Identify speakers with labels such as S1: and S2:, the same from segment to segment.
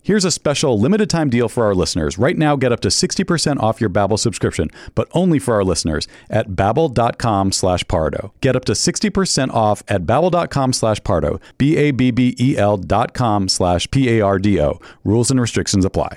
S1: Here's a special limited time deal for our listeners. Right now, get up to 60% off your Babbel subscription, but only for our listeners at babbel.com slash pardo. Get up to 60% off at babbel.com slash pardo, B-A-B-B-E-L E dot com slash P-A-R-D-O. Rules and restrictions apply.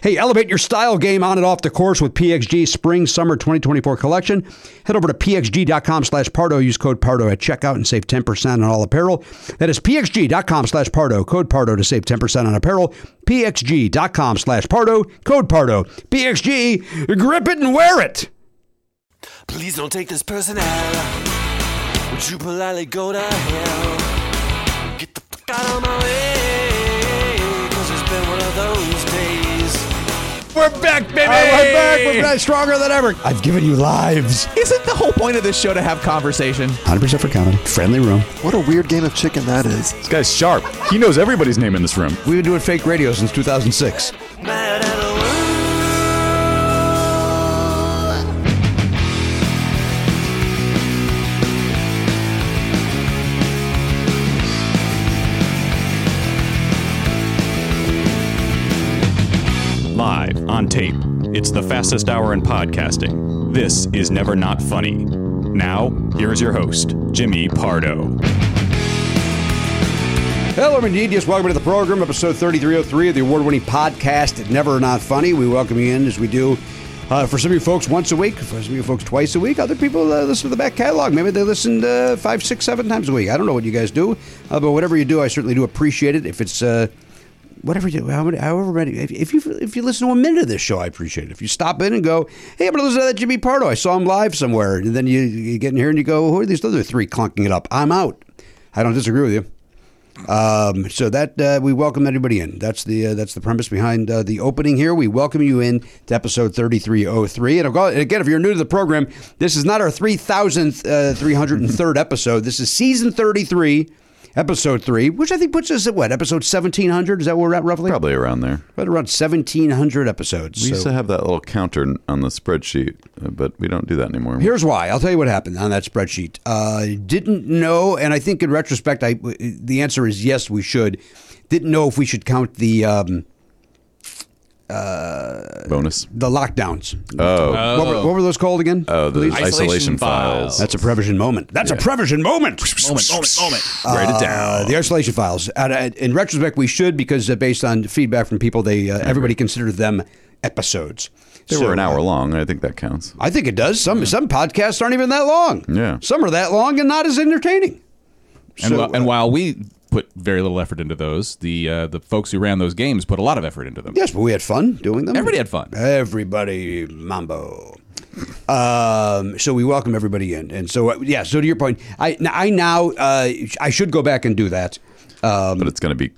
S2: Hey, elevate your style game on and off the course with PXG Spring Summer 2024 collection. Head over to pxg.com slash Pardo. Use code Pardo at checkout and save 10% on all apparel. That is pxg.com slash Pardo. Code Pardo to save 10% on apparel. pxg.com slash Pardo. Code Pardo. PXG, grip it and wear it.
S3: Please don't take this person out. Would you politely go to hell? Get the fuck out of my way. Cause it's been one of those days.
S4: We're back, baby!
S2: All right, we're back. We're back. Stronger than ever. I've given you lives.
S4: Isn't the whole point of this show to have conversation?
S2: 100% for comedy. Friendly room.
S5: What a weird game of chicken that is.
S1: This guy's sharp. He knows everybody's name in this room.
S2: We've been doing fake radio since 2006.
S1: Live on tape. It's the fastest hour in podcasting. This is Never Not Funny. Now, here's your host, Jimmy Pardo.
S2: Hello, Medidius. Welcome to the oh program, episode 3303 of the award winning podcast, Never Not Funny. We welcome you in as we do Uh, for some of you folks, once a week. For some of you folks, twice a week. Other people uh, listen to the back catalog. Maybe they listen uh, five, six, seven times a week. I don't know what you guys do, uh, but whatever you do, I certainly do appreciate it. If it's uh, whatever you do, how many- however many, if, if you if you listen to a minute of this show, I appreciate it. If you stop in and go, hey, I'm going to listen to that Jimmy Pardo. I saw him live somewhere, and then you, you get in here and you go, who are these other three clunking it up? I'm out. I don't disagree with you. Um, so that uh, we welcome anybody in. That's the uh, that's the premise behind uh, the opening here. We welcome you in to episode thirty three oh three. And I'll go- and again, if you're new to the program, this is not our three thousandth uh, three hundred and third episode. This is season thirty three, episode three, which I think puts us at what episode seventeen hundred. Is that where we're at roughly?
S6: Probably around there.
S2: right around seventeen hundred episodes.
S6: We
S2: So-
S6: used to have that little counter n- on the spreadsheet, uh, but we don't do that anymore.
S2: Here's why. I'll tell you what happened on that spreadsheet. Uh, didn't know, and I think in retrospect, I the answer is yes, we should. Didn't know if we should count the um,
S6: Bonus.
S2: the lockdowns. Oh. What, were, what were those called again?
S6: Oh, the isolation, files.
S2: That's a Prevision moment. That's a Prevision moment.
S4: Moment, moment, moment.
S6: Write it
S2: Uh,
S6: down.
S2: the isolation files. And, uh, in retrospect, we should because uh, based on feedback from people, they uh, everybody considered them episodes.
S6: they
S2: So,
S6: were an
S2: uh,
S6: hour long. I think that counts.
S2: I think it does. Some some podcasts aren't even that long.
S6: Yeah.
S2: Some are that long and not as entertaining.
S4: And,
S2: So, uh,
S4: wh- and while we put very little effort into those, the uh, the folks who ran those games put a lot of effort into them.
S2: Yes, but we had fun doing them.
S4: Everybody had fun.
S2: Everybody mambo. Um, so we welcome everybody in, and so uh, yeah. So to your point, I n- I now uh, I should go back and do that. Um,
S6: but it's going to be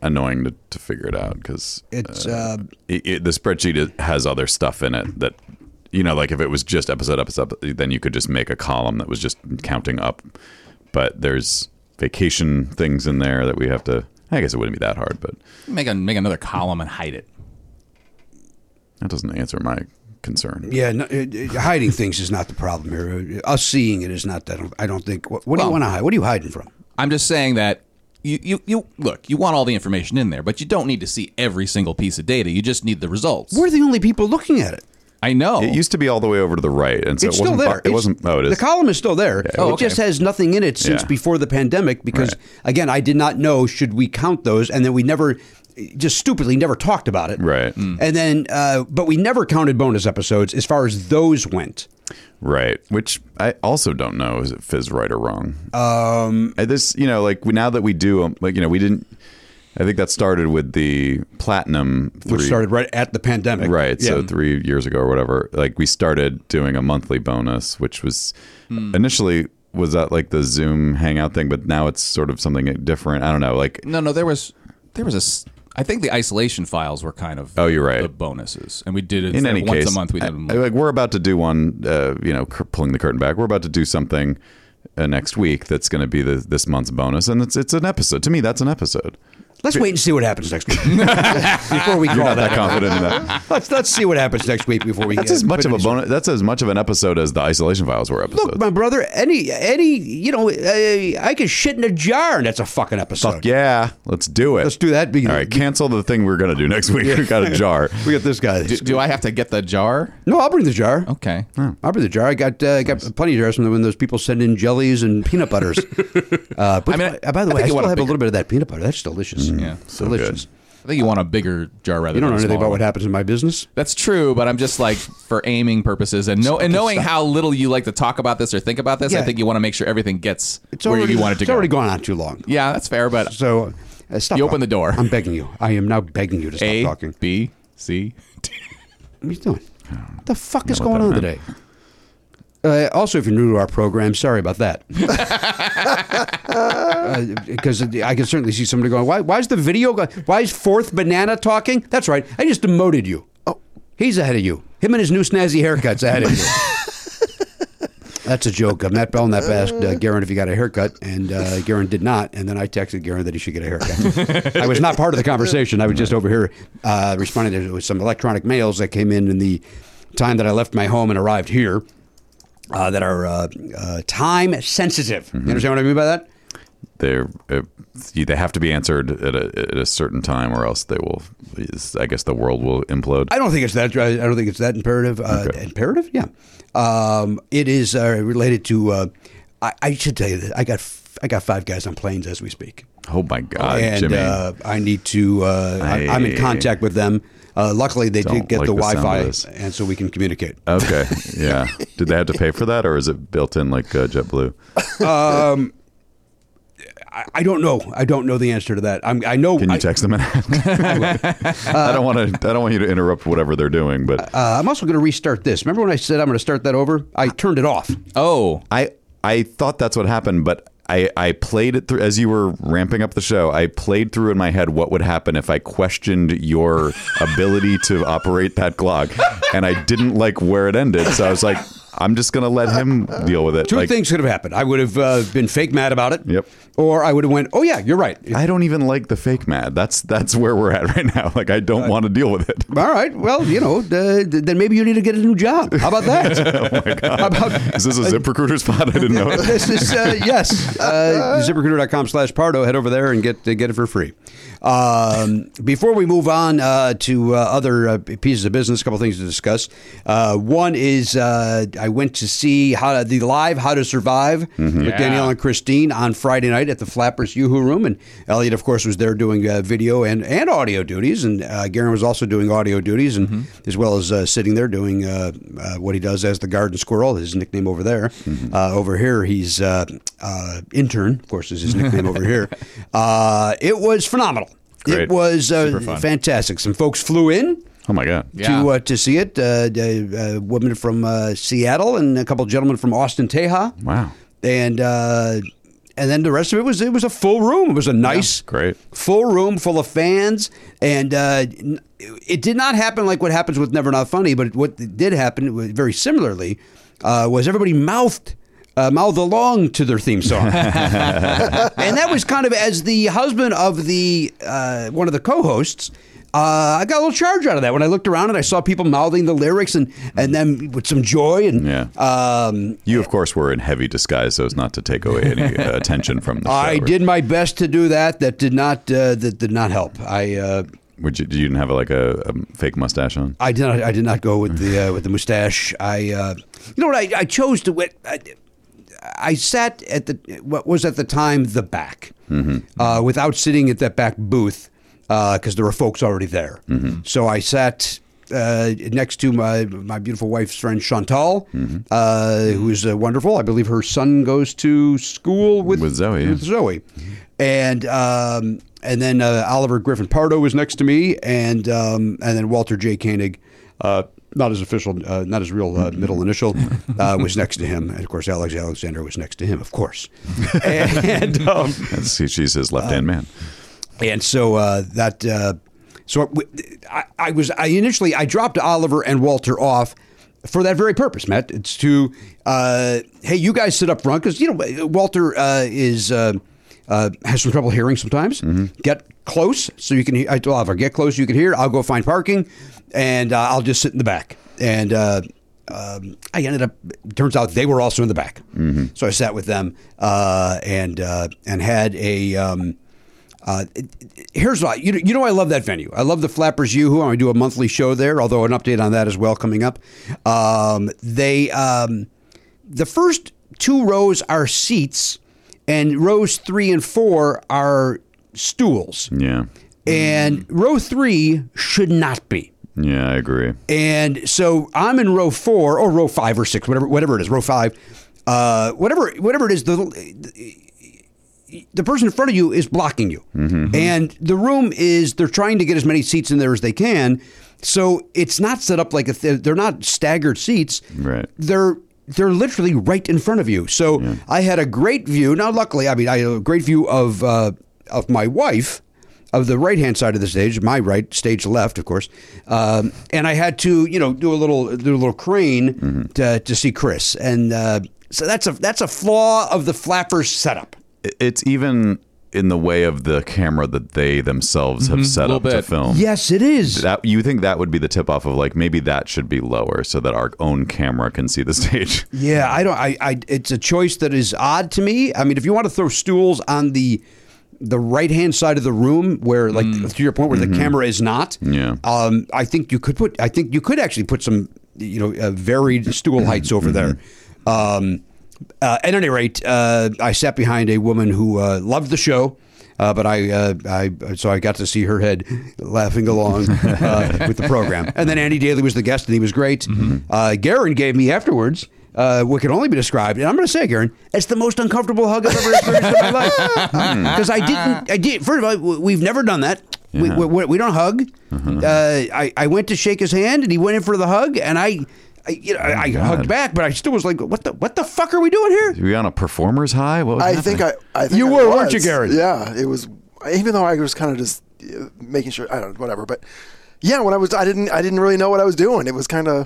S6: annoying to, to figure it out because
S2: It's, uh,
S6: it, it, the spreadsheet is, has other stuff in it that you know like if it was just episode episode then you could just make a column that was just counting up but there's vacation things in there that we have to i guess it wouldn't be that hard but
S4: Make a, make another column and hide it.
S6: that doesn't answer my concern
S2: yeah, no, it, it- hiding things is not the problem here. Us seeing it is not that. I don't think. What, what do you
S4: Well-
S2: want to hide? What are you hiding from?
S4: I'm just saying that you, you you look. You want all the information in there, but you don't need to see every single piece of data. You just need the results.
S2: We're the only people looking at it.
S4: I know.
S6: it used to be all the way over to the right and so
S2: Oh. it's
S6: it
S2: still
S6: wasn't
S2: there.
S6: bu- it
S2: It's-
S6: wasn't oh it is
S2: The column is still there.
S4: Oh,
S2: it
S4: okay.
S2: just has nothing in it since
S6: Yeah.
S2: before the pandemic because,
S6: Right.
S2: again, I did not know should we count those, and then we never, just stupidly, never talked about it.
S6: Right. Mm.
S2: And then, uh, but we never counted bonus episodes as far as those went.
S6: Right, which I also don't know is it fizz right or wrong. Um, this you know like we- now that we do um, like you know we didn't. I think that started with the platinum three,
S2: Which started right at the pandemic.
S6: right, so
S2: Yeah.
S6: three years ago or whatever. Like we started doing a monthly bonus, which was
S2: Hmm.
S6: initially was that like the Zoom hangout thing, but now it's sort of something different. I don't know, like
S4: no, no. There was there was a. s- I think the isolation files were kind of.
S6: Oh, you're right.
S4: The bonuses, and we did it
S6: in any
S4: once
S6: case,
S4: a month. We did them.
S6: I- like we're about to do one. Uh, you know, cur- pulling the curtain back, we're about to do something uh, next week that's going to be the, this month's bonus, and it's it's an episode. To me, that's an episode.
S2: Let's wait and see what happens next week before we call
S6: Not
S2: Oh, that.
S6: that confident in that.
S2: Let's let's see what happens next week before we.
S6: That's
S2: uh,
S6: as much
S2: put
S6: of a
S2: any-
S6: bonus. That's as much of an episode as the isolation files were episodes.
S2: Look, my brother, any any you know, uh, I could shit in a jar, and that's a fucking episode.
S6: Fuck yeah, let's do it.
S2: Let's do that. Be-
S6: All right, cancel the thing we're gonna do next week. we got a jar.
S2: We got this guy.
S4: do I have to get the jar?
S2: No, I'll bring the jar.
S4: Okay.
S2: I'll bring the jar. I got uh, I got plenty of jars from when those people send in jellies and peanut butters. uh, but,
S4: I mean,
S2: uh, by the
S4: I
S2: way, I
S4: think you
S2: still
S4: want
S2: have
S4: a
S2: a
S4: bigger-
S2: little bit of that peanut butter. That's delicious.
S4: Yeah.
S6: So
S2: Mm. delicious.
S6: good.
S4: I think you want a bigger jar rather.
S2: You don't know
S4: than a
S2: anything
S4: smaller
S2: about
S4: one.
S2: what happens in my business.
S4: That's true, but I'm just like for aiming purposes and know and knowing how little you like to talk about this or think about this.
S2: Yeah.
S4: I think you want to make sure everything gets
S2: It's
S4: where
S2: already,
S4: you want it to
S2: it's
S4: go.
S2: already gone on too long.
S4: Yeah, that's fair, but
S2: So uh, stop.
S4: You open
S2: talking.
S4: the door. Eh?
S2: I'm begging you. I am now begging you to stop
S4: A,
S2: talking. What
S4: B, C.
S2: are you doing? What the fuck is
S6: know what
S2: going on
S6: that
S2: today? Uh, also, if you're new to our program, sorry about that. Because I can certainly see somebody going, why, why is the video going? Why is Fourth Banana talking? That's right. I just demoted you. Oh, he's ahead of you. Him and his new snazzy haircut's ahead of you. That's a joke. Uh, Matt Belknap asked uh, Garen if he got a haircut, and uh, Garen did not. And then I texted Garen that he should get a haircut. I was not part of the conversation. I was just over here uh, responding to some electronic mails that came in in the time that I left my home and arrived here uh, that are uh, uh, time sensitive. You understand what I mean by that?
S6: They're uh, they have to be answered at a, at a certain time, or else they will. is- I guess the world will implode.
S2: I don't think it's that. I don't think it's that imperative. Uh, Imperative, yeah. Um, it is uh, related to. Uh, I, I should tell you that I got f- I got five guys on planes as we speak.
S6: oh my God,
S2: and
S6: Jimmy!
S2: uh, I need to. Uh, I,
S6: I-
S2: am in contact with them. Uh, luckily, they
S6: Don't
S2: did get
S6: like
S2: the
S6: the sound of
S2: Wi-Fi,
S6: this.
S2: and so we can communicate.
S6: Okay. Yeah. Did they have to pay for that, or is it built in like uh, JetBlue?
S2: I, I don't know. I don't know the answer to that. I'm, I know.
S6: Can you
S2: I,
S6: text them and ask? I don't want to. I don't want you to interrupt whatever they're doing, but
S2: uh, I'm also going to restart this. Remember when I said I'm going to start that over? I turned it off.
S4: Oh,
S6: I I thought that's what happened, but I I played it through as you were ramping up the show. I played through in my head what would happen if I questioned your ability to operate that clock, and I didn't like where it ended. So I was like, I'm just gonna let him deal with it.
S2: Two
S6: like,
S2: things could have happened. I would have uh, been fake mad about it.
S6: Yep.
S2: Or I would have went, oh yeah, you're right.
S6: I don't even like the fake mad. That's that's where we're at right now. Like I don't want to deal with it.
S2: All right. Well, you know, uh, then maybe you need to get a new job. How about that? oh my God. How about
S6: Is this a ZipRecruiter spot? I didn't know. it.
S2: this is uh, yes uh, ziprecruiter.com slash pardo head over there and get uh, get it for free um, before we move on uh, to uh, other uh, pieces of business a couple things to discuss uh, one is uh, i went to see how the live how to survive with danielle and christine on friday night at the flappers yoo-hoo room and elliot of course was there doing uh, video and, and audio duties and uh, garen was also doing audio duties and as well as uh, sitting there doing uh, uh, what he does as the garden squirrel his nickname over there uh, over here he's uh, uh, intern of course is his nickname over here uh, it was phenomenal it
S6: Great.
S2: was uh, fantastic some folks flew in
S6: Oh my god.
S4: Yeah.
S2: to uh, to see it. Uh, a, a woman from uh, Seattle and a couple of gentlemen from Austin, Teja.
S6: Wow.
S2: And uh, and then the rest of it was it was a full room. It was a nice,
S6: great.
S2: full room full of fans. And uh, n- it did not happen like what happens with Never Not Funny, but what did happen it was very similarly uh, was everybody mouthed. Uh, mouth along to their theme song, and that was kind of as the husband of the uh, one of the co-hosts. Uh, I got a little charge out of that when I looked around and I saw people mouthing the lyrics and and then with some joy and
S6: Yeah.
S2: um,
S6: You, of course, were in heavy disguise so as not to take away any uh, attention from the show.
S2: I
S6: or-
S2: did my best to do that. That did not. Uh, that did not help. I. Uh,
S6: Would you, you didn't have like a, a fake mustache on?
S2: I did not. I did not go with the uh, with the mustache. I. Uh, you know what? I, I chose to. Wit- I, I sat at the what was at the time the back,
S6: Mm-hmm.
S2: uh, without sitting at that back booth, because there were folks already there.
S6: Mm-hmm.
S2: So I sat. Uh, next to my my beautiful wife's friend Chantal,
S6: Mm-hmm.
S2: uh, who is uh, wonderful. I believe her son goes to school with
S6: With Zoe, yeah.
S2: with Zoe, and um, and then uh, Oliver Griffin Pardo was next to me, and um, and then Walter J Koenig, uh, not his official, uh, not his real uh, middle initial, uh, was next to him, and of course Alex Alexander was next to him, of course, and um,
S6: That's, she- she's his left hand man.
S2: and so uh, that uh, so I, I was I initially I dropped Oliver and Walter off for that very purpose, Matt. It's to uh, hey, you guys sit up front because you know Walter uh, is uh, uh, has some trouble hearing sometimes. Get close so you can. hear I told Oliver get close, so you can hear. I'll go find parking, and uh, I'll just sit in the back and. Uh, um, I ended up. Turns out they were also in the back, so I sat with them uh, and uh, and had a um, uh, it- it- here's why you, you know I love that venue. I love the Flappers U. Who I do a monthly show there. Although an update on that as well coming up. Um, they um, the first two rows are seats, and rows three and four are stools.
S6: Yeah.
S2: And row three should not be.
S6: Yeah, I agree.
S2: And so I'm in row four or row five or six, whatever whatever it is, row five, uh, whatever whatever it is. The the person in front of you is blocking you, and the room is they're trying to get as many seats in there as they can. So it's not set up like a th- they're not staggered seats.
S6: Right.
S2: They're they're literally right in front of you. So I had a great view. Now, luckily, I mean, I had a great view of uh, of my wife of the right hand side of the stage, my right stage left, of course. Um, and I had to, you know, do a little do a little crane to, to see Chris, and uh, so that's a that's a flaw of the flapper's setup.
S6: I- It's even in the way of the camera that they themselves have set
S4: little
S6: up to
S4: bit.
S6: film.
S2: Yes, it is.
S6: That you think that would be the tip off of like maybe that should be lower so that our own camera can see the stage.
S2: Yeah, I don't. I, I. It's a choice that is odd to me. I mean, if you want to throw stools on the the right hand side of the room, where like to your point, where the camera is not.
S6: Yeah.
S2: Um, I think you could put. I think you could actually put some, you know, uh, varied stool heights over there. Um, Uh, at any rate, uh, I sat behind a woman who uh, loved the show. Uh, but I, uh, I, so I got to see her head laughing along uh, with the program. And then Andy Daly was the guest, and he was great. Uh, Garen gave me afterwards uh, what can only be described, and I'm going to say, Garen, it's the most uncomfortable hug I've ever experienced in my life. Because I didn't, I did. First of all, w- we've never done that. We, we- we, we don't hug. Uh, I, I went to shake his hand, and he went in for the hug, and I, I you know, I, I
S6: God.
S2: hugged back, but I still was like, what the, what the fuck are we doing here?
S6: Were you on a performer's high? What was
S7: I think I,
S6: happening?
S7: I think
S2: You
S7: I
S2: were,
S7: was.
S2: weren't you, Garrett?
S7: Yeah, it was. Even though I was kind of just uh, making sure I don't whatever, but yeah, when I was, I didn't, I didn't really know what I was doing. It was kind of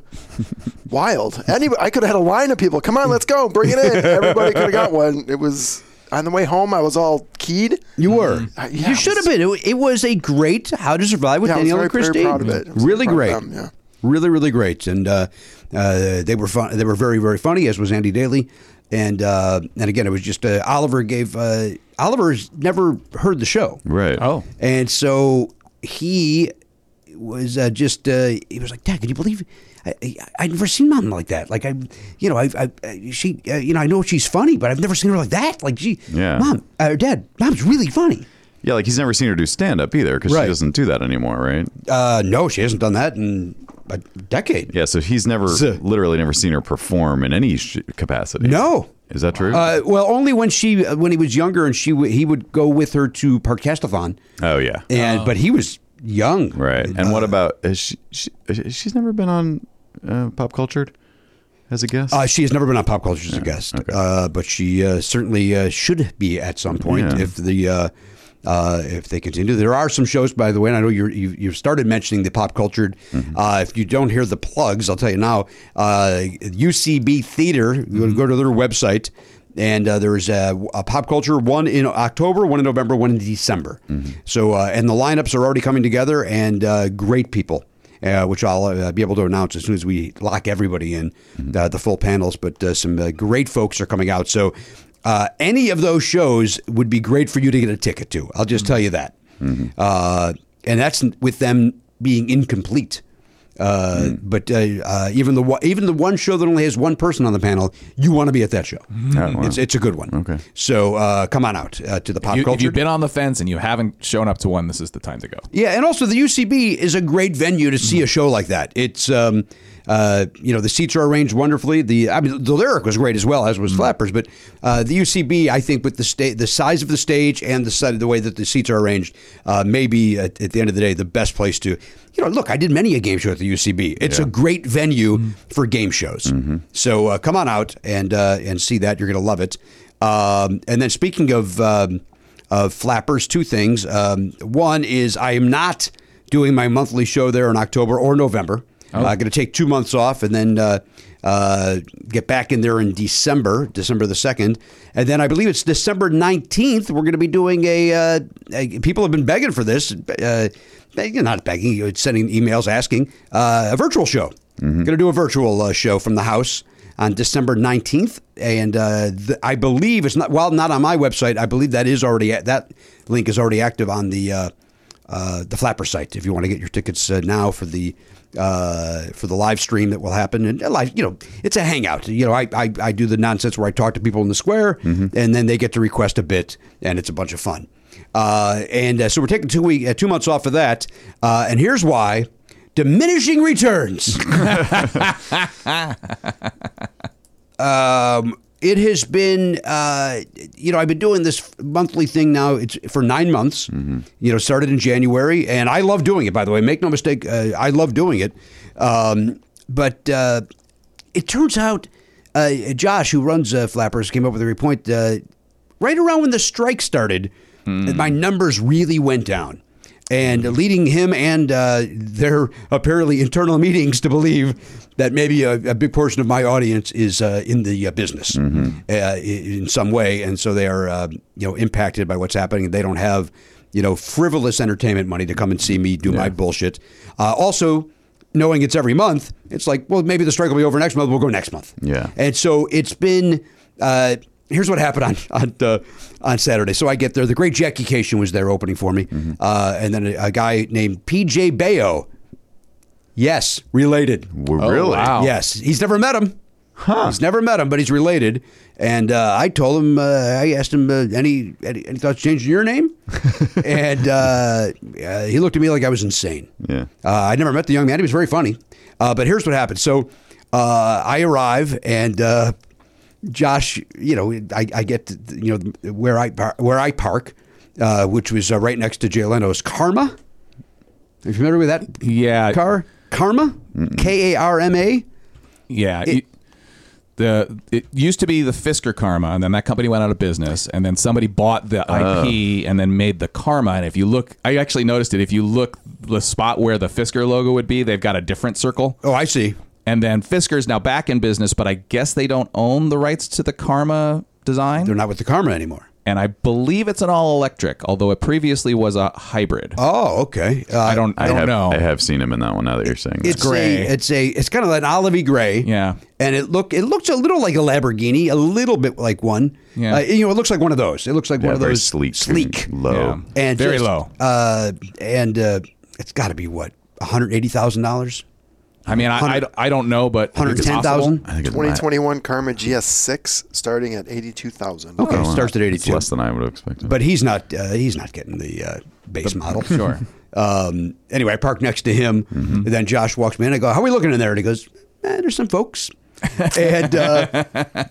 S7: wild. Any, I could have had a line of people. Come on, let's go, bring it in. Everybody could have got one. It was on the way home. I was all keyed.
S2: You were.
S7: Uh, yeah,
S2: you
S7: it
S2: should have
S7: was-
S2: been. It, wa- it was a great How to Survive with
S7: Yeah, I was
S2: Danielle and
S7: very- very
S2: Christine.
S7: proud of it. I was
S2: Really
S7: proud
S2: great.
S7: of them, yeah.
S2: Really, really great. And uh, uh, they were fun. They were very, very funny. As was Andy Daly. And uh, and again, it was just uh, Oliver gave. Uh, Oliver's never heard the show.
S6: Right.
S4: Oh.
S2: And so he was uh, just, uh, he was like, Dad, can you believe I, I, I'd never seen mom like that. Like, I, you know, I, I- I she, uh, you know, I know she's funny, but I've never seen her like that. Like, she,
S6: Yeah.
S2: mom, uh, dad, mom's really funny.
S6: Yeah, like he's never seen her do stand up either because
S2: Right.
S6: she doesn't do that anymore, right?
S2: Uh, no, she hasn't done that in a decade.
S6: Yeah, so he's never,
S2: Zuh.
S6: literally never seen her perform in any sh- capacity.
S2: No.
S6: Is that true?
S2: Uh, well, only when she, when he was younger and she, w- he would go with her to Parkastathon.
S6: oh, yeah.
S2: And, uh, but he was young.
S6: Right. And what about, is she, she, is- she's never been on uh, Pop Cultured as a guest?
S2: Uh, she has never been on pop culture as a guest, uh, but she uh, certainly uh, should be at some point
S6: Yeah.
S2: if the uh, uh, if they continue. There are some shows, by the way, and I know you're, you you've started mentioning the pop cultured. Uh, if you don't hear the plugs, I'll tell you now. Uh, UCB Theater, you go to their website. And uh, there's a, a pop culture one in October, one in November, one in December. So, uh, and the lineups are already coming together, and uh, great people uh, which I'll uh, be able to announce as soon as we lock everybody in
S4: Mm-hmm.
S2: uh, the full panels. But uh, some uh, great folks are coming out. So uh, any of those shows would be great for you to get a ticket to. I'll just tell you that.
S4: Mm-hmm.
S2: Uh, and that's with them being incomplete. Uh,
S4: Mm.
S2: But uh, uh, even the one, even the one show that only has one person on the panel, you want to be at that show.
S4: Mm-hmm.
S6: Oh, wow.
S2: It's it's a good one. Okay. So uh, come on out uh, to the pop
S4: You, if
S2: culture.
S4: you've been on the fence and you haven't shown up to one, this is the time to go.
S2: Yeah, and also the UCB is a great venue to see a show like that. It's um, uh, you know the seats are arranged wonderfully. The I mean the lyric was great as well as was Flappers, but uh, the UCB I think with the state the size of the stage and the side the way that the seats are arranged, uh, maybe at, at the end of the day the best place to you know look I did many a game show at the UCB. It's a great venue for game shows. So uh, come on out and uh, and see that you're going to love it. Um, and then speaking of. Um, of flappers. Two things. Um, one is I am not doing my monthly show there in October or November. I'm going to take two months off and then uh, uh, get back in there in December, December the 2nd. And then I believe it's December 19th. We're going to be doing a, uh, a- people have been begging for this, uh, begging- not begging, you know, sending emails asking, uh, a virtual show. Going to do a virtual uh, show from the house on December 19th. And uh, th- I believe it's not, well, not on my website. I believe that is already, that link is already active on the, uh, uh, the Flapper site if you want to get your tickets uh, now for the, uh, for the live stream that will happen. And uh, live, you know, it's a hangout. You know, I, I, I do the nonsense where I talk to people in the square and then they get to request a bit and it's a bunch of fun. Uh, and uh, so we're taking two week, uh, two months off of that. Uh, and here's why. Diminishing returns. um, it has been, uh, you know, I've been doing this monthly thing now. It's for nine months. You know, started in January, and I love doing it. By the way, make no mistake, uh, I love doing it. Um, but uh, it turns out, uh, Josh, who runs uh, Flappers, came up with a report uh, right around when the strike started. My numbers really went down. And leading him and uh, their apparently internal meetings to believe that maybe a, a big portion of my audience is uh, in the uh, business uh, i- in some way, and so they are uh, you know impacted by what's happening. They don't have you know frivolous entertainment money to come and see me do my bullshit. Uh, also, knowing it's every month, it's like well maybe the strike will be over next month. We'll go next month.
S6: Yeah.
S2: And so it's been. Uh, here's what happened on on, uh, on Saturday. So I get there. The great Jackie Cation was there opening for me, uh, and then a, a guy named P.J. Bayo. Yes, related.
S6: W- really?
S4: wow.
S2: Oh, Yes, he's never met him. He's never met him, but he's related. And uh, I told him, uh, I asked him, uh, any, any any thoughts of changing your name? and uh, uh, he looked at me like I was insane.
S6: Yeah.
S2: Uh, I never met the young man. He was very funny. Uh, but here's what happened. So uh, I arrive and. Uh, Josh, you know, I, I get to, you know where I par- where I park, uh, which was uh, right next to Jay Leno's Karma. Are you familiar with that?
S4: Yeah.
S2: car Karma, K A R M A.
S4: Yeah. you- the it used to be the Fisker Karma, and then that company went out of business, and then somebody bought the IP and then made the Karma. And if you look, I actually noticed it. If you look the spot where the Fisker logo would be, they've got a different circle.
S2: Oh, I see.
S4: And then Fisker's now back in business, but I guess they don't own the rights to the Karma design.
S2: They're not with the Karma anymore.
S4: and I believe it's an all electric, although it previously was a hybrid.
S2: Oh, okay. Uh,
S4: I don't. I, don't
S6: have,
S4: know.
S6: I have seen him in that one. Now that you're saying that.
S2: It's gray. it's a. It's kind of an olivey gray.
S4: Yeah.
S2: And it look. It looks a little like a Lamborghini, a little bit like one.
S4: Yeah.
S2: Uh, you know, it looks like one of those. It looks like
S6: yeah,
S2: one of
S6: very
S2: those
S6: sleek,
S2: sleek,
S6: and low.
S4: Yeah.
S2: and
S4: Very
S2: just,
S4: low.
S2: Uh, and uh, it's got to be what one hundred eighty thousand dollars,
S4: I mean, I, I, don't- I don't know, but I
S2: one hundred
S4: think it's
S2: ten
S4: possible.
S2: thousand.
S6: I think it's not-
S7: 2021 Karma GS6 starting at 82,000.
S2: Okay,
S6: Oh,
S2: starts at eighty
S6: it's
S2: two.
S6: less than I would have expected.
S2: But he's not. Uh, he's not getting the uh, base model.
S4: Sure.
S2: Um, anyway, I parked next to him. And then Josh walks me in. I go, "How are we looking in there?" And he goes, eh, "There's some folks." and uh,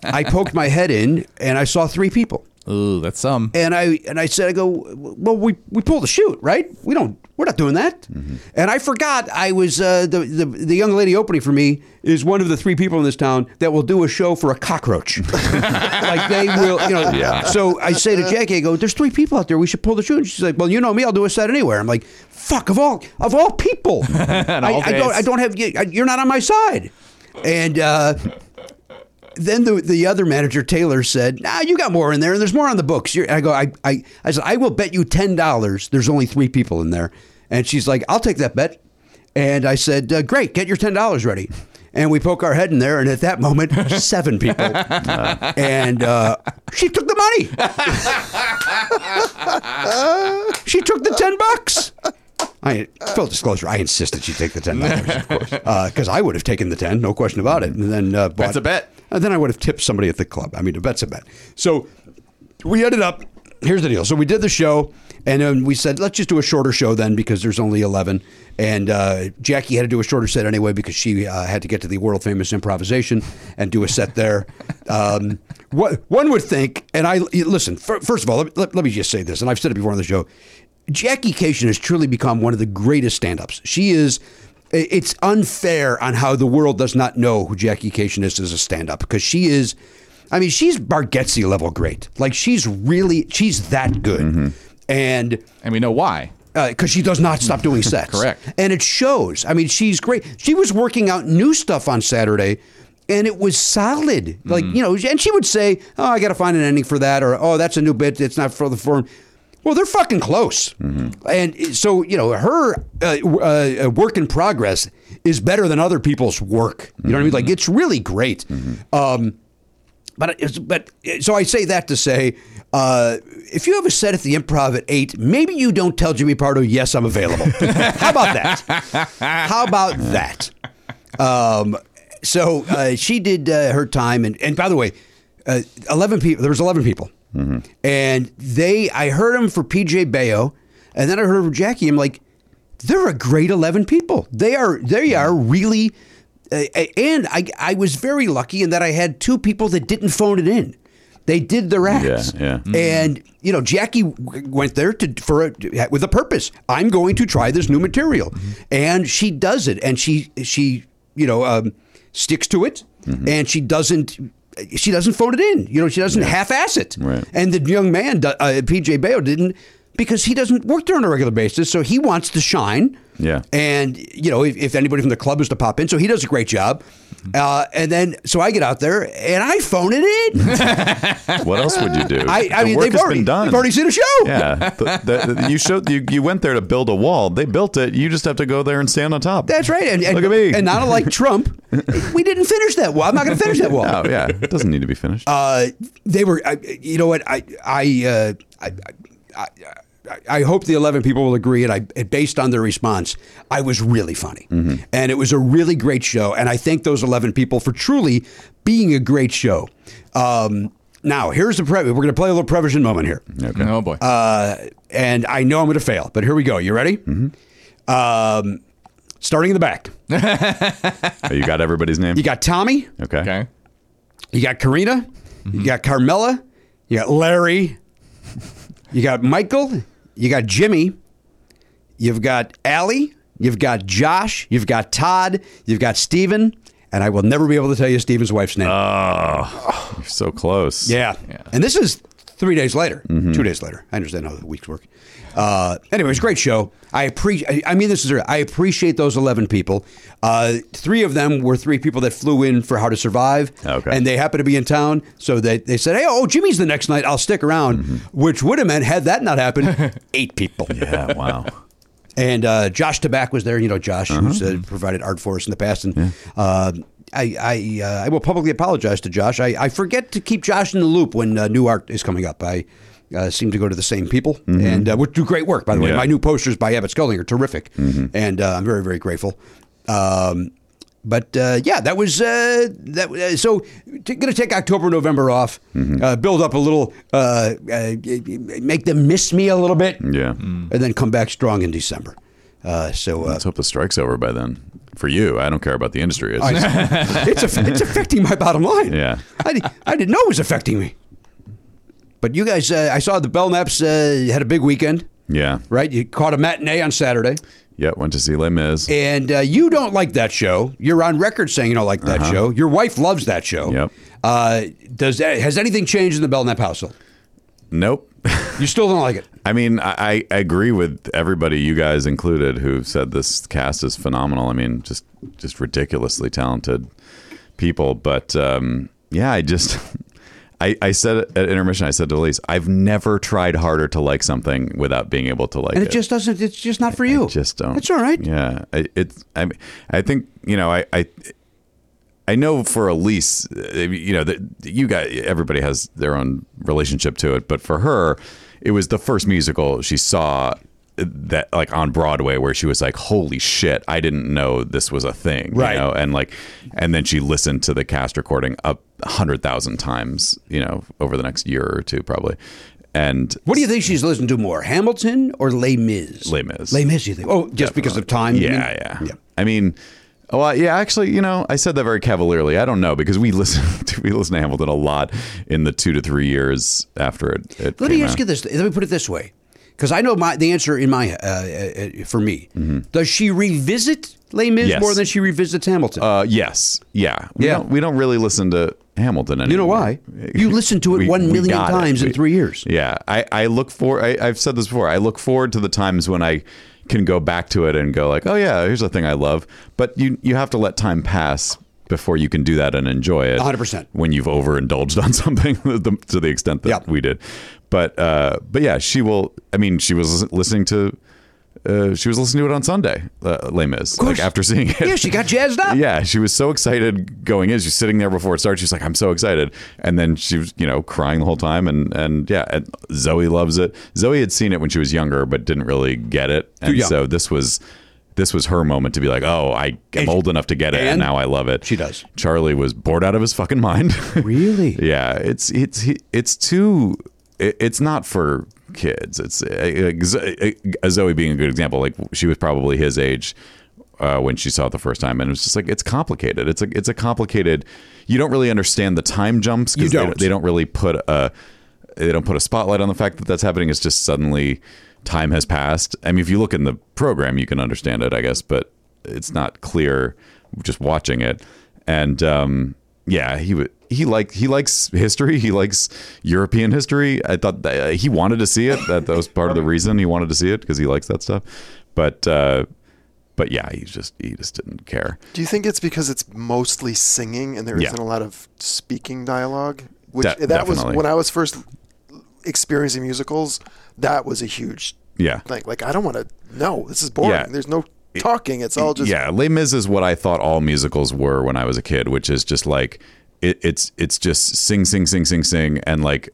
S2: I poked my head in, and I saw three people.
S4: Ooh, that's some.
S2: And I and I said, "I go, well, we we pulled the chute, right? We don't. We're not doing that." And I forgot I was uh, the, the the young lady opening for me is one of the three people in this town that will do a show for a cockroach. like they will, you know.
S6: Yeah.
S2: So I say to Jackie, I go, "There's three people out there. We should pull the chute." And she's like, "Well, you know me. I'll do a set anywhere." I'm like, "Fuck of all of all people. I,
S4: all
S2: I don't.
S4: days.
S2: I don't have. you- I- You're not on my side." And uh, then the the other manager Taylor said, "Nah, you got more in there, and there's more on the books." You're, I go, I, I I said, I will bet you ten dollars. There's only three people in there, and she's like, "I'll take that bet." And I said, uh, "Great, get your ten dollars ready." And we poke our head in there, and at that moment, seven people, and uh, she took the money. she took the ten bucks. I full disclosure, I insisted she take the ten dollars, of course, because I would have taken the ten, no question about it. And then uh, bought,
S4: That's a bet.
S2: And then I would have tipped somebody at the club. I mean, a bet's a bet. So we ended up. Here's the deal. So we did the show, and then we said, let's just do a shorter show then because there's only eleven. And uh, Jackie had to do a shorter set anyway because she uh, had to get to the world famous improvisation and do a set there. um, what one would think, and I listen. fir- First of all, let, let, let me just say this, and I've said it before on the show. Jackie Cation has truly become one of the greatest stand-ups. She is. i- It's unfair on how the world does not know who Jackie Cation is as a stand-up because she is. I mean, she's Bargetsy level great. Like she's really, she's that good, and
S4: And we know why.
S2: because Uh, she does not stop doing sets.
S4: Correct.
S2: And it shows. I mean, she's great. She was working out new stuff on Saturday, and it was solid. Like you know, and she would say, "Oh, I got to find an ending for that," or "Oh, that's a new bit. It's not for the form." Well, they're fucking close. And so you know, her uh, w- uh, uh, work in progress is better than other people's work. You know what I mean? Like it's really great. Um, but it's, but so I say that to say, uh, if you have a set at the Improv at eight, maybe you don't tell Jimmy Pardo, "Yes, I'm available." How about that? How about that? Um, so uh, she did uh, her time, and, and by the way, uh, eleven people. There was eleven people,
S6: Mm-hmm.
S2: and they. I heard them for PJ Bayo, and then I heard from Jackie. I'm like, they're a great eleven people. They are.
S6: Mm-hmm.
S2: They are really. Uh, and I, I was very lucky in that I had two people that didn't phone it in. They did their acts.
S6: yeah.
S2: And you know, Jackie w- went there to for a, with a purpose. I'm going to try this new material, and she does it, and she she you know um, sticks to it,
S6: Mm-hmm.
S2: and she doesn't. She doesn't phone it in, you know. She doesn't half-ass it.
S6: Right.
S2: And the young man, do- uh, PJ Bayo, didn't because he doesn't work there on a regular basis, so he wants to shine.
S6: Yeah.
S2: And, you know, if, if anybody from the club is to pop in, so he does a great job.
S6: Mm-hmm.
S2: Uh, and then, so I get out there and I phone it in.
S6: what else would you do?
S2: I, I
S6: The
S2: mean,
S6: work
S2: they've
S6: has
S2: already,
S6: been done.
S2: they've already seen a show.
S6: yeah, The- the- the- you showed you, you went there to build a wall. They built it. You just have to go there and stand on top.
S2: That's right. And, and,
S6: Look at me.
S2: And not unlike Trump, we didn't finish that wall. I'm not going to finish that wall.
S6: oh yeah, it doesn't need to be finished.
S2: Uh, they were, I, you know what? I, I, uh, I, I, I, I hope the 11 people will agree. And I, and based on their response,
S6: Mm-hmm.
S2: I was really funny. And it was a really great show. And I thank those 11 people for truly being a great show. Um, now, here's the pre- we're going to play a little prevision moment here,
S4: Oh boy.
S2: uh, and I know I'm going to fail, but here we go. You ready? Um, starting in the back,
S6: Oh, you got everybody's name?
S2: you got Tommy,
S6: okay.
S4: okay.
S2: you got Karina, you got Carmela, you got Larry, you got Michael, you got Jimmy, you've got Allie, you've got Josh, you've got Todd, you've got Steven, and I will never be able to tell you Steven's wife's name.
S6: You're so close.
S2: Yeah. And this is three days later, two days later. I understand how the weeks work. Uh, anyways, great show. I appreciate. I mean, this is. I appreciate those eleven people. Uh, three of them were three people that flew in for How to Survive,
S6: Okay.
S2: and they happened to be in town, so they they said, "Hey, oh, Jimmy's the next night. I'll stick around," which would have meant had that not happened, eight people.
S6: Yeah, wow.
S2: And uh, Josh Taback was there. You know, Josh, who's
S6: Uh-huh.
S2: uh, provided art for us in the past. And uh, I, I, uh, I will publicly apologize to Josh. I, I forget to keep Josh in the loop when uh, new art is coming up. I uh, seem to go to the same people, and uh, which do great work, by the way.
S6: Mm-hmm. Yeah. Mm-hmm.
S2: My new posters by Abbott Sculling are terrific, and uh, I'm very, very grateful. Um, but uh, yeah, that was uh, that. Uh, so, t- going to take October, November off,
S6: Mm-hmm.
S2: uh, build up a little, uh, uh, make them miss me a little bit
S6: Yeah.
S2: and then come back strong in December. Uh, so uh,
S6: Let's hope the strike's over by then. For you, I don't care about the industry. It's,
S2: it's aff- it's affecting my bottom line.
S6: Yeah.
S2: I, di- I didn't know it was affecting me. But you guys, uh, I saw the Belknaps uh, had a big weekend,
S6: yeah.
S2: right? You caught a matinee on Saturday,
S6: Yeah, went to see Les Mis.
S2: and uh, you don't like that show. You're on record saying you don't like that show. Your wife loves that show.
S6: Uh-huh. Yep.
S2: Uh, does that, has anything changed in the Belknap household?
S6: nope.
S2: You still don't like it.
S6: I mean, I, I agree with everybody, you guys included, who said this cast is phenomenal. I mean, just just ridiculously talented people. But um, yeah, I just I, I said at intermission, I said to Elise, I've never tried harder to like something without being able to like
S2: And
S6: it.
S2: it just doesn't. It's just not for you.
S6: I just don't.
S2: It's all right.
S6: Yeah, I, it's. I mean, I think you know. I. I I know for Elise, uh, you know, that you guys, everybody has their own relationship to it, but for her, it was the first musical she saw that, like, on Broadway, where she was like, "Holy shit, I didn't know this was a thing,"
S2: Right.
S6: You know? And like, and then she listened to the cast recording a hundred thousand times, you know, over the next year or two, probably. And
S2: What do you think she's listened to more, Hamilton or Les Mis?
S6: Les Mis.
S2: Les Mis, you think? Oh, just because of time? you
S6: Yeah,
S2: mean?
S6: yeah, I mean, well, yeah. Actually, you know, I said that very cavalierly. I don't know because we listen to, we listen to Hamilton a lot in the two to three years after it. it
S2: Let
S6: came
S2: me ask
S6: out.
S2: you this. Let me put it this way, because I know my the answer in my uh, uh, uh, for me. Does she revisit Les Mis
S6: Mm-hmm. Yes.
S2: more than she revisits Hamilton?
S6: Uh, yes, yeah, we
S2: Yeah.
S6: Don't, we don't really listen to Hamilton anymore.
S2: you know why? You listened to it
S6: Uh, We-
S2: one
S6: we
S2: million
S6: got it.
S2: times in
S6: We-
S2: three years.
S6: Yeah, I, I look for. I, I've said this before. I look forward to the times when I can go back to it and go like, oh yeah, here's a thing I love. But you you have to let time pass before you can do that and enjoy it.
S2: 100%.
S6: When you've overindulged on something the- to the extent that
S2: Yep.
S6: we did. But uh, but yeah, she will. I mean, she was listening to. Uh, she was listening to it on Sunday, uh, Les Mis,
S2: course.
S6: like after seeing it.
S2: Yeah, she got jazzed up.
S6: Yeah, she was so excited going in. She's sitting there before it starts. She's like, "I'm so excited," and then she was, you know, crying the whole time. And and yeah, and Zoe loves it. Zoe had seen it when she was younger, but didn't really get it. And
S2: young.
S6: so this was this was her moment to be like, "Oh, I am old enough to get it,
S2: and
S6: and now I love it."
S2: she does.
S6: Charlie was bored out of his fucking mind.
S2: Really?
S6: yeah, it's it's he- it's too. it- It's not for kids. It's uh, uh, Zo- uh, Zoe being a good example. Like she was probably his age uh, when she saw it the first time, and it was just like it's complicated. It's a it's a complicated. You don't really understand the time jumps
S2: You
S6: because
S2: don't.
S6: they, they don't really put a they don't put a spotlight on the fact that that's happening. It's just suddenly time has passed. I mean, if you look in the program, you can understand it, I guess, but it's not clear just watching it. And um, yeah, he would. He like he likes history. He likes European history. I thought that, uh, he wanted to see it. That, that was part of the reason he wanted to see it because he likes that stuff. But uh, but yeah, he just he just didn't care.
S7: Do you think it's because it's mostly singing and there
S6: Yeah.
S7: not a lot of speaking dialogue? Which
S6: De-
S7: that was
S6: definitely.
S7: when I was first experiencing musicals. That was a huge
S6: Yeah.
S7: thing. Like I don't want to. No, this is boring.
S6: Yeah.
S7: There's no talking. It's all just
S6: yeah, Les Mis is what I thought all musicals were when I was a kid, which is just like it, it's it's just sing, sing, sing, sing, sing, and like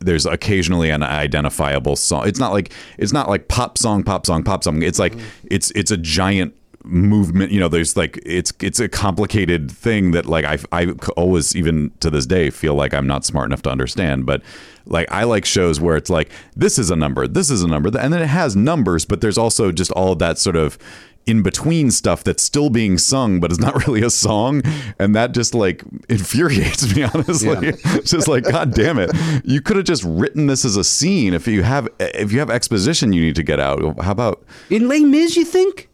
S6: there's occasionally an identifiable song. It's not like it's not like pop song, pop song, pop song. It's like it's it's a giant movement you know there's like it's it's a complicated thing that like I, I always even to this day feel like i'm not smart enough to understand but like i like shows where it's like this is a number this is a number and then it has numbers but there's also just all that sort of in between stuff that's still being sung but it's not really a song and that just like infuriates me honestly It's just like god damn it you could have just written this as a scene if you have if you have exposition you need to get out how about
S2: In Les Mis, you think?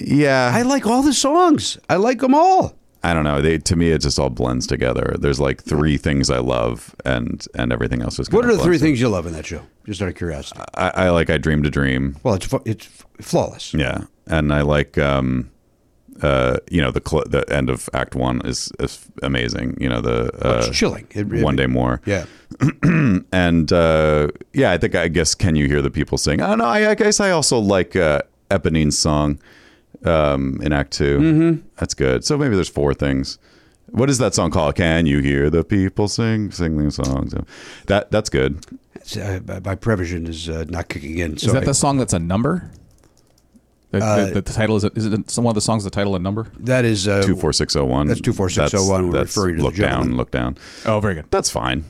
S6: yeah
S2: I like all the songs. I like them all.
S6: I don't know. They to me it just all blends together. There's like three things I love and and everything else is
S2: What are the three things you love in that show? Just out of curiosity.
S6: I, I like I dreamed a dream.
S2: Well, it's fu- it's flawless.
S6: Yeah. And I like um uh you know the cl- the end of act 1 is, is amazing. You know the uh,
S2: Oh, It's chilling. It- it-
S6: one day more.
S2: Yeah.
S6: And uh yeah, I think I guess can you hear the people sing? I don't know. I, I guess I also like uh Eponine's song um in act 2. Mm-hmm. That's good. So maybe there's four things. What is that song called? Can you hear the people sing sing these songs? That that's good.
S2: It's, uh, my- my prevision is uh, not kicking in. So
S4: Is that
S2: I-
S4: the song that's a number? The, the- the, title is is it some of the songs the title a number?
S2: that is uh,
S6: Two four six zero one.
S2: That's 24601. We're referring to the
S6: look down,
S2: gentleman.
S6: look down.
S4: Oh, very good.
S6: That's fine.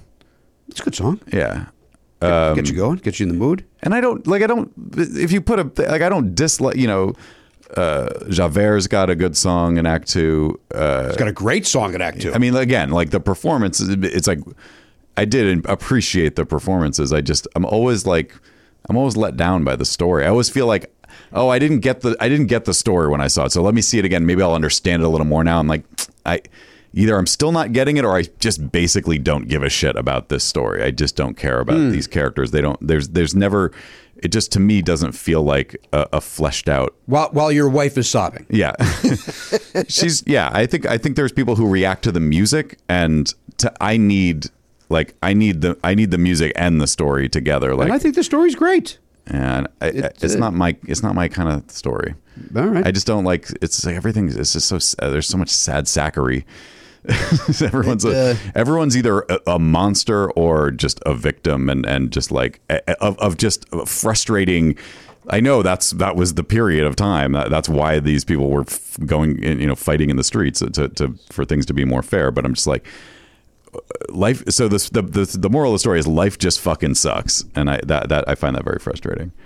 S2: It's a good song.
S6: Yeah.
S2: get you
S6: Um,
S2: going. Get you in the mood.
S6: And I don't like I don't if you put a like I don't dislike you know uh Javert's got a good song in Act Two. Uh
S2: It's got a great song at Act Two.
S6: I mean again like the performance it's like I did appreciate the performances. I just I'm always like I'm always let down by the story. I always feel like oh I didn't get the I didn't get the story when I saw it. So let me see it again. Maybe I'll understand it a little more now. I'm like I either I'm still not getting it or I just basically don't give a shit about this story. I just don't care about these characters. They don't there's there's never it just to me doesn't feel like a, a fleshed out
S2: while while your wife is sobbing.
S6: yeah. She's yeah, I think I think there's people who react to the music and to I need like I need the I need the music and the story together like
S2: And I think the story's great. uh,
S6: and I,
S2: It-
S6: it's
S2: it-
S6: not my it's not my kind of story.
S2: All right.
S6: I just don't like it's like everything it's just so uh, there's so much sad sackery. everyone's a,
S2: uh,
S6: everyone's either a, a monster or just a victim and and just like a- a- of, of just frustrating I know that's that was the period of time that, that's why these people were f- going in, you know fighting in the streets to, to for things to be more fair but I'm just like uh, life so this the, the the moral of the story is life just fucking sucks and I that that I find that very frustrating.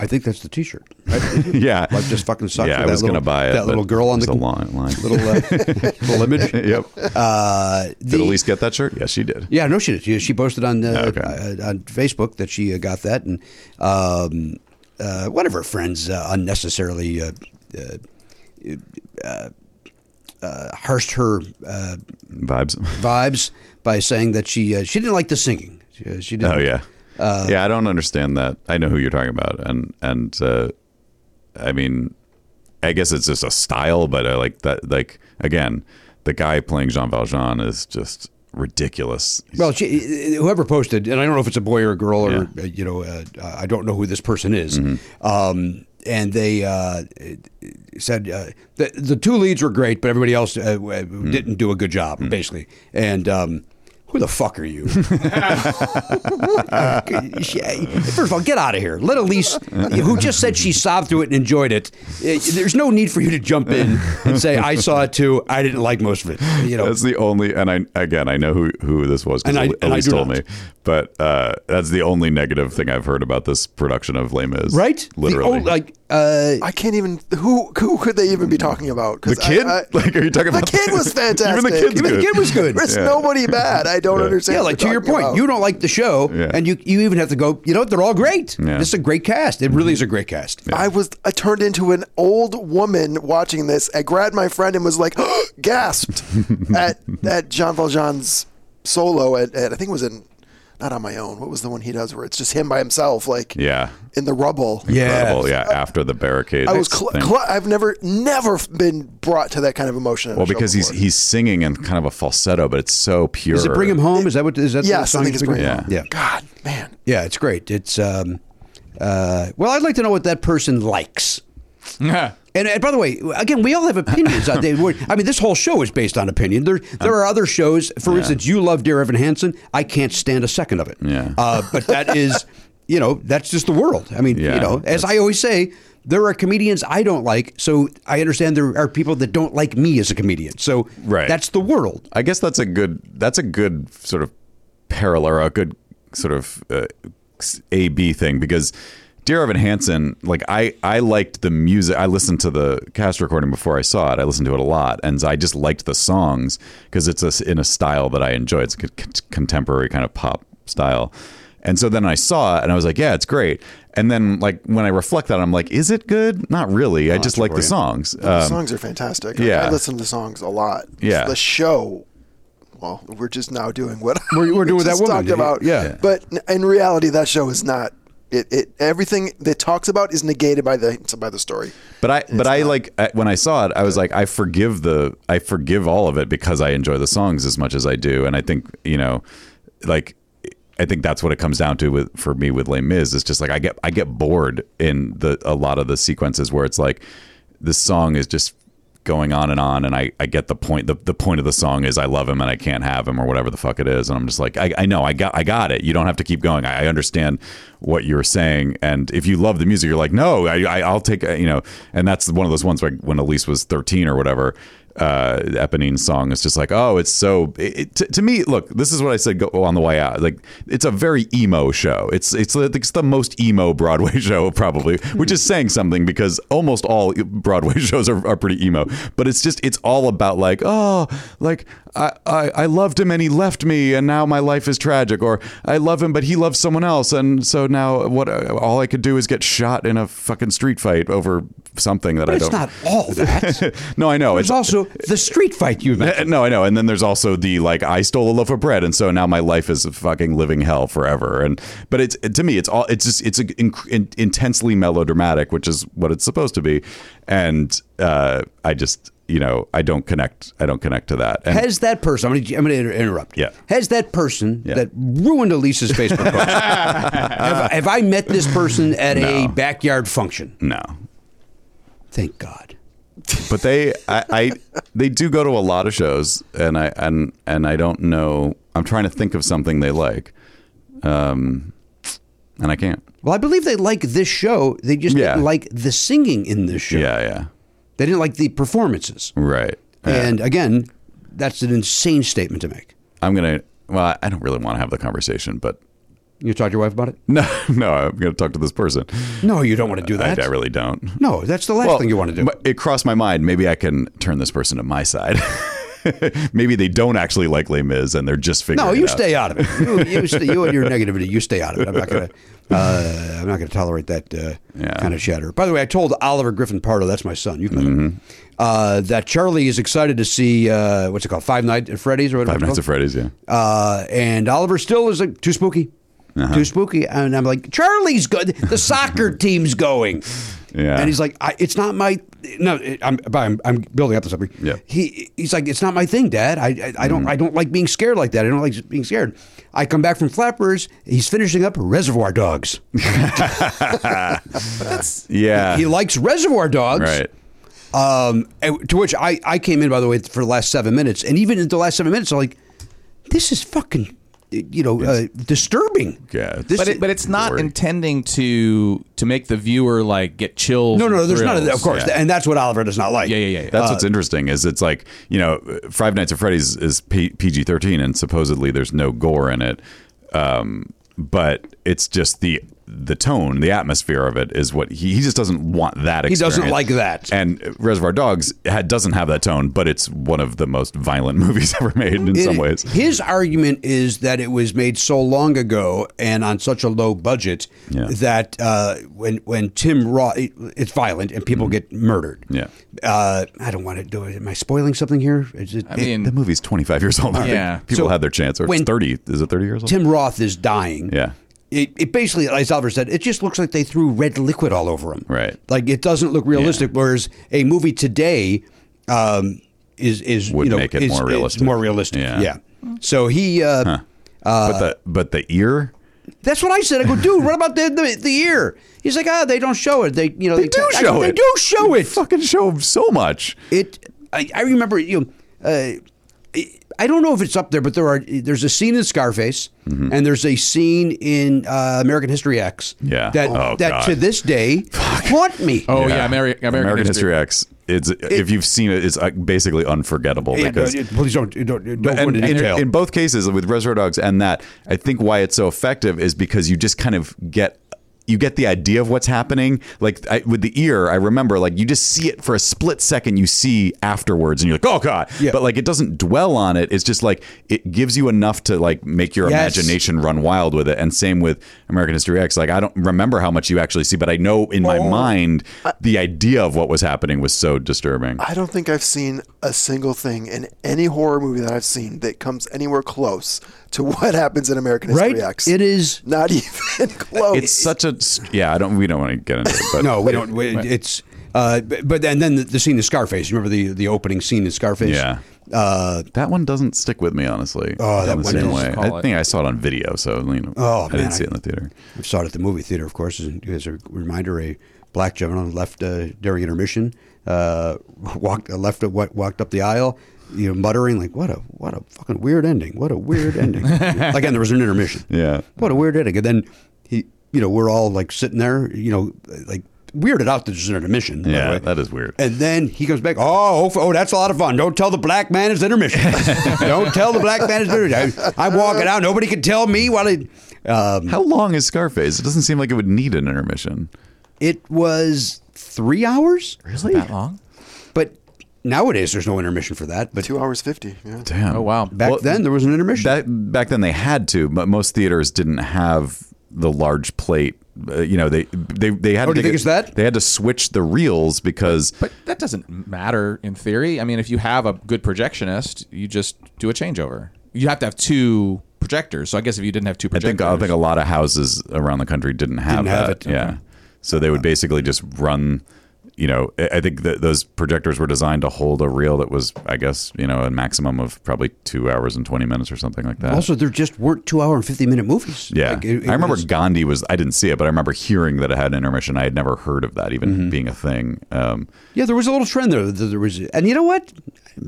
S2: I think that's the T-shirt.
S6: yeah.
S2: Life just fucking sucks.
S6: Yeah,
S2: with
S6: I
S2: that
S6: was
S2: little-
S6: gonna buy it.
S2: That
S6: but
S2: little girl on
S6: it
S2: the
S6: was a long line.
S2: little, uh, little image.
S6: yep.
S2: Uh,
S6: Did
S2: the-
S6: Elise get that shirt? Yes, she did.
S2: Yeah, no, she did. She, she posted on uh,
S6: Okay.
S2: uh, on Facebook that she uh, got that, and um, uh, one of her friends uh, unnecessarily uh, uh, uh, uh, harshed her uh,
S6: Vibes.
S2: vibes by saying that she uh, she didn't like the singing. She, uh, she didn't.
S6: Oh yeah.
S2: Uh,
S6: yeah, I don't understand that. I know who you're talking about, and and uh, I mean, I guess it's just a style, but I like that. Like again, the guy playing Jean Valjean is just ridiculous. He's-
S2: Well, she, whoever posted, and I don't know if it's a boy or a girl, or
S6: Yeah. Mm-hmm.
S2: uh, you know, uh, I don't know who this person is. Um, and they uh, said uh, the the two leads were great, but everybody else uh, w-
S6: Mm-hmm.
S2: didn't do a good job, basically. And um, who the fuck are you? She- First of all, get out of here. Let Elise, who just said she sobbed through it and enjoyed it, eh, there's no need for you to jump in and say I saw it too. I didn't like most of it. You know,
S6: That's the only, and I again I know who who this was because
S2: And I-
S6: Elise
S2: and I do
S6: told
S2: not.
S6: me, but uh, that's the only negative thing I've heard about this production of Les Mis.
S2: right? The
S6: Literally,
S2: old, like. Uh,
S7: I can't even. Who who could they even be talking about? 'Cause
S6: Mm. The kid?
S7: I- I-
S6: Like, are you talking about-
S7: the kid? Was fantastic.
S6: Even the kid's Even the good. kid
S2: was good.
S7: There's nobody bad. I don't understand.
S2: Yeah,
S7: what
S2: like to
S7: they're
S2: your
S7: talking
S2: point,
S7: about.
S2: you don't like the show,
S6: Yeah.
S2: and you you even have to go. You know, they're all great.
S6: Yeah.
S2: This is a great cast. It
S7: Mm-hmm.
S2: really is a great cast.
S7: I was I turned into an old woman watching this. I grabbed my friend and was like gasped at at Jean Valjean's solo at, at I think it was in not on my own. What was the one he does where it's just him by himself, like
S6: yeah.
S7: in the rubble.
S6: Incredible, yeah. After the barricade,
S7: I was. Cl-
S6: thing.
S7: cl- I've never never been brought to that kind of emotion. in a
S6: well
S7: show
S6: because he's
S7: before.
S6: he's singing in kind of a falsetto, but it's so pure.
S2: Is it Bring Him Home? Is that what is that?
S7: yes,
S2: the
S7: I
S2: song
S7: think it's bringing.
S6: Him
S2: Home?
S6: Home.
S2: Yeah.
S7: God, man.
S2: yeah, it's great. It's um, uh, well, I'd like to know what that person likes. And, and by the way, again, we all have opinions out there. We're- I mean, this whole show is based on opinion. There, there are other shows. For instance, you love Dear Evan Hansen. I can't stand a second of it.
S6: Yeah.
S2: Uh, but that is you know, that's just the world. I mean,
S6: Yeah,
S2: you know, as I always say, there are comedians I don't like, so I understand there are people that don't like me as a comedian. So
S6: Right.
S2: that's the world.
S6: I guess that's a good that's a good sort of parallel or a good sort of uh, A B thing because Dear Evan Hansen, like I I liked the music. I listened to the cast recording before I saw it. I listened to it a lot, and I just liked the songs because it's a s in a style that I enjoy. It's a c- c- contemporary kind of pop style. And so then I saw it and I was like, yeah, it's great. And then like when I reflect on it, I'm like, is it good? Not really. I just like the songs.
S7: The
S6: Um,
S7: songs are fantastic. I-
S6: yeah.
S7: I listen to songs a lot.
S6: Yeah.
S7: The show, well, we're just now doing what
S2: We're- we're
S7: we
S2: doing that
S7: just
S2: woman,
S7: talked about.
S2: yeah.
S7: But n- in reality, that show is not. It, it everything that talks about is negated by the by the story.
S6: But I, but I like I- when I saw it, I was like, I forgive the, I forgive all of it because I enjoy the songs as much as I do, and I think you know, like, I think that's what it comes down to with for me with Les Mis. It's just like I get I get bored in the a lot of the sequences where it's like this song is just going on and on and I, I get the point the, the point of the song is I love him and I can't have him or whatever the fuck it is and I'm just like I, I know I got I got it you don't have to keep going I, I understand what you're saying and if you love the music you're like no I, I I'll take uh, you know and that's one of those ones where when Elise was 13 or whatever uh Eponine's song is just like oh it's so it, it- to, to me look this is what I said go, on the way out like it's a very emo show it's it's it's the most emo Broadway show probably which is saying something because almost all Broadway shows are, are pretty emo but it's just it's all about like oh like I, I I loved him and he left me and now my life is tragic or I love him but he loves someone else and so now what all I could do is get shot in a fucking street fight over something that I
S2: But it's
S6: don't
S2: not all that.
S6: no, I know.
S2: There's
S6: It's
S2: also the street fight you mentioned.
S6: Uh, No, I know. And then there's also the like I stole a loaf of bread, and so now my life is fucking living hell forever. And but it's to me, it's all it's just it's a, inc- in, intensely melodramatic, which is what it's supposed to be. And uh, I just you know I don't connect. I don't connect to that. And
S2: Has that person? I'm going to I'm gonna inter- interrupt.
S6: Yeah.
S2: Has that person
S6: Yeah.
S2: that ruined Elise's Facebook post? have, have I met this person at a backyard function?
S6: no,
S2: Thank God.
S6: but they I, I they do go to a lot of shows, and I and and I don't know. I'm trying to think of something they like, um, and I can't.
S2: Well, I believe they like this show. They just
S6: Yeah.
S2: didn't like the singing in this show.
S6: Yeah, yeah,
S2: They didn't like the performances.
S6: right.
S2: And again, that's an insane statement to make.
S6: I'm gonna. Well, I don't really want to have the conversation, but
S2: You talk to your wife about it?
S6: no, no, I'm gonna talk to this person.
S2: No, you don't want to do
S6: I,
S2: that.
S6: I really don't.
S2: no, that's the last thing you want to do.
S6: but It crossed my mind. Maybe I can turn this person to my side. Maybe they don't actually like Les Mis, and they're just figuring.
S2: no,
S6: it
S2: you
S6: out.
S2: stay out of it. You, you, stay, you and your negativity, you stay out of it. I'm not gonna, uh, I'm not gonna tolerate that uh,
S6: Yeah.
S2: kind of chatter. By the way, I told Oliver Griffin Pardo, that's my son. You can.
S6: Mm-hmm.
S2: Uh, that Charlie is excited to see uh, what's it called, Five Nights at Freddy's or whatever.
S6: Five
S2: it's
S6: Nights
S2: called?
S6: at Freddy's. Yeah.
S2: Uh, and Oliver still is like too spooky,
S6: Uh-huh.
S2: too spooky. And I'm like, Charlie's good. The soccer team's going.
S6: Yeah.
S2: And he's like, I, it's not my. No, it- I'm, but I'm, I'm building up to something.
S6: Yeah. Mm.
S2: He he's like, it's not my thing, Dad. I I, I don't I don't like being scared like that. I don't like being scared. I come back from Flappers. He's finishing up Reservoir Dogs.
S6: yeah.
S2: he likes Reservoir Dogs.
S6: right.
S2: Um, and- to which I, I came in by the way for the last seven minutes, and even in the last seven minutes, I'm like, this is fucking, you know, uh, disturbing.
S6: Yeah.
S2: This-
S4: but, it, but it's not
S6: Lord.
S4: intending to to make the viewer like get chills.
S2: No, no, no. There's none
S4: thrills.
S2: of that, of course,
S6: Yeah.
S2: and that's what Oliver does not like.
S4: Yeah, yeah, yeah. yeah.
S6: That's
S2: Uh,
S6: what's interesting is it's like you know Five Nights at Freddy's is P- PG thirteen and supposedly there's no gore in it, um, but it's just the the tone, the atmosphere of it is what he, he just doesn't want that.
S2: He doesn't
S6: Experience.
S2: like that.
S6: And Reservoir Dogs had, doesn't have that tone, but it's one of the most violent movies ever made in
S2: It-
S6: some ways.
S2: His argument is that it was made so long ago and on such a low budget
S6: Yeah.
S2: that uh, when when Tim Roth, it- it's violent and
S4: Mm-hmm.
S2: people get murdered.
S6: Yeah.
S2: Uh, I don't want to do it. Am I spoiling something here? Is it-
S4: I
S2: it-
S4: mean,
S6: The movie's twenty five years old. I think
S4: Yeah.
S6: people
S2: So
S6: had their chance. Or it's
S2: when-
S6: thirty? Is it thirty years old?
S2: Tim Roth is dying.
S6: Yeah.
S2: It, it basically, as Oliver said, it just looks like they threw red liquid all over him.
S6: Right.
S2: Like it doesn't look realistic. Whereas a movie today um, is is
S6: Would
S2: you know
S6: make it
S2: is-
S6: more
S2: is
S6: realistic.
S2: more realistic.
S6: Yeah.
S2: Yeah. So he. Uh,
S6: but the but the ear.
S2: That's what I said. I go, dude. What about the the, the ear? He's like, ah, they don't show it. They you know they,
S6: do
S2: I
S6: show
S2: go, They
S6: it.
S2: do show
S6: They
S2: it.
S6: fucking show so much.
S2: It. I, I remember you. know, Uh, I don't know if it's up there, but there are. There's a scene in Scarface,
S6: Mm-hmm.
S2: and there's a scene in uh, American History X.
S6: Yeah.
S2: That
S6: Oh,
S2: that
S6: God.
S2: to this day haunt me.
S4: Oh yeah, Ameri- American,
S6: History, X. It's if you've seen it, it's uh, basically unforgettable
S2: Yeah,
S6: because
S2: no, please don't don't, don't go
S6: and,
S2: into
S6: and
S2: detail.
S6: in both cases with Reservoir Dogs and that, I think why it's so effective is because you just kind of get you get the idea of what's happening. Like I, with the ear, I remember like you just see it for a split second. You see afterwards, and you're like, oh god.
S2: Yeah.
S6: But like it doesn't dwell on it. It's just like it gives you enough to like make your
S2: Yes.
S6: imagination run wild with it. And same with American History X. Like I don't remember how much you actually see, but I know in my
S2: Oh.
S6: mind
S2: Uh,
S6: the idea of what was happening was so disturbing.
S7: I don't think I've seen a single thing in any horror movie that I've seen that comes anywhere close to what happens in American
S2: right?
S7: History X.
S2: It is.
S7: not even close.
S6: it's such a yeah. I don't. We don't want to get into it. But
S2: No, we don't. We, It's. Uh, but but then, then the, the scene in Scarface. Remember the the opening scene in Scarface?
S6: Yeah.
S2: Uh,
S6: That one doesn't stick with me, honestly.
S2: Oh, that
S6: in the
S2: one
S6: same
S2: is-
S6: way. I think I saw it on video, so you know,
S2: Oh,
S6: I
S2: man,
S6: didn't
S2: I-
S6: see it in the theater.
S2: I saw it at the movie theater, of course. As, as a reminder, a black gentleman left uh, during intermission, uh, walked uh, left uh, wa- walked up the aisle, you know, muttering like, "What a what a fucking weird ending! What a weird ending!" Again, there was an intermission.
S6: Yeah.
S2: What a weird ending! And then he, you know, we're all like sitting there, you know, like weirded out that there's an intermission. by the
S6: Yeah,
S2: way.
S6: that is weird.
S2: And then he comes back. Oh, oh, oh, that's a lot of fun. Don't tell the black man it's intermission. Don't tell the black man it's intermission. I, I'm walking out. Nobody can tell me what I. Um,
S6: How long is Scarface? It doesn't seem like it would need an intermission.
S2: it was three hours,
S6: Really?
S4: That long?
S2: but nowadays there's no intermission for that. But
S7: two hours fifty. Yeah.
S6: Damn.
S4: Oh wow.
S2: back
S6: Well,
S2: then there was an intermission.
S6: Back back then they had to, but most theaters didn't have the large plate. Uh, you know, they they they had
S2: Oh, do
S6: to
S2: you
S6: take
S2: think
S6: it-
S2: it's that?
S6: they had to switch the reels because
S4: But that doesn't matter in theory. I mean, if you have a good projectionist, you just do a changeover. You have to have two projectors. So I guess if you didn't have two
S6: I think
S4: projectors,
S6: I think a lot of houses around the country didn't have
S2: Didn't have
S6: that.
S2: it,
S6: Yeah, so they would basically just run. You know, I I think that those projectors were designed to hold a reel that was, I guess, you know, a maximum of probably two hours and twenty minutes or something like that.
S2: also, there just weren't two hour and fifty minute movies.
S6: yeah,
S2: Like, it- it
S6: I remember
S2: was-
S6: Gandhi was. I didn't see it, but I remember hearing that it had intermission. I had never heard of that even
S2: Mm-hmm.
S6: being a thing. Um,
S2: yeah, there was a little trend there. There there was, and you know what?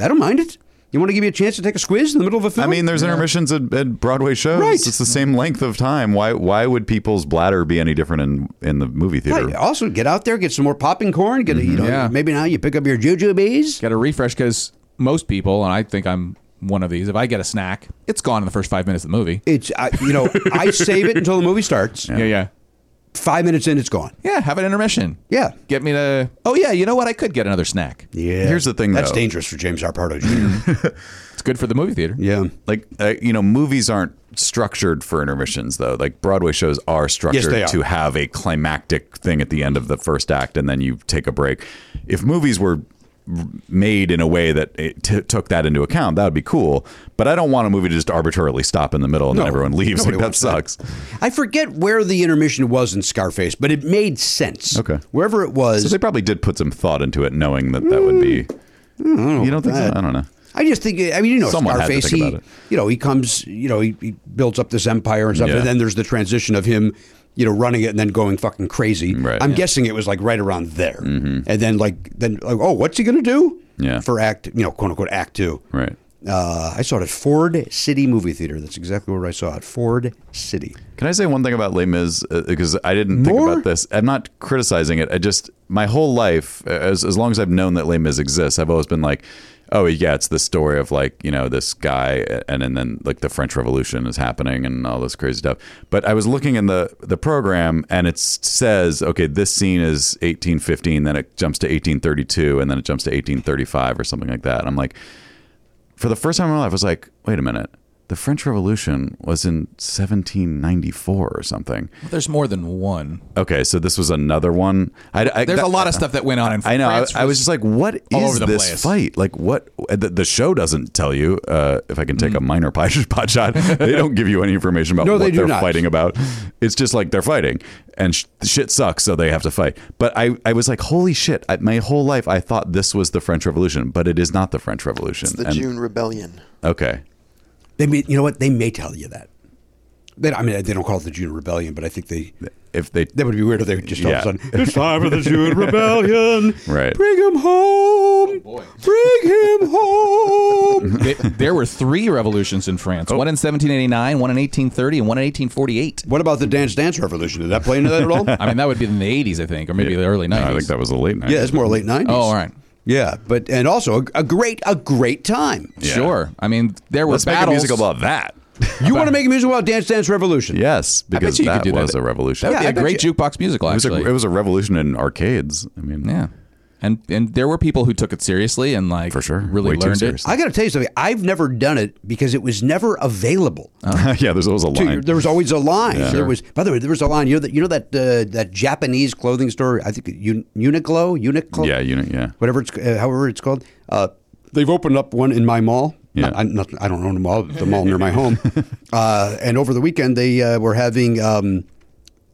S2: I don't mind it. You want to give me a chance to take a squiz in the middle of a
S6: I
S2: film?
S6: mean, there's intermissions at, at Broadway shows.
S2: Right.
S6: It's the same length of time. Why? Why would people's bladder be any different in in the movie theater?
S2: Right. Also, get out there, get some more popping corn. Get a, you know,
S4: Yeah.
S6: Mm-hmm.
S2: maybe now you pick up your jujubes.
S4: get a refresh because most people, and I think I'm one of these. If I get a snack, it's gone in the first five minutes of the movie.
S2: It's I, you know, I save it until the movie starts.
S4: yeah, yeah,
S2: Five minutes in, it's gone.
S4: yeah. Have an intermission.
S2: Yeah.
S4: Get me to. Oh yeah, you know what? I could get another snack.
S2: Yeah.
S6: Here's the thing,
S2: That's
S6: though.
S2: dangerous for James Arpardo Jr.
S4: It's good for the movie theater.
S2: yeah.
S6: like uh, you know movies aren't structured for intermissions though like broadway shows are structured
S2: they are.
S6: to have a climactic thing at the end of the first act and then you take a break if movies were r- made in a way that it t- took that into account that would be cool but i don't want a movie to just arbitrarily stop in the middle and then
S2: No,
S6: everyone leaves like
S2: nobody
S6: that
S2: wants that.
S6: sucks
S2: I forget where the intermission was in Scarface, but it made sense.
S6: Okay.
S2: Wherever it was,
S6: so they probably did put some thought into it knowing that that would
S2: Mm.
S6: be you don't think so?
S2: that.
S6: i don't know
S2: I just think I mean you know
S6: Someone had to
S2: Scarface.
S6: think
S2: He
S6: about it.
S2: you know he comes you know he, he builds up this empire and stuff,
S6: Yeah.
S2: and then there's the transition of him you know running it and then going fucking crazy. I'm
S6: Right. Yeah. Mm-hmm.
S2: guessing it was like right around there, and then like then like, oh what's he gonna do?
S6: Yeah.
S2: For act you know quote unquote act two.
S6: right
S2: Uh, I saw it at Ford City Movie Theater. That's exactly where I saw it. Ford City.
S6: Can I say one thing about Les Mis? Uh, Because I didn't think
S2: More?
S6: about this. I'm not criticizing it. I just my whole life, as as long as I've known that Les Mis exists, I've always been like, oh yeah, it's the story of like you know this guy, and, and then like the French Revolution is happening and all this crazy stuff. But I was looking in the the program, and it says, okay, this scene is 1815, then it jumps to 1832, and then it jumps to 1835 or something like that. And I'm like for the first time in my life, I was like, wait a minute. The French Revolution was in 1794 or something.
S4: There's more than one.
S6: Okay, so this was another one. I, I-
S4: There's
S6: that-
S4: a lot of stuff that went on in.
S6: I know. I,
S4: France
S6: I was just like, what is
S4: all over the
S6: this
S4: place.
S6: fight? Like, what? The, the show doesn't tell you. Uh, if I can
S4: Mm-hmm.
S6: take a minor pot pot shot, they don't give you any information about
S2: No,
S6: what
S2: they do
S6: are
S2: not.
S6: fighting about. It's just like they're fighting, and sh- shit sucks, so they have to fight. But I, I was like, holy shit! I, my whole life, I thought this was the French Revolution, but it is not the French Revolution.
S7: It's the
S6: And-
S7: June Rebellion.
S6: Okay.
S2: They may, you know what? They may tell you that. They, I mean, they don't call it the June Rebellion, but I think they.
S6: If they
S2: That would be weird if they just all
S6: Yeah.
S2: of a sudden, it's time for the June Rebellion.
S6: Right.
S2: Bring him home. Bring him home.
S4: They- there were three revolutions in
S6: Oh.
S4: France: one in 1789, one in 1830, and one in 1848.
S2: what about the Dance Dance Revolution? Did that play into that at all?
S4: I mean, that would be in the 80s, I think, or maybe the early 90s.
S6: No, I think that was the late night.
S2: yeah, it's more late 90s.
S4: Oh, all right.
S2: Yeah, but and also a, a great a great time.
S6: Yeah.
S4: Sure. I mean, there were
S6: Let's make a
S4: battles.
S6: musical about that.
S2: You want to make a music about Dance Dance Revolution?
S6: Yes,
S4: I bet
S6: because
S4: you could
S6: that
S4: do
S6: was
S4: that.
S6: a revolution.
S4: That would
S2: Yeah, I
S4: be a
S2: bet
S4: great
S2: you-
S4: jukebox musical.
S6: it was
S4: Actually,
S6: a it was a revolution in arcades. I mean,
S4: yeah. And and there were people who took it seriously and like
S6: for sure.
S4: really
S6: Way too
S4: learned it.
S6: serious.
S2: I got to tell you something. I've never done it because it was never available.
S4: Oh,
S6: yeah, there's always a
S2: Dude,
S6: line.
S2: there was always a line. There was, by the way, there was a line. You know that you know that uh, that Japanese clothing store. I think Un- Uniqlo, Uniqlo,
S6: yeah, you know, yeah.
S2: whatever it's uh, however it's called. Uh, they've opened up one in my mall.
S6: Yeah.
S2: Not- I'm not, I don't own a mall. The mall near my home. Uh, and over the weekend, they uh, were having um,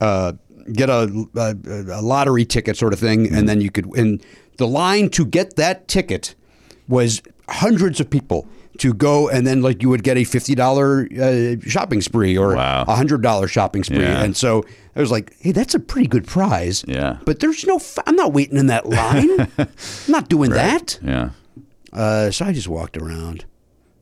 S2: uh, get a, a a lottery ticket sort of thing,
S6: Mm-hmm.
S2: and then you could. And the line to get that ticket was hundreds of people to go, and then like you would get a fifty dollar uh, shopping spree or
S6: Wow.
S2: a hundred dollar shopping spree,
S6: Yeah.
S2: and so I was like, hey, that's a pretty good prize.
S6: Yeah.
S2: but there's no. F- I'm not waiting in that line. I'm not doing that.
S6: Yeah.
S2: Uh, so I just walked around,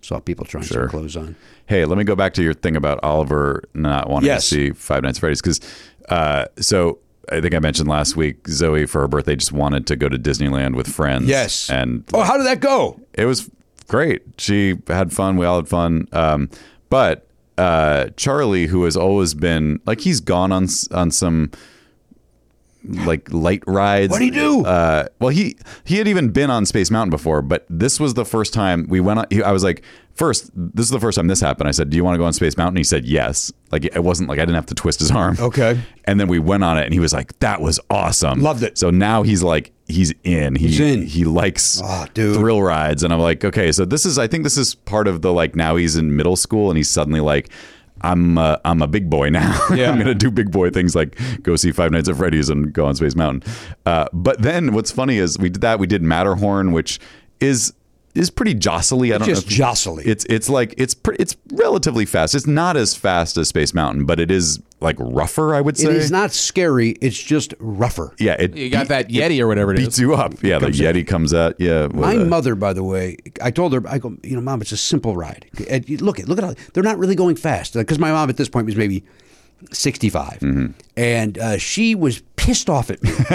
S2: saw people trying
S6: Sure.
S2: some clothes on.
S6: Hey, let me go back to your thing about Oliver not wanting
S2: Yes.
S6: to see Five Nights at Freddy's because uh, so I think I mentioned last week Zoe for her birthday just wanted to go to Disneyland with friends.
S2: Yes.
S6: and
S2: oh, how did that go?
S6: it was great. She had fun. We all had fun. Um, but uh, Charlie, who has always been like he's gone on s- on some like light rides.
S2: What'd he do?
S6: Uh, well, he he had even been on Space Mountain before, but this was the first time we went. On, he, I was like, first, this is the first time this happened. I said, "Do you want to go on Space Mountain?" He said, "Yes." Like it wasn't like I didn't have to twist his arm.
S2: Okay.
S6: And then we went on it, and he was like, "That was awesome.
S2: Loved it.
S6: So now he's like, he's in. He,
S2: He's in.
S6: He likes
S2: Ah, dude.
S6: thrill rides and i'm like okay so this is i think this is part of the like now he's in middle school and he's suddenly like i'm a, i'm a big boy now i'm gonna do big boy things like go see five nights at freddy's and go on space mountain uh, but then what's funny is we did that we did matterhorn which is is pretty jostly. I don't
S2: just
S6: know. if-
S2: jostly.
S6: It's it's like it's pre- it's relatively fast. It's not as fast as Space Mountain, but it is like rougher. I would say
S2: It is not scary. It's just rougher.
S6: Yeah, it
S4: You got that Yeti or whatever it
S6: beats
S4: is.
S6: you up. Yeah, the Yeti comes out. Yeah, with
S2: My
S6: a-
S2: mother, by the way, I told her, I go, you know, mom, it's a simple ride. And you- look at, look at, all, they're not really going fast because my mom at this point was maybe 65,
S6: Mm-hmm.
S2: and uh, she was pissed off at me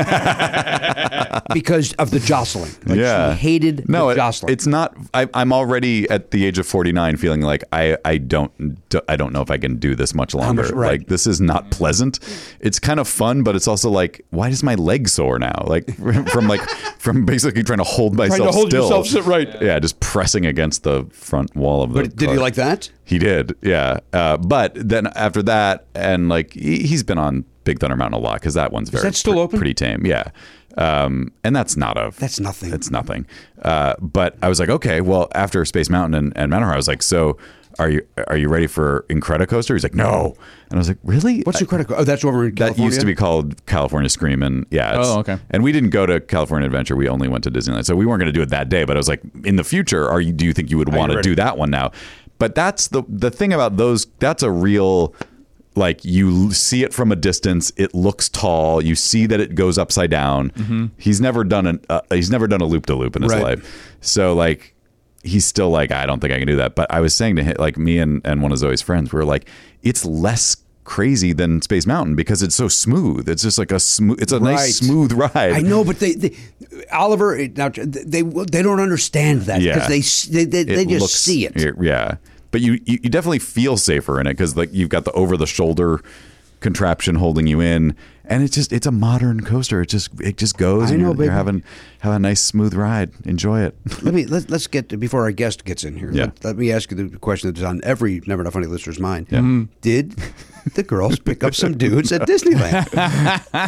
S2: because of the jostling. Like,
S6: yeah,
S2: she hated
S6: no.
S2: the
S6: it-
S2: jostling.
S6: It's not. I, I'm already at the age of 49, feeling like I I don't d- I don't know if I can do this much longer.
S2: much- right.
S6: Like this is not pleasant. It's kind of fun, but it's also like, why does my leg sore now? Like from like from basically trying to hold myself
S2: hold
S6: still.
S2: yourself sit right.
S6: Yeah. just pressing against the front wall of the.
S2: but did he
S6: car.
S2: like that?
S6: He did, yeah. Uh, but then after that, and like he, he's been on Big Thunder Mountain a lot because that one's very
S2: that still open?
S6: pretty tame, yeah. Um, and that's not a
S2: That's nothing.
S6: That's nothing. Uh, but I was like, okay, well, after Space Mountain and, and Matterhorn, I was like, so are you are you ready for Incredicoaster? He's like, no, and I was like, really?
S2: What's
S6: I-
S2: your credit card? Oh, that's over in
S6: that
S2: California.
S6: used to be called California Scream, and yeah. it's-
S4: Oh, okay.
S6: And we didn't go to California Adventure; we only went to Disneyland. So we weren't going to do it that day. But I was like, in the future, are you? Do you think you would want to do that one now? But that's the the thing about those. That's a real like you l- see it from a distance. It looks tall. You see that it goes upside down. He's never done an uh, he's never done a loop to loop in his
S2: Mm-hmm. Right.
S6: life. So like he's still like, I don't think I can do that. But I was saying to him, like me and, and one of Zoe's friends, we were like, it's less crazy than Space Mountain because it's so smooth. It's just like a smooth, it's a
S2: Right.
S6: nice smooth ride.
S2: I know, but they, they Oliver now they they don't understand that
S6: Yeah.
S2: because they s- they they, they just
S6: looks-
S2: see it.
S6: Yeah. But you, you, you definitely feel safer in it because like you've got the over the shoulder contraption holding you in and it's just it's a modern coaster it just it just goes
S2: I
S6: and
S2: know,
S6: you're, you're
S2: baby.
S6: having have a nice smooth ride enjoy it
S2: let me let, let's get to, before our guest gets in here.
S6: Yeah.
S2: Let, let me ask you the question that is on every never enough funny listener's mind. Did the girls pick up some dudes at Disneyland.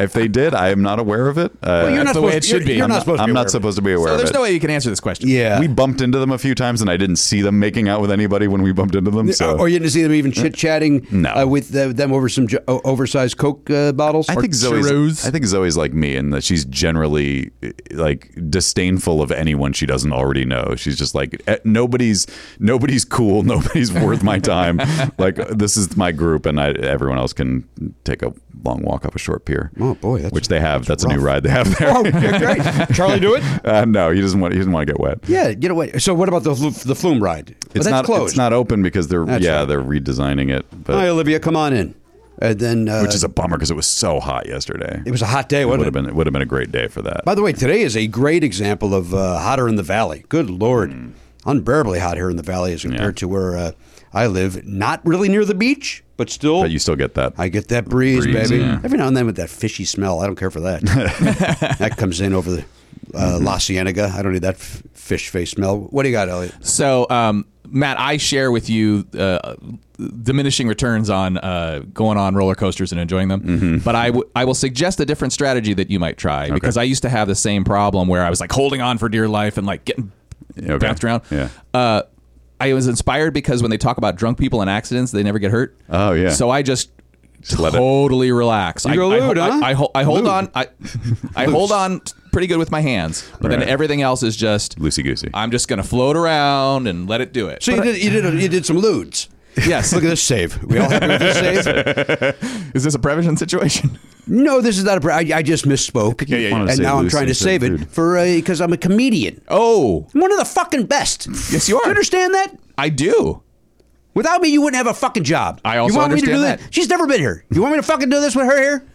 S6: if they did, I am not aware of it. Uh,
S2: you're
S4: That's
S2: not
S4: the way
S2: supposed-
S4: it should
S2: you're-
S4: be.
S2: you're
S6: I'm
S2: not
S6: not,
S2: supposed to
S6: I'm
S2: be aware
S6: not
S2: of it.
S6: supposed to be aware
S4: So
S6: of
S4: there's
S6: it.
S4: no way you can answer this question.
S2: Yeah.
S6: We bumped into them a few times, and I didn't see them making out with anybody when we bumped into them. So
S2: or you didn't see them even chit chatting
S6: No.
S2: uh, with uh, them over some jo- o- oversized Coke uh, bottles.
S6: I think Zoe's.
S4: churros.
S6: I think Zoe's like me in that she's generally eh, like disdainful of anyone she doesn't already know. She's just like eh, nobody's nobody's cool, nobody's worth my time. Like this is my group, and I, everyone else can take a long walk up a short pier.
S2: Oh, boy, that's-
S6: which they have. That's, a new
S2: rough.
S6: ride they have there.
S2: Oh, you're great. Charlie, do it.
S6: Uh, no, he doesn't want. He doesn't want to get wet.
S2: Yeah, you know what? So what about the flu- the flume ride? Well,
S6: It's
S2: that's
S6: not.
S2: closed.
S6: It's not open because they're
S2: That's
S6: yeah
S2: right.
S6: they're redesigning it, but
S2: Hi, Olivia, come on in. And then uh,
S6: which is a bummer because it was so hot yesterday.
S2: it was a hot day,
S6: would
S2: wasn't
S6: have
S2: it?
S6: been. It would have been a great day for that.
S2: By the way, today is a great example of uh, hotter in the valley. Good lord,
S6: Hmm.
S2: unbearably hot here in the valley as compared to where uh, I live. Not really near the beach, but still.
S6: but you still get that.
S2: I get that breeze,
S6: Breeze,
S2: baby.
S6: yeah.
S2: Every now and then with that fishy smell. I don't care for that. that comes in over the uh,
S6: Mm-hmm.
S2: La Cienega. I don't need that f- fish face smell. What do you got, Elliot?
S4: So, um, Matt, I share with you uh, diminishing returns on uh, going on roller coasters and enjoying them.
S6: Mm-hmm.
S4: But I, w- I will suggest a different strategy that you might try because I used to have the same problem where I was like holding on for dear life and like getting
S6: Okay.
S4: bounced around.
S6: Yeah.
S4: Uh, I was inspired because when they talk about drunk people and accidents, they never get hurt.
S6: Oh, yeah.
S4: So I just.
S6: let it-
S4: totally relax. I,
S2: go
S4: I,
S2: lewd,
S4: I,
S2: huh?
S4: I, I, hol- I hold
S2: Lewd.
S4: on. I, I hold on t- pretty good with my hands, but then
S6: Right.
S4: everything else is just
S6: Loosey goosey.
S4: I'm just gonna float around and let it do it.
S2: So you did, you did you did some lewds.
S4: yes,
S2: Look at this save. We all happy with this save?
S4: is this a prevention situation?
S2: No, this is not a. pr- I, I just misspoke.
S6: you Yeah, yeah, wanted to
S2: And
S6: say
S2: now I'm
S6: loose
S2: trying to
S6: instead of
S2: save it
S6: lewd.
S2: for because I'm a comedian.
S4: Oh,
S2: I'm one of the fucking best.
S4: Yes, you are.
S2: Do you understand that?
S4: I do.
S2: Without me, you wouldn't have a fucking job.
S4: I also
S2: you want me to do
S4: understand
S2: This?
S4: that.
S2: She's never been here. You want me to fucking do this with her here?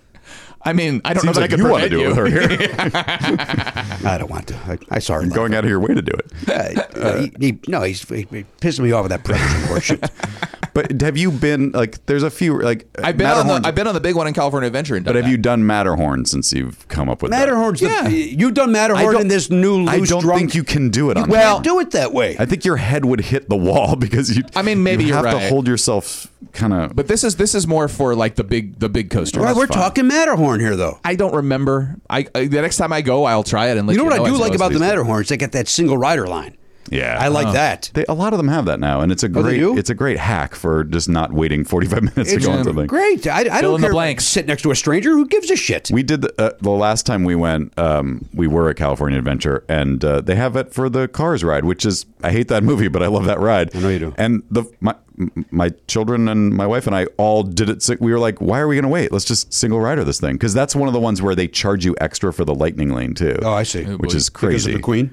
S4: I mean, I don't
S6: Seems
S4: know that
S6: like
S4: I could
S6: you want to
S4: prevent
S6: do
S4: you.
S6: it with her here.
S2: I don't want to. I, I saw her. laugh.
S6: Going out of your way to do it.
S2: Uh, he- he- no, he's he, he pissing me off with that preference horseshit.
S6: But have you been like? There's a few like.
S4: I've been on
S6: Matterhorn,
S4: the I've been on the big one in California Adventure, and done
S6: But have
S4: that.
S6: you done Matterhorn since you've come up with that?
S2: Matterhorn's
S4: Yeah.
S2: the you've done
S6: I
S2: Matterhorn
S6: don't-
S2: in this new loose
S6: I don't
S2: drunk.
S6: think you can do it on.
S2: well
S6: Matterhorn.
S2: do it that way.
S6: I think your head would hit the wall because you.
S4: I mean, maybe
S6: you
S4: you're
S6: have to
S4: right.
S6: hold yourself kind of.
S4: But this is this is more for like the big the big coaster.
S2: All right, we're talking Matterhorn here though.
S4: I don't remember. I, I the next time I go, I'll try it and let
S2: You
S4: you
S2: know what I do like
S4: suppose.
S2: about the
S6: these-
S2: Matterhorns? They got that single rider line.
S6: Yeah.
S2: I like that.
S6: They, a lot of them have that now, and it's a
S2: they
S6: great
S2: do?
S6: it's a great hack for just not waiting 45 minutes to go on something.
S2: Great. I, I
S4: Fill
S2: don't
S4: in the
S2: care.
S4: blanks.
S2: Sit next to a stranger. Who gives a shit?
S6: We did the, uh, the last time we went. Um, we were at California Adventure, and uh, they have it for the Cars ride, which is I hate that movie, but I love that ride. I
S2: know you do.
S6: And the my m- my children and my wife and I all did it. si- We were like, why are we going to wait? Let's just single rider this thing because that's one of the ones where they charge you extra for the lightning lane too.
S2: oh, I see.
S6: which is
S2: Because
S6: crazy.
S2: of the Queen.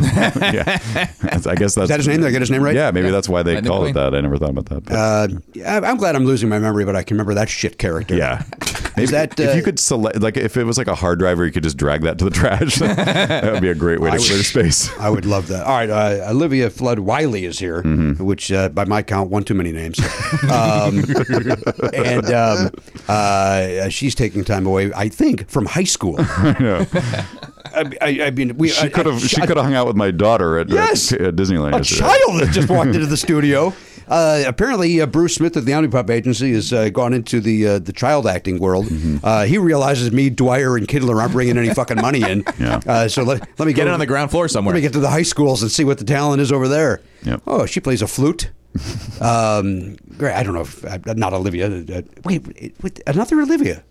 S6: yeah, That's- I guess that's
S2: that his name? Did I get his name right?
S6: Yeah, maybe that's why they
S4: Lightning
S6: call it
S4: Queen.
S6: that. I never thought about that. but-
S2: Uh, I- I'm glad I'm losing my memory, but I can remember that shit character.
S6: Yeah. Maybe
S2: that,
S6: if
S2: uh,
S6: you could select, like, if it was like a hard drive, where you could just drag that to the trash. that would be a great way to clear space.
S2: I would love that. All right, uh, Olivia Flood Wiley is here,
S6: Mm-hmm.
S2: which uh, by my count, one too many names, um, and um, uh, she's taking time away. I think from high school. I I, I mean, we
S6: She
S2: I-
S6: could have.
S2: I-
S6: She could have hung out with my daughter at,
S2: Yes,
S6: at, Disneyland.
S2: A
S6: yesterday.
S2: child that just walked into the studio. Uh, apparently, uh, Bruce Smith at the Omnipop Agency has uh, gone into the uh, the child acting world. Uh, he realizes me, Dwyer, and Kidler aren't bringing any fucking money in.
S6: Yeah.
S2: Uh, so let, let me
S4: Get
S2: go-
S4: it on the ground floor somewhere.
S2: Let me get to the high schools and see what the talent is over there.
S6: Yep.
S2: Oh, she plays a flute. um, great. I don't know if uh, not Olivia. Uh, wait, wait, another Olivia,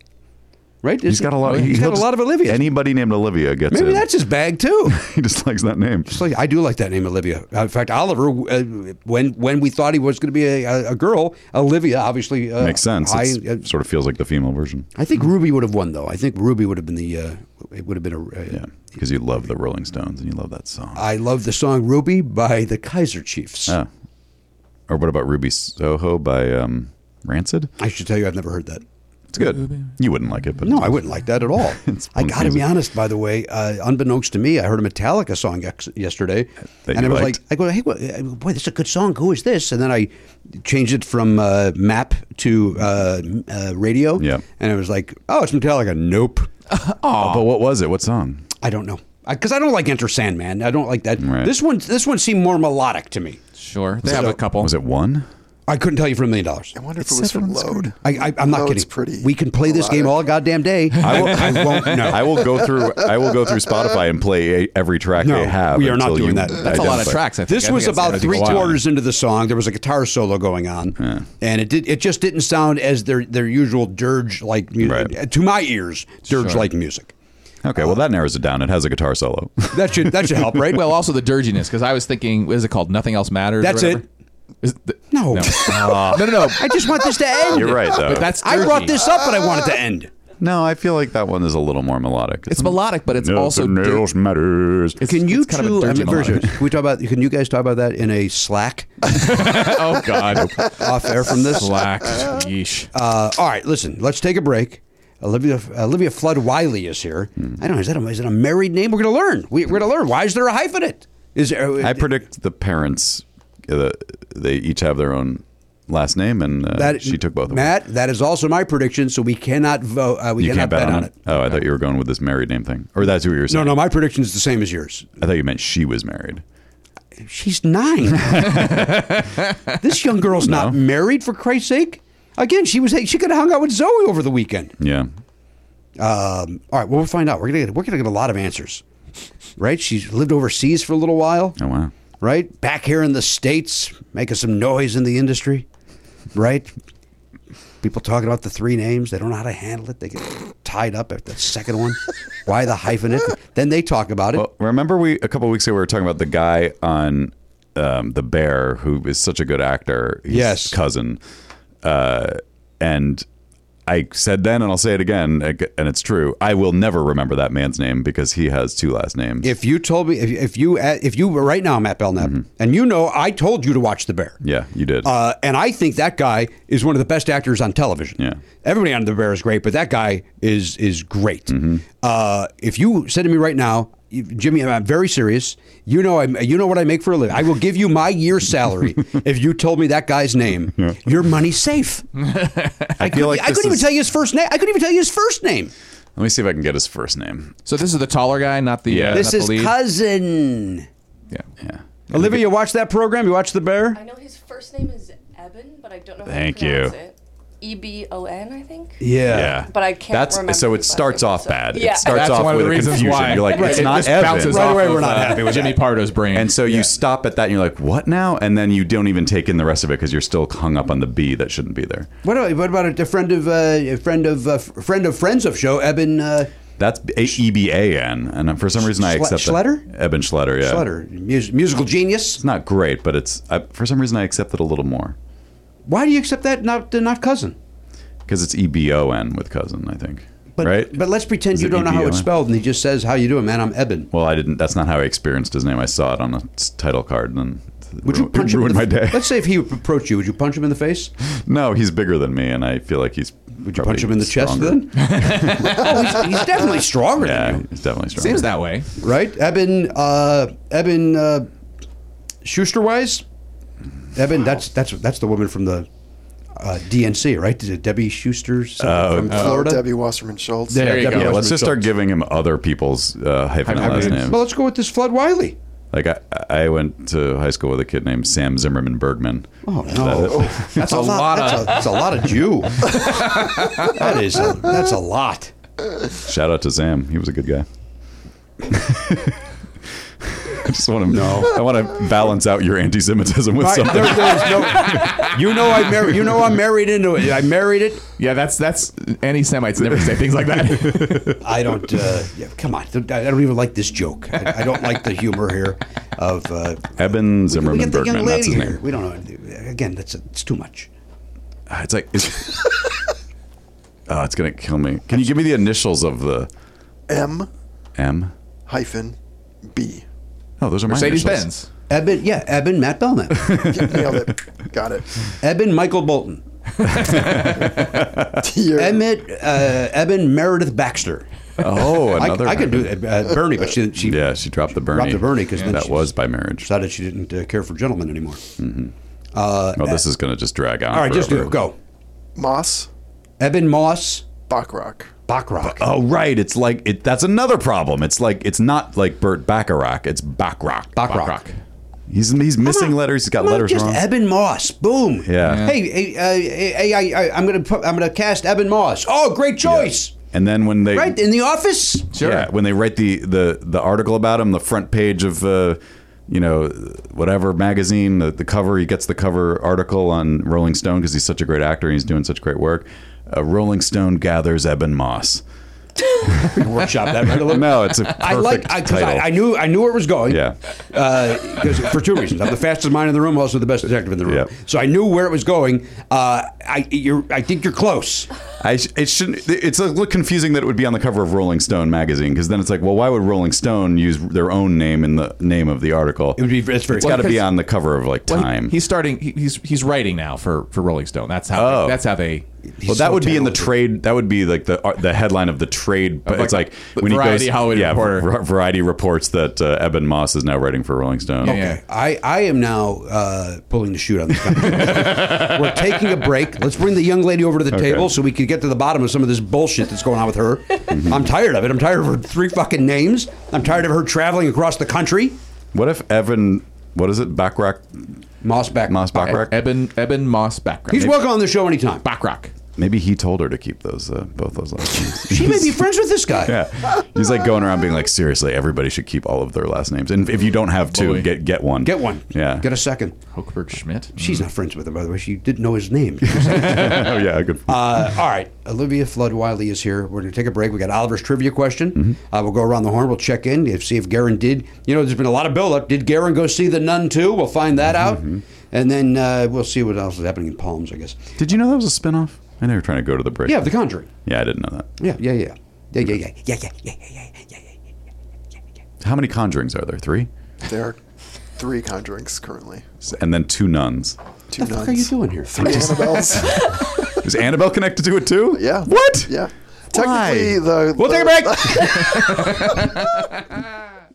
S2: right?
S6: He's got a lot.
S2: He's
S6: he'll
S2: got a
S6: just-
S2: lot of Olivia.
S6: Anybody named Olivia gets
S2: Maybe
S6: in.
S2: that's his bag too.
S6: he just likes that name.
S2: It's like- I do like that name, Olivia. Uh, In fact, Oliver, uh, when when we thought he was going to be a, a girl, Olivia obviously uh,
S6: Makes sense.
S2: I, uh,
S6: It sort of feels like the female version.
S2: I think Ruby would have won though. I think Ruby would have been the. Uh, it would have been a. Uh,
S6: Yeah, because you love the Rolling Stones and you love that song.
S2: I love the song "Ruby" by the Kaiser Chiefs.
S6: Ah. Or what about Ruby Soho by um, Rancid?
S2: I should tell you, I've never heard that.
S6: It's good. You wouldn't like it, but
S2: No, I wouldn't like that at all.
S6: It's
S2: I got to be
S6: confusing.
S2: honest, by the way. Uh, unbeknownst to me, I heard a Metallica song ex- yesterday,
S6: That
S2: and
S6: you
S2: I was
S6: liked.
S2: like, I go, hey, what, uh, boy, this is a good song. Who is this? And then I changed it from uh, map to uh, uh, radio.
S6: Yeah.
S2: and it was like, oh, it's Metallica. Nope,
S6: Oh, but what was it? What song?
S2: I don't know, because I, don't like Enter Sandman. I don't like that.
S6: Right.
S2: This one, this one seemed more melodic to me.
S4: Sure, they have a couple.
S6: Was it one?
S2: I couldn't tell you for a million dollars.
S7: I wonder if it was from Load.
S2: I, I, I'm not
S7: Load's
S2: kidding.
S7: pretty
S2: we can play this game
S7: melodic.
S2: all goddamn day.
S6: I will,
S2: I won't know.
S6: I will go through. I will go through Spotify and play every track
S2: No,
S6: they have.
S2: we are not
S6: until
S2: doing
S6: you
S2: that. That's
S4: That's a lot of
S6: identify.
S4: tracks. I think. I
S2: This
S4: think
S2: was
S4: it's
S2: about
S4: gonna take a
S2: three
S4: while.
S2: quarters into the song. There was a guitar solo going on, and it did. It just didn't sound as their their usual dirge like mu-
S6: Right.
S2: to my ears dirge like music.
S6: Okay, well that narrows it down. It has a guitar solo.
S2: That should that should help, right?
S4: Well, also the dirginess because I was thinking, what is it called? Nothing else matters.
S2: That's
S4: or whatever?
S2: it.
S4: Is the-
S2: No. Ah.
S4: no, no, no. no.
S2: I just want this to end.
S6: You're right, though.
S4: But that's
S2: I brought
S4: dirgy.
S2: this up, but I want it to end.
S6: no, I feel like that one is a little more melodic.
S4: It's melodic, but it's also dir-
S6: matters.
S4: It's,
S2: Can you
S4: it's kind
S2: two?
S4: of a
S2: I
S4: dirgy
S2: mean, very
S4: melodic.
S2: serious. Can we talk about? Can you guys talk about that in a Slack
S4: oh God,
S2: off air from this?
S4: black. Yeesh.
S2: Uh, all right, listen, let's take a break. Olivia Olivia Flood Wiley is here.
S6: Hmm.
S2: I don't know. Is that a, is that a married name? We're going to learn. We, we're going to learn. Why is there a hyphen? in It is. there- uh,
S6: I predict the parents. Uh, they each have their own last name, and uh, she took both of them.
S2: Matt, that is also my prediction. So we cannot vote. Uh, we
S6: you
S2: cannot
S6: can't
S2: bet, on, it.
S6: Oh, I thought you were going with this married name thing, or that's what you were
S2: No,
S6: saying.
S2: no, my prediction is the same as yours.
S6: I thought you meant she was married.
S2: She's nine. this young girl's not married. For Christ's sake! Again, she was. She could have hung out with Zoe over the weekend.
S6: Yeah.
S2: Um, all right, well, we'll find out. We're gonna get, we're gonna get a lot of answers, right? She's lived overseas for a little while,
S6: Oh wow.
S2: right? Back here in the states, making some noise in the industry, right? People talking about the three names. They don't know how to handle it. They get tied up at the second one. Why the hyphen? It then they talk about it.
S6: Well, remember we a couple weeks ago we were talking about the guy on um, the Bear who is such a good actor. His
S2: Yes.
S6: cousin. Uh, and I said then, and I'll say it again, and it's true. I will never remember that man's name because he has two last names.
S2: if you told me, if, if you if you were right now, Matt Belknap, and you know, I told you to watch The Bear.
S6: yeah, you did.
S2: Uh, and I think that guy is one of the best actors on television.
S6: Yeah.
S2: Everybody on The Bear is great, but that guy is is great. Uh, if you said to me right now, you- Jimmy, I'm very serious. You know, I'm, you know what I make for a living. I will give you my year's salary if you told me that guy's name. Your money's safe.
S6: I feel like
S2: I
S6: this
S2: couldn't even
S6: is-
S2: tell you his first name. I couldn't even tell you his first name.
S6: Let me see if I can get his first name.
S4: So this is the taller guy, not the.
S6: Yeah.
S4: Uh,
S2: This
S4: not
S2: is
S4: the lead.
S2: cousin.
S4: yeah.
S6: Yeah.
S2: Olivia, you watch that program? You watch The Bear?
S8: I know his first name is Eben, but I don't know how
S6: Thank
S8: to pronounce
S6: you.
S8: it. E B O N, I think.
S2: Yeah.
S6: Yeah.
S8: But I can't
S6: That's
S8: remember
S6: so it
S8: his last
S6: starts
S8: name,
S6: off
S8: so-
S6: bad.
S8: Yeah.
S6: It starts
S4: That's
S6: off
S4: one of
S6: with
S4: the
S6: a
S4: reasons
S6: confusion.
S4: why.
S6: You're like,
S4: Right.
S6: it's
S4: It
S6: not
S4: just
S6: Evan.
S4: bounces
S2: Right
S4: off
S2: away,
S4: of,
S2: we're not
S4: uh,
S2: happy with
S4: Jimmy
S2: that.
S4: Pardo's brain.
S6: And so you stop at that and you're like, what now? And then you don't even take in the rest of it because you're still hung up on the B that shouldn't be there.
S2: What about, what about a, a friend of uh, a friend of uh, friend of friends of show Eben uh,
S6: That's E B A N. And uh, for some reason, I
S2: Schle-
S6: accept
S2: Schletter?
S6: that. Eben Schletter, yeah.
S2: Schletter, mus- musical genius?
S6: It's not great, but it's I, for some reason I accept it a little more
S2: Why do you accept that? Not uh, not cousin.
S6: because it's E B O N with cousin, I think.
S2: But,
S6: right? E
S2: But let's pretend
S6: Is
S2: you
S6: it
S2: don't know how it's
S6: EBO?
S2: spelled, and he just says, "How you doing, man? I'm Eben."
S6: Well, I didn't. That's not how I experienced his name. I saw it on a s- title card, and then it
S2: Would
S6: ru-
S2: you
S6: it
S2: punch
S6: ruined
S2: him?
S6: my
S2: in the,
S6: day.
S2: Let's say if he approached you, would you punch him in the face?
S6: No, he's bigger than me, and I feel like he's. Would
S2: Would you punch him in the chest then? oh, he's, he's definitely stronger
S6: Yeah,
S2: than you,
S6: he's definitely stronger.
S4: Seems that way.
S2: right? Eben uh, Eben uh, Schusterwise. Eben, that's that's that's the woman from the. Uh, DNC, right? Is it Debbie Schuster something
S6: Oh,
S2: from Florida?
S7: Debbie Wasserman Schultz.
S2: There Debbie
S4: you go.
S6: Yeah,
S2: Wasserman
S6: let's just start
S2: Schultz.
S6: giving him other people's uh, hyphen
S4: Hyphen
S6: last
S4: names.
S6: names.
S2: Well, let's go with this Flood Wiley.
S6: Like I, I went to high school with a kid named Sam Zimmerman Bergman.
S2: Oh no, that's a
S4: lot
S2: That's a,
S4: of-
S2: that's a lot of Jew. that is. A, that's a lot.
S6: Shout out to Sam. He was a good guy. I just want to know. I want to balance out your anti-Semitism with
S2: Right,
S6: something.
S2: there- there is no- you know, I married. You know, I'm married into it. I married it.
S4: Yeah, that's that's any Semites never say things like that.
S2: I don't. Uh, yeah, come on. I don't even like this joke. I, I don't like the humor here. Of uh,
S6: Eben
S2: we
S6: Zimmerman
S2: get the young
S6: Bergman. That's
S2: lady
S6: his
S2: here.
S6: name.
S2: We don't know. Again, that's it's too much.
S6: Ah, It's like. It's, oh, it's gonna kill me. Can you give me the initials of the
S7: M
S6: M?
S7: hyphen B.
S6: Oh, those are my
S4: Mercedes
S6: initials.
S4: Benz.
S2: Eben, yeah, Eben Matt Bellman,
S7: Nailed it. Got it.
S2: Eben Michael Bolton,
S7: You're-
S2: Emmett, uh, Eben Meredith Baxter.
S6: Oh,
S2: I,
S6: another.
S2: I could
S6: Bergman.
S2: do uh, Bernie, but she, she
S6: Yeah, she dropped the Bernie.
S2: Dropped the Bernie 'cause then
S6: that
S2: she-
S6: was by marriage.
S2: decided she didn't uh, care for gentlemen anymore.
S6: Well, Oh, this is gonna just drag on.
S2: All right, just do
S6: Mm, forever.
S2: it. Go.
S7: Moss
S2: Eben Moss,
S7: Bachrock.
S2: Bachrock.
S6: Oh right, it's like it. That's another problem. It's like it's not like Burt Bacharach. It's Bacharach.
S2: Bachrock.
S6: He's he's missing
S2: Come on.
S6: letters. He's got
S2: Come on,
S6: letters
S2: just
S6: wrong.
S2: Eben Moss. Boom.
S6: Yeah. Yeah.
S2: Hey, hey, uh, hey, I, I, I'm gonna put, I'm gonna cast Eben Moss. Oh, great choice.
S6: and then when they
S2: Right in the office.
S4: Sure.
S6: Yeah, when they write the the the article about him, the front page of uh, you know whatever magazine, the, the cover, he gets the cover article on Rolling Stone because he's such a great actor and he's doing such great work. Uh, Rolling Stone gathers Eben Moss.
S2: Workshop that right away.
S6: No, it's a perfect
S2: I like I, 'cause
S6: title.
S2: I, I knew I knew where it was going.
S6: Yeah.
S2: Because for two reasons, I'm the fastest mind in the room, also the best detective in the room.
S6: Yeah.
S2: So I knew where it was going. Uh, I you're I think you're close.
S6: I sh- it shouldn't. It's a little confusing that it would be on the cover of Rolling Stone magazine because then it's like, well, why would Rolling Stone use their own name in the name of the article? It
S2: would be- it's very-
S6: got to be
S4: because-
S6: on the cover of like
S4: Well, he-
S6: Time.
S4: he's starting. he- he's he's writing now for for Rolling Stone. That's how.
S6: Oh.
S4: that's how they.
S6: well, that would be in the trade. That would be like the uh, the headline of the trade. But
S4: Of, like,
S6: it's like
S4: the
S6: when
S4: Variety
S6: he goes,
S4: Hollywood
S6: yeah,
S4: Reporter.
S6: Var- Variety reports that uh, Eben Moss is now writing for Rolling Stone.
S4: Yeah, yeah.
S2: I, I am now uh, pulling the shoot on this. conversation. We're taking a break. Let's bring the young lady over to the
S6: Okay.
S2: table so we can get to the bottom of some of this bullshit that's going on with her.
S6: Mm-hmm.
S2: I'm tired of it. I'm tired of her three fucking names. I'm tired of her traveling across the country.
S6: What if Evan? What is it? Backrack
S2: Moss back.
S6: Moss Backrack.
S4: Eben Eben Moss Backrack.
S2: He's welcome on the show anytime.
S4: Backrack.
S6: Maybe he told her to keep those uh, both those last names.
S2: She may be friends with this guy.
S6: Yeah, he's like going around being like, seriously, everybody should keep all of their last names, and if you don't have two,
S4: Boy.
S6: get get one.
S2: Get one.
S6: Yeah.
S2: Get a second.
S4: Hochberg Schmidt.
S2: She's not friends with him, by the way. She didn't know his name.
S6: oh yeah, good.
S2: Uh, all right, Olivia Flood Wiley is here. We're going to take a break. We got Oliver's trivia question. Uh, we'll go around the horn. We'll check in if see if Garen did. You know, there's been a lot of buildup. Did Garen go see the Nun too? We'll find that out, and then uh, we'll see what else is happening in Palms. I guess.
S6: Did you know that was a spinoff? I know you're trying to go to the break.
S2: Yeah, The Conjuring.
S6: Yeah, I didn't know that.
S2: Yeah, yeah, yeah, yeah, yeah, yeah, yeah, yeah, yeah, yeah, yeah. yeah.
S6: How many conjurings are there? Three,
S7: There are three conjurings currently.
S6: and then two nuns.
S7: Two
S2: What the fuck are you doing here?
S7: Annabelles.
S6: Is Annabelle connected to it too?
S7: yeah.
S6: What?
S7: Yeah.
S6: Why?
S7: Technically, the
S6: We'll
S7: the,
S6: take a break.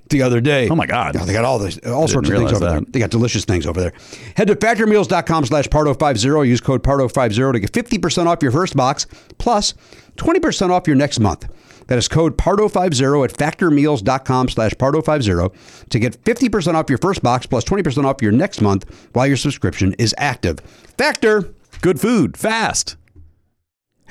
S2: the other day.
S6: Mm. Oh, my God.
S2: Yeah, they got all this all sorts of
S6: didn't
S2: things
S6: realize
S2: over there.
S6: that.
S2: They got delicious things over there. Head to factormeals.com slash pardo50. oh. Use code pardo50 to get 50% off your first box plus 20% off your next month. That is code pardo50 at factormeals.com slash pardo50 to get 50% off your first box plus 20% off your next month while your subscription is active. Factor!
S6: Good food, fast,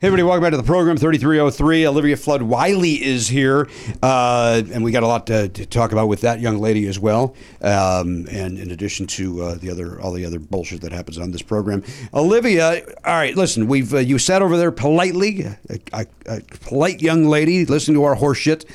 S2: Hey, everybody, welcome back to the program 3303. Olivia Flood Wiley is here, uh, and we got a lot to, to talk about with that young lady as well. Um, and in addition to uh, the other, all the other bullshit that happens on this program, Olivia. All right, listen, we've uh, you sat over there politely, a, a, a polite young lady, listening to our horseshit.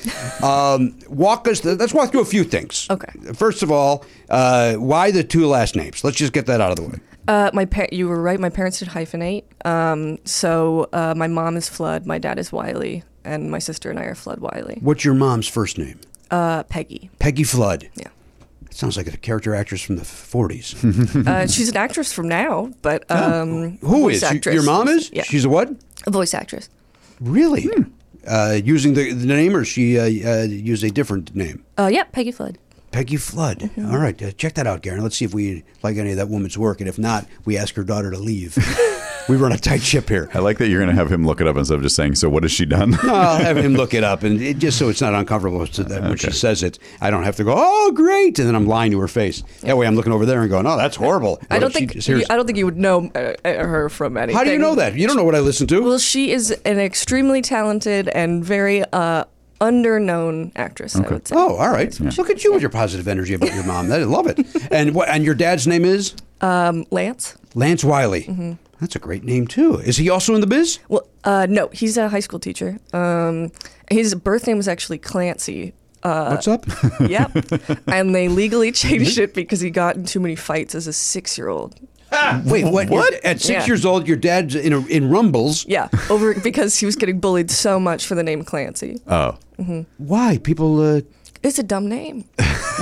S2: Um, walk us. Th- let's walk through a few things.
S9: Okay.
S2: First of all, uh, why the two last names? Let's just get that out of the way.
S9: Uh, my par- you were right. My parents did hyphenate. Um, so uh, my mom is Flood, my dad is Wiley, and my sister and I are Flood Wiley.
S2: What's your mom's first name?
S9: Uh, Peggy.
S2: Peggy Flood.
S9: Yeah.
S2: Sounds like a character actress from the 40s.
S9: Uh, she's an actress from now, but um,
S2: Oh. Who
S9: voice
S2: is? Y-
S9: actress.
S2: Your mom is?
S9: Yeah,
S2: She's a what?
S9: a voice actress.
S2: Really? Uh, using the, the name, or she uh, uh, used a different name?
S9: Uh, yeah, Peggy Flood.
S2: Peggy Flood.
S9: Mm-hmm.
S2: All right, uh, check that out, Garen. Let's see if we like any of that woman's work, and if not, we ask her daughter to leave. we run a tight ship here.
S6: I like that you're going to have him look it up instead of just saying, So what has she done?
S2: I'll have him look it up, and it, just so it's not uncomfortable so that when she says it, I don't have to go, "Oh, great," and then I'm lying to her face. That way, I'm looking over there and going, "Oh, that's horrible."
S9: I
S2: What
S9: don't
S2: if she
S9: think
S2: just
S9: you,
S2: hears-
S9: I don't think you would know uh, uh, her from anything.
S2: How do you know that? You don't know what I listen to.
S9: Well, she is an extremely talented and very uh, underknown actress. I would say.
S2: Oh, all right. Look at you with your positive energy about your mom. I love it. And what? And your dad's name is
S9: Um, Lance.
S2: Lance Wiley.
S9: Mm-hmm.
S2: That's a great name too. Is he also in the biz?
S9: Well, uh, no, he's a high school teacher. Um, his birth name was actually Clancy. Uh,
S2: What's up?
S9: yep. and they legally changed it because he got in too many fights as a six year old.
S2: Wait, what? At six
S9: Yeah.
S2: years old, your dad's in a, in rumbles.
S9: Yeah, over because he was getting bullied so much for the name Clancy.
S2: Uh.
S6: oh.
S2: Why people? Uh,
S9: It's a dumb name.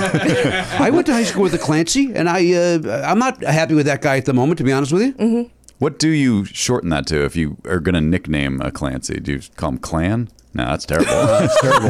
S2: I went to high school with a Clancy, and I uh, I'm not happy with that guy at the moment. To be honest with you,
S9: Mm-hmm.
S6: What do you shorten that to if you are going to nickname a Clancy? Do you call him Clan? No, that's terrible.
S2: that's terrible.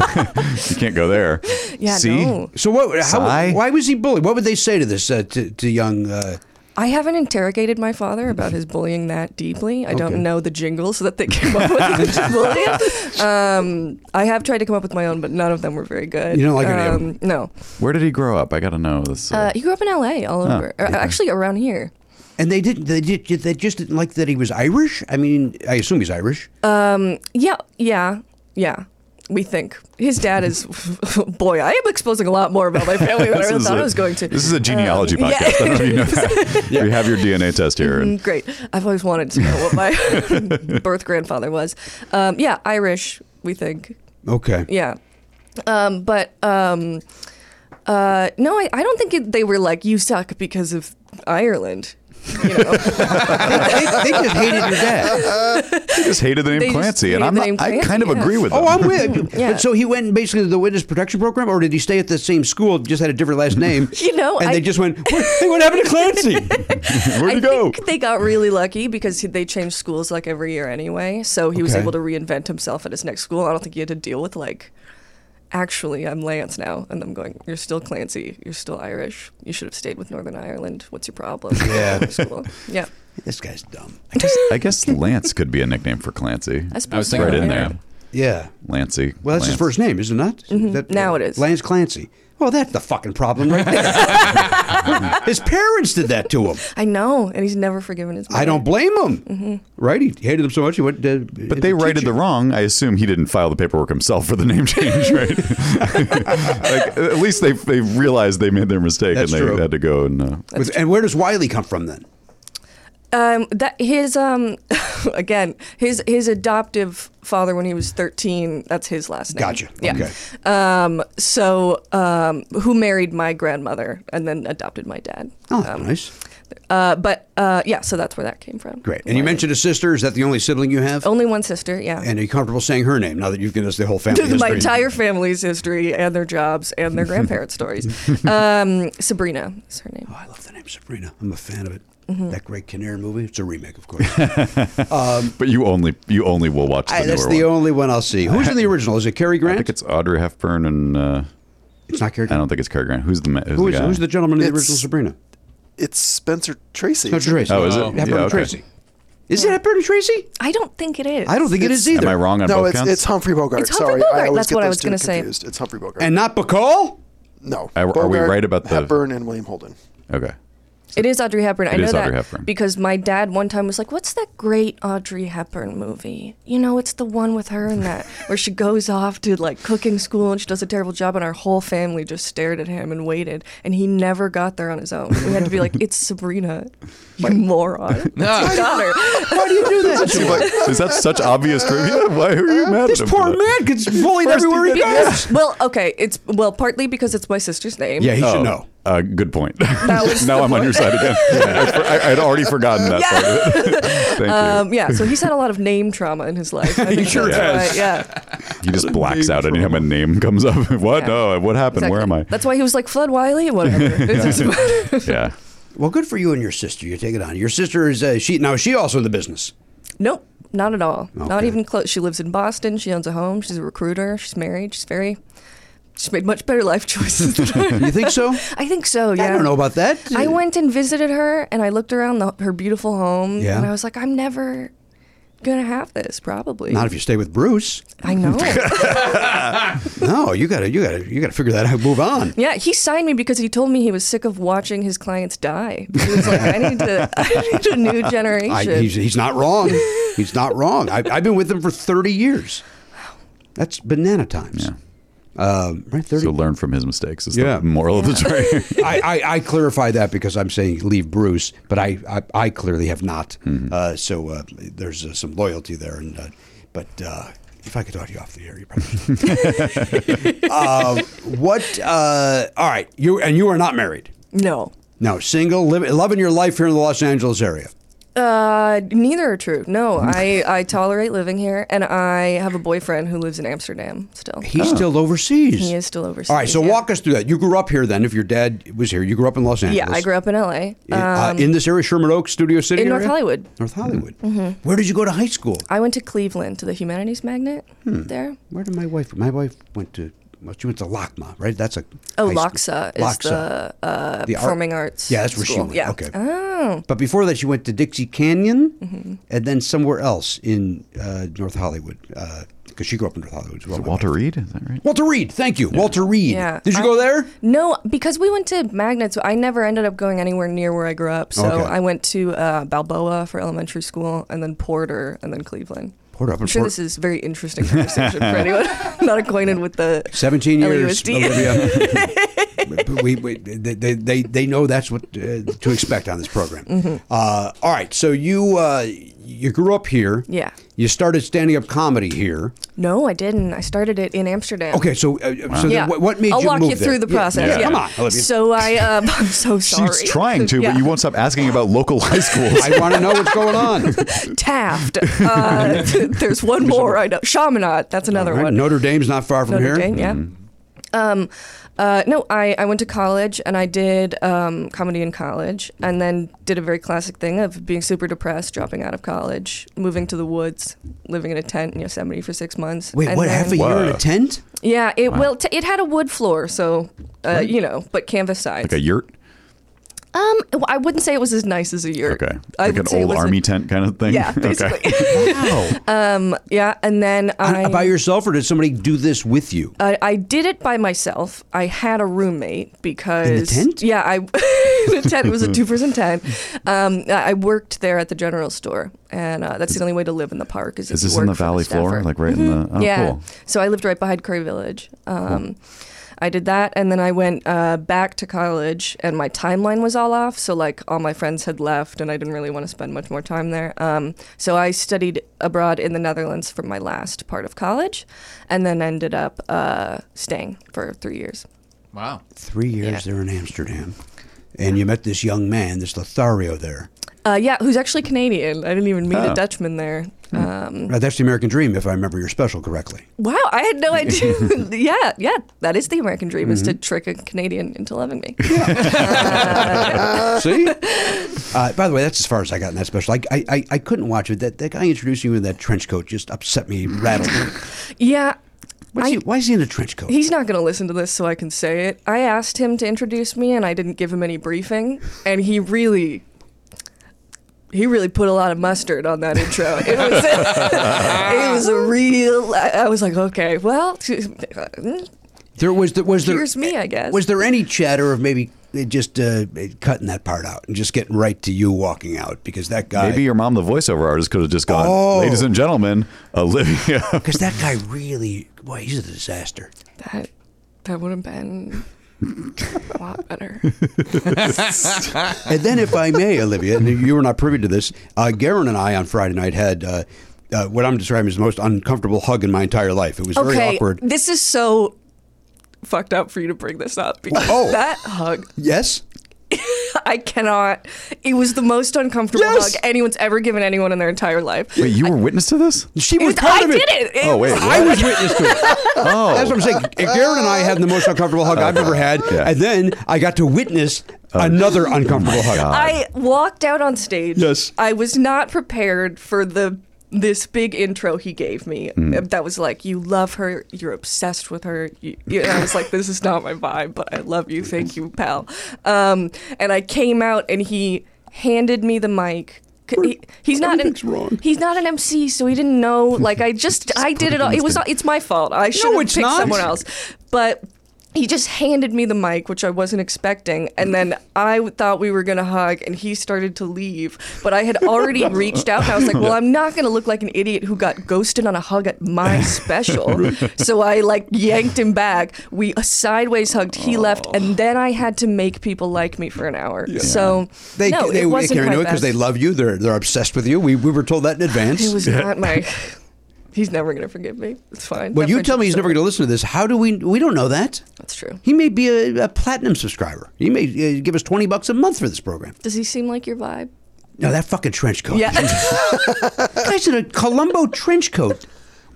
S6: you can't go there.
S9: Yeah,
S6: See?
S9: no.
S2: So what? How,
S6: Sigh.
S2: why was he bullied? What would they say to this uh, to, to young? Uh,
S9: I haven't interrogated my father about his bullying that deeply. I
S2: Okay.
S9: don't know the jingles that they came up with to bully it. Um, I have tried to come up with my own, but none of them were very good. Um,
S2: You don't like any of them?
S9: No.
S6: Where did he grow up? I got to know this.
S9: Uh,
S6: Uh,
S9: he grew up in L.A. all over. Uh, Actually, around here.
S2: and they didn't. They did. They just didn't like that he was Irish. I mean, I assume he's Irish.
S9: Uh, Yeah, yeah, yeah. We think his dad is. boy, I am exposing a lot more about my family than I really thought I was going to.
S6: This is a genealogy
S9: Um, yeah.
S6: podcast. I don't know if you know that. We have your DNA test here. and-
S9: Mm, Great. I've always wanted to know what my birth grandfather was. Um, yeah, Irish. We think.
S2: Okay.
S9: Yeah. Um, but um, uh, no, I, I don't think it, they were like you suck because of Ireland. You know,
S2: they, they just hated your dad.
S6: I just hated the name
S9: Mm-hmm. They just
S6: Clancy, and
S9: hated
S6: I'm
S9: the
S6: not,
S9: name
S6: I
S9: Clancy,
S6: kind of
S9: yeah.
S6: agree with them.
S2: Oh, I'm with.
S9: Yeah.
S2: But so he went basically to the witness protection program, or did he stay at the same school, just had a different last name?
S9: You know,
S2: and
S9: I-
S2: they just went. What, hey, what happened to Clancy?
S6: Where'd
S9: I
S6: you go?
S9: think they got really lucky because he- they changed schools like every year anyway. So he was
S2: Okay.
S9: able to reinvent himself at his next school. I don't think he had to deal with like, actually, I'm Lance now, and I'm going. You're still Clancy. You're still Irish. You should have stayed with Northern Ireland. What's your problem? Yeah. School. Yeah.
S2: this guy's dumb.
S6: I guess, I guess Lance could be a nickname for Clancy.
S9: I suppose
S4: I was
S9: so,
S4: thinking
S6: right in
S9: yeah.
S6: there.
S2: Yeah.
S6: Lancey.
S2: Well, that's
S6: Lance.
S2: his first name, is it not? That-
S9: Mm-hmm.
S2: uh,
S9: Now it is.
S2: Lance Clancy. Well, that's the fucking problem right there. his parents did that to him.
S9: I know, and he's never forgiven his.
S2: I
S9: mother.
S2: don't blame him.
S9: Mm-hmm.
S2: Right? He hated them so much. He went. To,
S6: But they righted the wrong. I assume he didn't file the paperwork himself for the name change, right? like, at least they they realized they made their mistake
S2: That's
S6: and they
S2: true.
S6: had to go and. Uh,
S2: With, and where does Wiley come from then?
S9: Um, that his um, again, his his adoptive father when he was thirteen. That's his last name.
S2: Gotcha.
S9: Yeah.
S2: Okay.
S9: Um, so um, who married my grandmother and then adopted my dad?
S2: Oh,
S9: um,
S2: nice.
S9: Uh, but uh, yeah, so that's where that came from.
S2: Great. And you mentioned a sister. Is that the only sibling you have?
S9: only one sister. Yeah.
S2: And are you comfortable saying her name now that you've given us the whole family history?
S9: my entire family's history and their jobs and their grandparents' stories. Um, Sabrina is her name.
S2: Oh, I love the name Sabrina. I'm a fan of it. That great Kinnaird movie. It's a remake, of course. Um,
S6: But you only you only will watch the
S2: I- that's
S6: newer
S2: the
S6: one.
S2: only one I'll see. Who's in the original? Is it Cary
S6: I
S2: Grant?
S6: think it's Audrey Hepburn and uh,
S2: It's not Cary
S6: I
S2: Grant.
S6: don't think it's Cary Grant. Who's the ma- who's,
S2: Who
S6: the
S2: is,
S6: guy?
S2: who's the gentleman in the
S7: It's-
S2: original Sabrina?
S7: It's Spencer Tracy.
S2: It's not Tracy.
S6: Oh, is it?
S2: Hepburn
S6: Yeah,
S2: and
S6: okay.
S2: Tracy. Is it Hepburn and Tracy?
S9: I don't think it is.
S2: I don't think it is either.
S6: Am I wrong on
S7: No,
S6: both
S7: it's,
S6: counts?
S7: it's Humphrey Bogart.
S9: It's
S7: Sorry,
S9: Humphrey
S7: I
S9: Bogart.
S7: always
S9: That's
S7: get
S9: what I
S7: those
S9: was
S7: two
S9: gonna say.
S7: confused. It's Humphrey Bogart.
S2: And not Bacall?
S7: no,
S6: Are- are we
S7: Bogart,
S6: right about the-
S7: Hepburn and William Holden?
S6: okay.
S9: It is Audrey Hepburn. I
S6: It
S9: know
S6: is
S9: that
S6: Audrey Hepburn.
S9: because my dad one time was like, "What's that great Audrey Hepburn movie? You know, it's the one with her and that where she goes off to like cooking school and she does a terrible job, and our whole family just stared at him and waited, and he never got there on his own. We had to be like, "It's Sabrina, you moron, It's your daughter."
S2: Why do you do that?
S6: She's like, is that such obvious trivia? Why are you mad
S2: this
S6: at him?
S2: poor
S6: for that?
S2: man gets bullied everywhere he goes.
S9: well, okay, it's well partly because it's my sister's name.
S2: Yeah, he
S6: Oh,
S2: should know.
S6: Uh, good point.
S9: was
S6: now
S9: the
S6: I'm on your side again. I, for, I, I'd already forgotten that part of it. Thank
S9: Um, yeah, so he's had a lot of name trauma in his life. I think
S2: sure
S9: that's
S2: has.
S9: why- yeah.
S6: you. He just blacks out anytime a name comes up. what?
S9: Yeah.
S6: No, what happened? Where am
S9: exactly.
S6: I?
S9: That's why he was like Flood Wiley, whatever. It's just-
S6: yeah.
S2: Well, good for you and your sister. You take it on. Your sister is uh, she now. Is she also in the business?
S9: Nope, not at all. Not
S2: Okay.
S9: even close. She lives in Boston. She owns a home. She's a recruiter. She's married. She's very. She's made much better life choices. than I.
S2: You think so?
S9: I think so. Yeah.
S2: I don't know about that.
S9: I went and visited her, and I looked around the, her beautiful home,
S2: Yeah.
S9: and I was like, I'm never gonna have this. Probably.
S2: Not if you stay with Bruce.
S9: I know.
S2: No, you gotta, you gotta, you gotta figure that out. Move on.
S9: yeah, he signed me because he told me he was sick of watching his clients die. He was like, I need to. I need a new generation.
S2: I, he's, he's not wrong. He's not wrong. I, I've been with him for thirty years. That's banana times. Um, right, thirty.
S6: So learn from his mistakes is
S2: Yeah.
S6: the moral of the story.
S2: I, I, I clarified that because I'm saying leave Bruce, but I, I, I clearly have not. Uh, so uh, there's uh, some loyalty there. And uh, but uh, if I could talk to you off the air, you probably. should. um, what? Uh, all right, you and you are not married.
S9: no.
S2: No, single, liv loving your life here in the Los Angeles area.
S9: Uh, neither are true. No,
S2: Hmm.
S9: I, I tolerate living here, and I have a boyfriend who lives in Amsterdam still.
S2: He's still overseas.
S9: He is still overseas.
S2: All right, so
S9: yeah.
S2: walk us through that. You grew up here then. If your dad was here, you grew up in Los Angeles.
S9: Yeah, I grew up in LA.
S2: in, uh,
S9: Um,
S2: in this area, Sherman Oaks, Studio City,
S9: in North
S2: area?
S9: Hollywood. Mm-hmm.
S2: North Hollywood. Where did you go to high school?
S9: I went to Cleveland to the Humanities Magnet
S2: Hmm.
S9: there.
S2: Where did my wife? My wife went to. Well, she went to Lakma, right? That's a.
S9: Oh,
S2: high school.
S9: Loxa is the, uh,
S2: The art-
S9: performing arts.
S2: Yeah, that's where she
S9: school.
S2: went.
S9: Yeah.
S2: Okay.
S9: Oh, Mm-hmm.
S2: But before that, she went to Dixie Canyon, and then somewhere else in uh, North Hollywood, because she grew up in North Hollywood as well. my
S6: Walter
S2: wife.
S6: Reed? Is that right?
S2: Walter Reed. Thank you, Walter Reed.
S9: yeah.
S2: Did you
S9: I-
S2: go there?
S9: No, because we went to Magnet, so I never ended up going anywhere near where I grew up. So
S2: Okay.
S9: I went to uh, Balboa for elementary school, and then Porter, and then Cleveland.
S2: Porter, up in
S9: I'm sure
S2: Port-
S9: this is very interesting conversation for anyone not acquainted with the
S2: Seventeen years.
S9: LAUSD.
S2: Olivia. But we, we, they- they, they, they know that's what uh, to expect on this program.
S9: Mm-hmm.
S2: Uh, all right, so you uh, you grew up here.
S9: Yeah.
S2: You started standing up comedy here.
S9: No, I didn't. I started it in Amsterdam.
S2: Okay, so uh, so then
S9: Yeah.
S2: what, what made
S9: I'll
S2: you
S9: walk
S2: move
S9: you
S2: there?
S9: through the
S2: Yeah,
S9: process.
S2: yeah,
S9: Yeah.
S2: Come on, Olivia.
S9: So I, um, I'm so sorry.
S6: She's trying to, but you won't stop asking about local high schools.
S2: I want to know what's going on.
S9: Taft. Uh, there's one more I know. Chaminade. That's another
S2: All right,
S9: one.
S2: Notre Dame's not far from
S9: Notre
S2: here.
S9: Dame, yeah. Um, uh, no, I, I went to college and I did um, comedy in college and then did a very classic thing of being super depressed, dropping out of college, moving to the woods, living in a tent in Yosemite for six months.
S2: Wait,
S9: and
S2: what?
S9: then-
S2: Half a year in a
S6: Whoa.
S2: tent?
S9: Yeah, it well, t- it had a wood floor, so uh, you know, but canvas sides.
S6: like a yurt?
S9: Um, well, I wouldn't say it was as nice as a yurt.
S6: Okay.
S9: I
S6: Like
S9: would
S6: an
S9: say it
S6: old
S9: was a-
S6: army tent kind of thing?
S9: yeah,
S6: Okay.
S9: basically. Um,
S2: Wow. uh,
S9: yeah, and then I,
S2: By yourself, or did somebody do this with you?
S9: I I did it by myself. I had a roommate because
S2: tent?
S9: Yeah, I in a tent. It was a two person tent. Um, I I worked there at the general store, and uh, that's the only way to live in the park. Is, if
S6: Is
S9: you
S6: this in the
S9: work for
S6: valley floor?
S9: staffer. Mm-hmm.
S6: Like right in the. Oh,
S9: yeah.
S6: cool.
S9: So I lived right behind Curry Village. Um, I did that, and then I went uh, back to college, and my timeline was all off. So like all my friends had left, and I didn't really want to spend much more time there. Um, so I studied abroad in the Netherlands for my last part of college, and then ended up uh, staying for three years.
S4: Wow.
S2: Three years there in Amsterdam. and you met this young man, this Lothario there.
S9: Uh, yeah, who's actually Canadian. I didn't even meet
S6: Oh.
S9: a Dutchman there. Um,
S2: Right, that's the American Dream, if I remember your special correctly.
S9: wow, I had no idea. yeah, yeah, that is the American dream is
S6: Mm-hmm.
S9: to trick a Canadian into loving me.
S2: See? Uh, by the way, that's as far as I got in that special. I, I, I, I couldn't watch it. That, that guy introducing you in that trench coat just upset me, rattled me.
S9: yeah,
S2: What's
S9: I-
S2: he, why is he in a trench coat?
S9: He's not going to listen to this, so I can say it. I asked him to introduce me, and I didn't give him any briefing, and he really. He really put a lot of mustard on that intro. It was, it was a real. I I was like, okay, well,
S2: there was, there, was there,
S9: here's me, I guess.
S2: Was there any chatter of maybe uh, just uh, cutting that part out and just getting right to you walking out? Because that guy.
S6: Maybe your mom, the voiceover artist, could have just gone,
S2: Oh.
S6: ladies and gentlemen, Olivia.
S2: Because that guy really, boy, he's a disaster.
S9: that that would have been a lot better.
S2: And then, if I may, Olivia, and you were not privy to this, uh, Garen and I on Friday night had uh, uh, what I'm describing as the most uncomfortable hug in my entire life. It was very
S9: okay,
S2: awkward.
S9: this is so fucked up for you to bring this up because
S2: Oh.
S9: that hug
S2: Yes?
S9: I cannot. It was the most uncomfortable
S2: Yes.
S9: hug anyone's ever given anyone in their entire life.
S6: Wait, you were witness to this?
S2: She
S9: It
S2: was
S9: was-
S2: part
S9: I
S2: of it.
S9: did it. It
S6: Oh, wait,
S9: was-
S6: what?
S2: I was witness to it.
S6: Oh.
S2: That's what I'm saying. Garen and I had the most uncomfortable hug I've ever had.
S6: Yeah.
S2: And then I got to witness another uncomfortable hug.
S9: I walked out on stage.
S2: Yes.
S9: I was not prepared for the this big intro he gave me.
S6: Mm.
S9: Uh, That was like, you love her, you're obsessed with her. You, you- and I was like, this is not my vibe, but I love you. Thank you, pal. Um, and I came out, and he handed me the mic. C- He, he's not an
S2: Everything's wrong.
S9: he's not an MC, so he didn't know. Like I just I did it all. It was not, it's my fault. I should have
S2: it's
S9: picked
S2: not.
S9: someone else. But he just handed me the mic, which I wasn't expecting, and then I w- thought we were gonna hug, and he started to leave, but I had already reached out, and I was like, "Well, I'm not gonna look like an idiot who got ghosted on a hug at my special," so I like yanked him back. We sideways hugged. He left, and then I had to make people like me for an hour. So
S2: They,
S9: no,
S2: they,
S9: it
S2: they
S9: wasn't
S2: can't
S9: my
S2: do it because
S9: best.
S2: they love you. They're they're obsessed with you. We, we were told that in advance.
S9: It was not my. He's never gonna forgive me. It's fine.
S2: well,
S9: That
S2: you tell me he's never going
S9: friendship's
S2: to listen to this. How do we? We don't know that.
S9: over. That's true.
S2: He may be a, a platinum subscriber. He may uh, give us twenty bucks a month for this program.
S9: Does he seem like your vibe?
S2: No, that fucking trench coat.
S9: Yeah.
S2: guy's in a Colombo trench coat.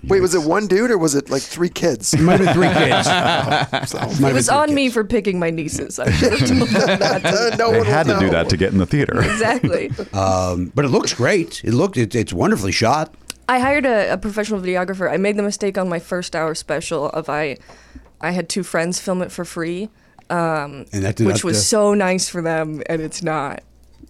S7: Wait, was it one dude or was it like three kids?
S2: Might have been three kids.
S9: It was on me for picking my nieces. I should have told them that.
S7: no
S6: They
S7: one
S6: had
S7: will
S6: to do
S7: know.
S6: that to get in the theater.
S9: Exactly.
S2: Um, but it looks great. It looked. It, it's wonderfully shot.
S9: I hired a, a professional videographer. I made the mistake on my first hour special of I, I had two friends film it for free, um,
S2: And that did
S9: which
S2: not,
S9: was
S2: uh,
S9: so nice for them, and it's not.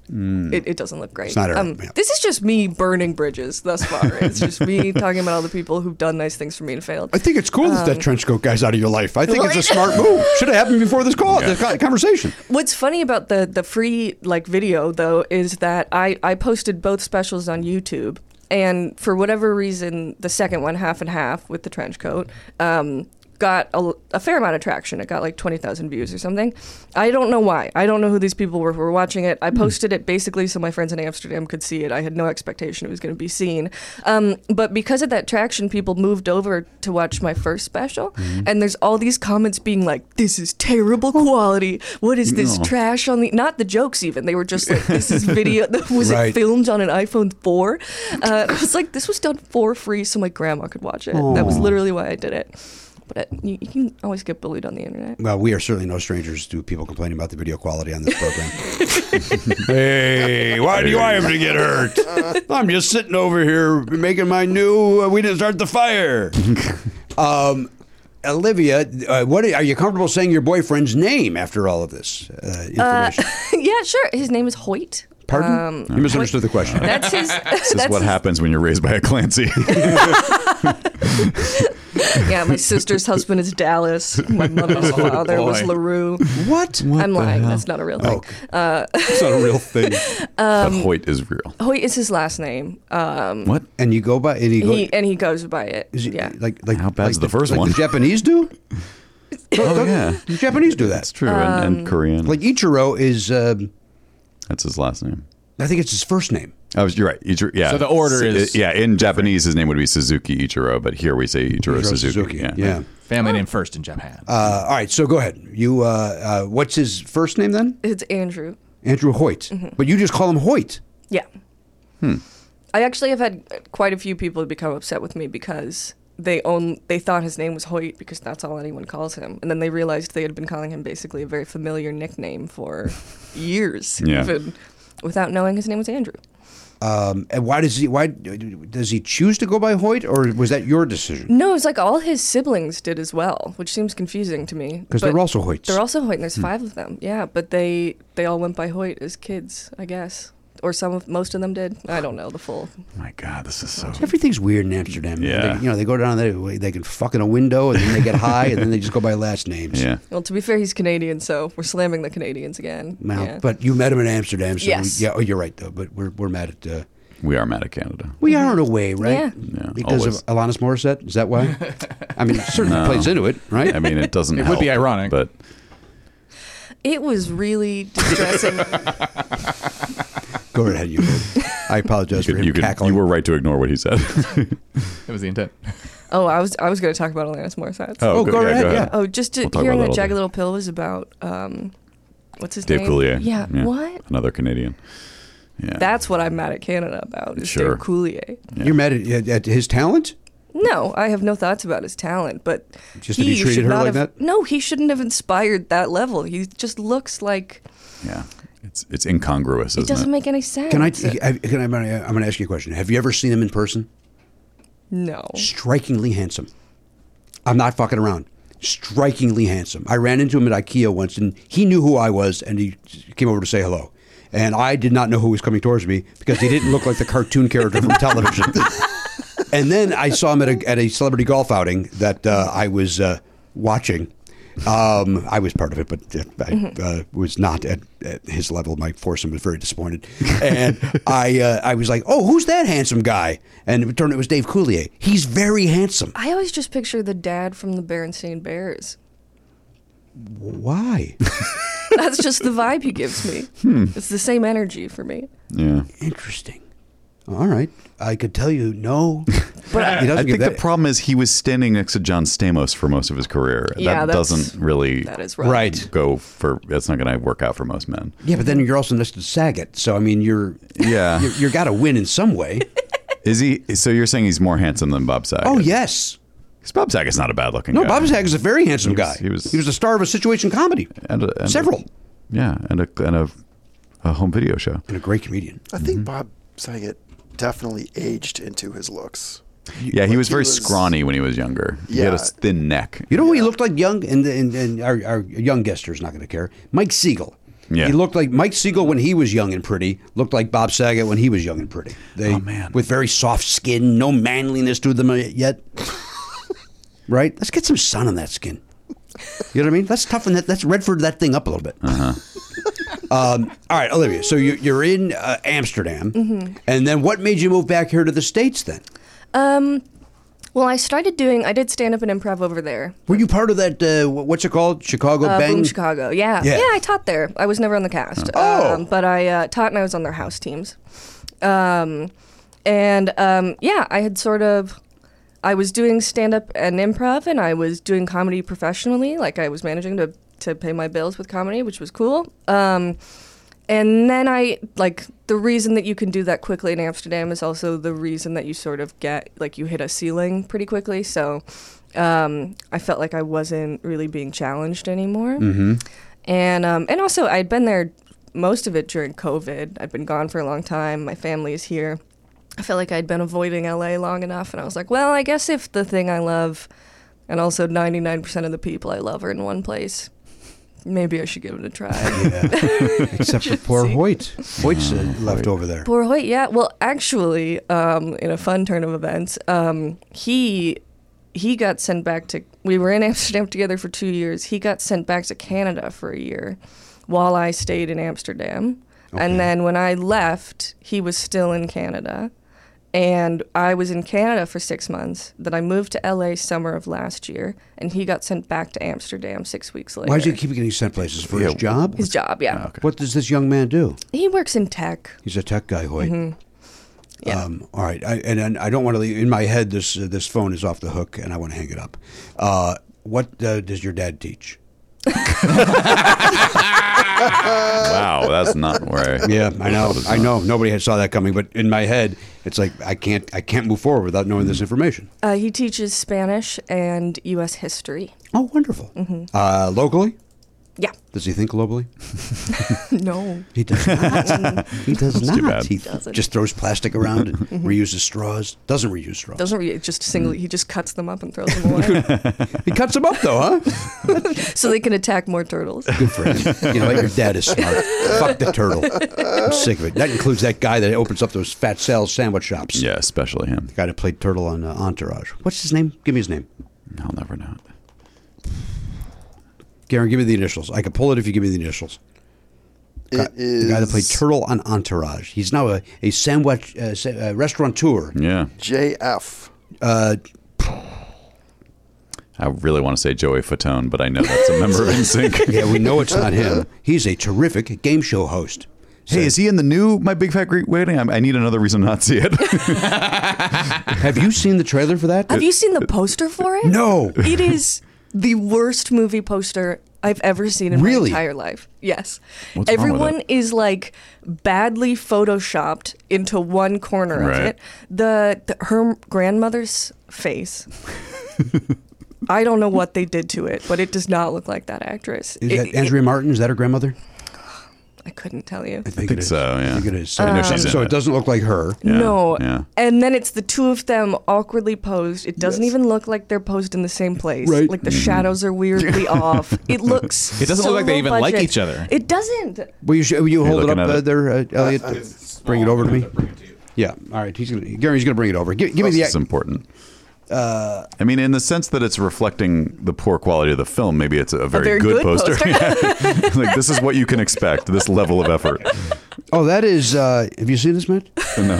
S9: It, it doesn't look great.
S2: Mm. not our-
S9: um,
S2: yeah.
S9: This is just me burning bridges thus far. It's just me talking about all the people who've done nice things for me and failed.
S2: I think it's cool that
S9: Um,
S2: that trench coat guy's out of your life. I think it's a smart move. Should have happened before this call, this co- conversation.
S9: What's funny about the the free like video though is that I I posted both specials on YouTube, and for whatever reason, the second one half and half with the trench coat. Um, Got a, a fair amount of traction. It got like 20,000 views or something. I don't know why. I don't know who these people were who were watching it.
S6: Hmm.
S9: I posted it basically so my friends in Amsterdam could see it. I had no expectation it was going to be seen. Um, but because of that traction, people moved over to watch my first special.
S6: Hmm.
S9: And there's all these comments being like, this is terrible quality. What is this trash on the. Not the jokes, even. They were just like, this is video. was
S2: Right.
S9: it filmed on an iPhone 4? Uh, it was like, this was done for free so my grandma could watch it. That was literally why I did it. But uh, you, you can always get bullied on the internet.
S2: Well, we are certainly no strangers to people complaining about the video quality on this program.
S6: Hey, why
S2: do I have to get hurt? I'm just sitting over here making my new. Uh, we didn't start the fire. um, Olivia, uh, what are, are you comfortable saying your boyfriend's name after all of this uh, information?
S9: yeah, sure. His name is Hoyt.
S2: Pardon? you misunderstood the question.
S9: um, That's his.
S6: This is
S9: that's
S6: what
S9: his-
S6: happens when you're raised by a Clancy.
S9: Yeah, my sister's husband is Dallas. My mother's father was
S6: boy.
S9: LaRue.
S2: what?
S9: I'm lying. That's not a real thing.
S2: okay. Oh.
S9: uh,
S2: it's not a real thing.
S6: but
S9: Um,
S6: Hoyt is real.
S9: Hoyt is Oh, his last name. Um,
S6: What?
S2: And you go by and you go.
S9: he and he goes by it.
S2: is it,
S9: yeah.
S2: Like like
S6: How bad's
S2: like
S6: the first
S2: like
S6: one?
S2: The Japanese do.
S6: Oh, yeah.
S2: The Japanese do
S6: It's
S2: that.
S6: true.
S9: um,
S6: and, and Korean.
S2: Like Ichiro is. Um,
S6: That's his last name.
S2: I think it's his first name.
S6: I was, you're right. Ichiro, yeah.
S4: So the order
S6: S-
S4: is
S6: yeah. In Japanese, his name would be Suzuki Ichiro, but here we say Ichiro, Suzuki.
S2: Yeah.
S4: Family name first in Japan.
S2: Uh, all right. So go ahead. You. Uh, uh, what's his first name then?
S9: It's Andrew.
S2: Andrew Hoyt.
S9: Mm-hmm.
S2: But you just call him Hoyt.
S9: Yeah. Hmm. I actually have had quite a few people become upset with me because they own they thought his name was Hoyt because that's all anyone calls him, and then they realized they had been calling him basically a very familiar nickname for years,
S6: Yeah.
S9: even without knowing his name was Andrew.
S2: Um, and why does he? Why does he choose to go by Hoyt, or was that your decision?
S9: No, it's like all his siblings did as well, which seems confusing to me.
S2: 'Cause they're
S9: but
S2: also Hoyts.
S9: They're also Hoyt, and there's five of them. Yeah, but they they all went by Hoyt as kids, I guess, or some of most of them did. I don't know the full.
S6: My God, this is so.
S2: Everything's weird in Amsterdam.
S6: Yeah.
S2: They, you know, they go down there, they can fuck in a window, and then they get high, and then they just go by last names.
S6: Yeah.
S9: Well, to be fair, he's Canadian, so we're slamming the Canadians again.
S2: Well,
S9: yeah.
S2: But you met him in Amsterdam, so
S9: Yes.
S2: we, yeah. Oh, you're right though. But we're we're mad at. Uh,
S6: We are mad at Canada.
S2: we are in a way, right?
S9: Yeah.
S6: Yeah,
S2: because
S6: always.
S2: of Alanis Morissette. Is that why? I mean, it certainly plays into it, right?
S6: I mean, it doesn't.
S4: It would be
S6: help,
S4: ironic.
S6: but
S9: it was really distressing.
S2: go right ahead, you. I apologize
S6: you,
S2: for
S6: could,
S2: him
S6: you, could-
S2: cackling.
S6: you were right to ignore what he said.
S4: That was the intent.
S9: oh, I was I was going to talk about Alanis Morissette.
S2: Oh, go right ahead,
S9: Oh, just to,
S6: We'll talk
S9: hearing
S6: about
S9: that
S6: that
S9: Jagged
S6: all
S9: Little Pill was about um, what's his
S6: Dave
S9: name?
S6: Coulier.
S9: Yeah. What?
S6: Another Canadian. Yeah.
S9: That's what I'm mad at Canada about. Is
S6: Sure.
S9: Dave Coulier.
S2: You're mad at, at, at his talent.
S9: No, I have no thoughts about his talent, but
S2: Just that he treated
S9: should
S2: her
S9: not
S2: like
S9: have-
S2: that?
S9: No, he shouldn't have inspired that level. He just looks like
S6: yeah. It's it's incongruous,
S9: it
S6: isn't
S9: doesn't
S6: it?
S9: make any sense.
S2: Can I? Can I? I'm going to ask you a question. Have you ever seen him in person?
S9: no.
S2: strikingly handsome. I'm not fucking around. Strikingly handsome. I ran into him at IKEA once, and he knew who I was, and he came over to say hello. And I did not know who was coming towards me because he didn't look like the cartoon character from television. and then I saw him at a, at a celebrity golf outing that uh, I was uh, watching. Um, I was part of it, but uh, I uh, was not at, at his level. My foursome was very disappointed, and I uh, I was like, "Oh, who's that handsome guy?" And it turned out it was Dave Coulier. He's very handsome.
S9: I always just picture the dad from the Berenstain Bears.
S2: Why?
S9: That's just the vibe he gives me.
S2: Hmm.
S9: It's the same energy for me.
S6: yeah.
S2: Interesting. All right, I could tell you no, but he doesn't
S6: I
S2: give
S6: think the
S2: that.
S6: problem is he was standing next to John Stamos for most of his career. that
S9: Yeah, that's-
S6: doesn't really
S9: That is rough.
S2: Right.
S6: go for. That's not going to work out for most men.
S2: yeah, but then you're also next to Saget, so I mean, you're
S6: Yeah.
S2: you're, you're got to win in some way.
S6: Is he? So you're saying he's more handsome than Bob Saget?
S2: Oh yes.
S6: 'Cause Bob Saget's not a bad looking
S2: No,
S6: guy.
S2: Bob Saget's a very handsome
S6: He was-
S2: guy.
S6: he was-
S2: he was the star of a situation comedy.
S6: And a- and a-
S2: Several.
S6: yeah, and a and a, a home video show.
S2: and a great comedian.
S7: I
S6: Mm-hmm.
S7: think Bob Saget definitely aged into his looks.
S6: Yeah, he was
S7: he
S6: very
S7: was-
S6: scrawny when he was younger. He had a
S7: Yeah.
S6: thin neck.
S2: You know who he looked like young, and and, and our, our young guest here's not going to care. Mike Siegel.
S6: Yeah.
S2: He looked like Mike Siegel when he was young and pretty. Looked like Bob Saget when he was young and pretty. They,
S6: Oh, man.
S2: with very soft skin, no manliness to them yet. right? Let's get some sun on that skin. You know what I mean? Let's toughen that. Let's Redford that thing up a little bit.
S6: Uh-huh.
S2: Um, all right, Olivia. So you, you're in uh, Amsterdam,
S9: Mm-hmm.
S2: and then what made you move back here to the states? Then
S9: Um, Well, I started doing. I did stand up and improv over there.
S2: were you part of that? Uh, wh- what's it called? Chicago
S9: Uh,
S2: Bang?
S9: Boom Chicago. Yeah.
S2: Yeah.
S9: yeah. I taught there. I was never on the cast.
S2: Oh.
S9: Um, but I uh, taught and I was on their house teams. Um, and um, yeah, I had sort of. I was doing stand up and improv and I was doing comedy professionally. Like I was managing to, to pay my bills with comedy, which was cool. Um, and then I like the reason that you can do that quickly in Amsterdam is also the reason that you sort of get like you hit a ceiling pretty quickly. So um, I felt like I wasn't really being challenged anymore. Mm-hmm. And um, and also I had been there most of it during COVID. I'd been gone for a long time. My family is here. I felt like I'd been avoiding LA long enough, and I was like, well, I guess if the thing I love, and also 99% of the people I love are in one place, maybe I should give it a try.
S2: Except for poor Hoyt. Hoyt's uh, left over there.
S9: Poor Hoyt, yeah. Well, actually, um, in a fun turn of events, um, he he got sent back to. We were in Amsterdam together for two years. He got sent back to Canada for a year, while I stayed in Amsterdam. And then when I left, he was still in Canada, and I was in Canada for six months. Then I moved to LA summer of last year, and he got sent back to Amsterdam six weeks later.
S2: Why does he keep getting sent places for his job?
S9: his job? Yeah,
S2: What does this young man do?
S9: he works in tech.
S2: He's a tech guy, Hoyt.
S9: Yeah.
S2: Um, all right, I, and, and I don't want to leave in my head. This uh, this phone is off the hook, and I want to hang it up. Uh, what uh, does your dad teach?
S6: Wow, that's not where.
S2: Yeah, I know, I know. Nobody had saw that coming, but in my head, it's like I can't, I can't move forward without knowing this information.
S9: Uh, he teaches Spanish and U.S. history.
S2: Oh, wonderful. Uh, locally,
S9: Yeah.
S2: does he think globally?
S9: No.
S2: He does not. he does not.
S6: bad.
S2: He
S9: Doesn't.
S2: just throws plastic around and reuses straws. Doesn't reuse straws.
S9: Doesn't really, just singly, he just cuts them up and throws them away
S2: He cuts them up though, huh?
S9: so they can attack more turtles.
S2: Good for him. You know, what? your dad is smart. Fuck the turtle. I'm sick of it. That includes that guy that opens up those fat sales sandwich shops.
S6: Yeah, especially him.
S2: Guy that played turtle on uh, Entourage. What's his name? Give me his name.
S6: I'll never know. it.
S2: Garen, give me the initials. I can pull it if you give me the initials.
S7: It is
S2: The guy that played Turtle on Entourage. He's now a, a sandwich uh, sa- uh, restaurateur.
S6: Yeah,
S7: JF.
S2: Uh,
S6: I really want to say Joey Fatone, but I know that's a member of NSYNC.
S2: yeah, we know it's not him. He's a terrific game show host.
S6: Hey, is he in the new My Big Fat Greek Wedding? I, I need another reason not to see it.
S2: Have you seen the trailer for that?
S9: Have you seen the poster for it?
S2: No.
S9: It is the worst movie poster I've ever seen in
S2: Really?
S9: my entire life. Yes.
S6: What's wrong with
S9: Everyone is like badly photoshopped into one corner
S6: Right.
S9: of it. The, the her grandmother's face. I don't know what they did to it, but it does not look like that actress.
S2: Is
S9: It-
S2: that
S9: it-
S2: Andrea Martin? Is that her grandmother?
S9: I couldn't tell you.
S2: think,
S6: think
S2: it is.
S6: so, yeah.
S2: I think it is. So,
S6: I know she's in
S2: so
S6: it.
S2: it doesn't look like her.
S6: Yeah,
S9: no.
S6: yeah.
S9: And then it's the two of them awkwardly posed. It doesn't even look like they're posed in the same place.
S2: Right. Mm-hmm.
S9: Like the shadows are weirdly off. It looks.
S4: It doesn't
S9: so
S4: look like they
S9: low
S4: even like
S9: budget.
S4: each other.
S9: It doesn't.
S2: Will you, sh- will you hold it up
S6: looking at
S2: uh,
S6: it?
S2: there, uh, Elliot? bring it over to me. Yeah. All right. He's gonna, Gary's going to bring it over. Give, give me the.
S6: It's important. I mean, in the sense that it's reflecting the poor quality of the film, maybe it's a very,
S9: very
S6: good,
S9: good
S6: poster. Yeah. like this is what you can expect. This level of effort.
S2: Oh, that is. Uh, have you seen this, Matt?
S6: No,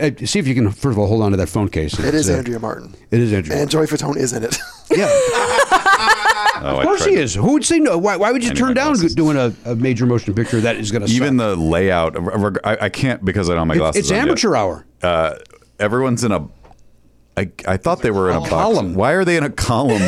S2: Uh, see if you can first of all hold on to that phone case.
S7: It is
S2: It's, uh,
S7: Andrea Martin.
S2: It is Andrew.
S7: And Joey Fatone is in it.
S2: yeah.
S6: oh,
S2: Of course he is. Who would say no? Why, why would you
S6: I need
S2: turn
S6: my
S2: down
S6: glasses.
S2: doing a, a major motion picture that is going to
S6: Even the layout, reg- I, I can't because I don't have my glasses.
S2: It's
S6: on yet.
S2: amateur hour.
S6: Uh, everyone's in a. I, I thought they were in a box.
S2: Column.
S6: Why are they in a column?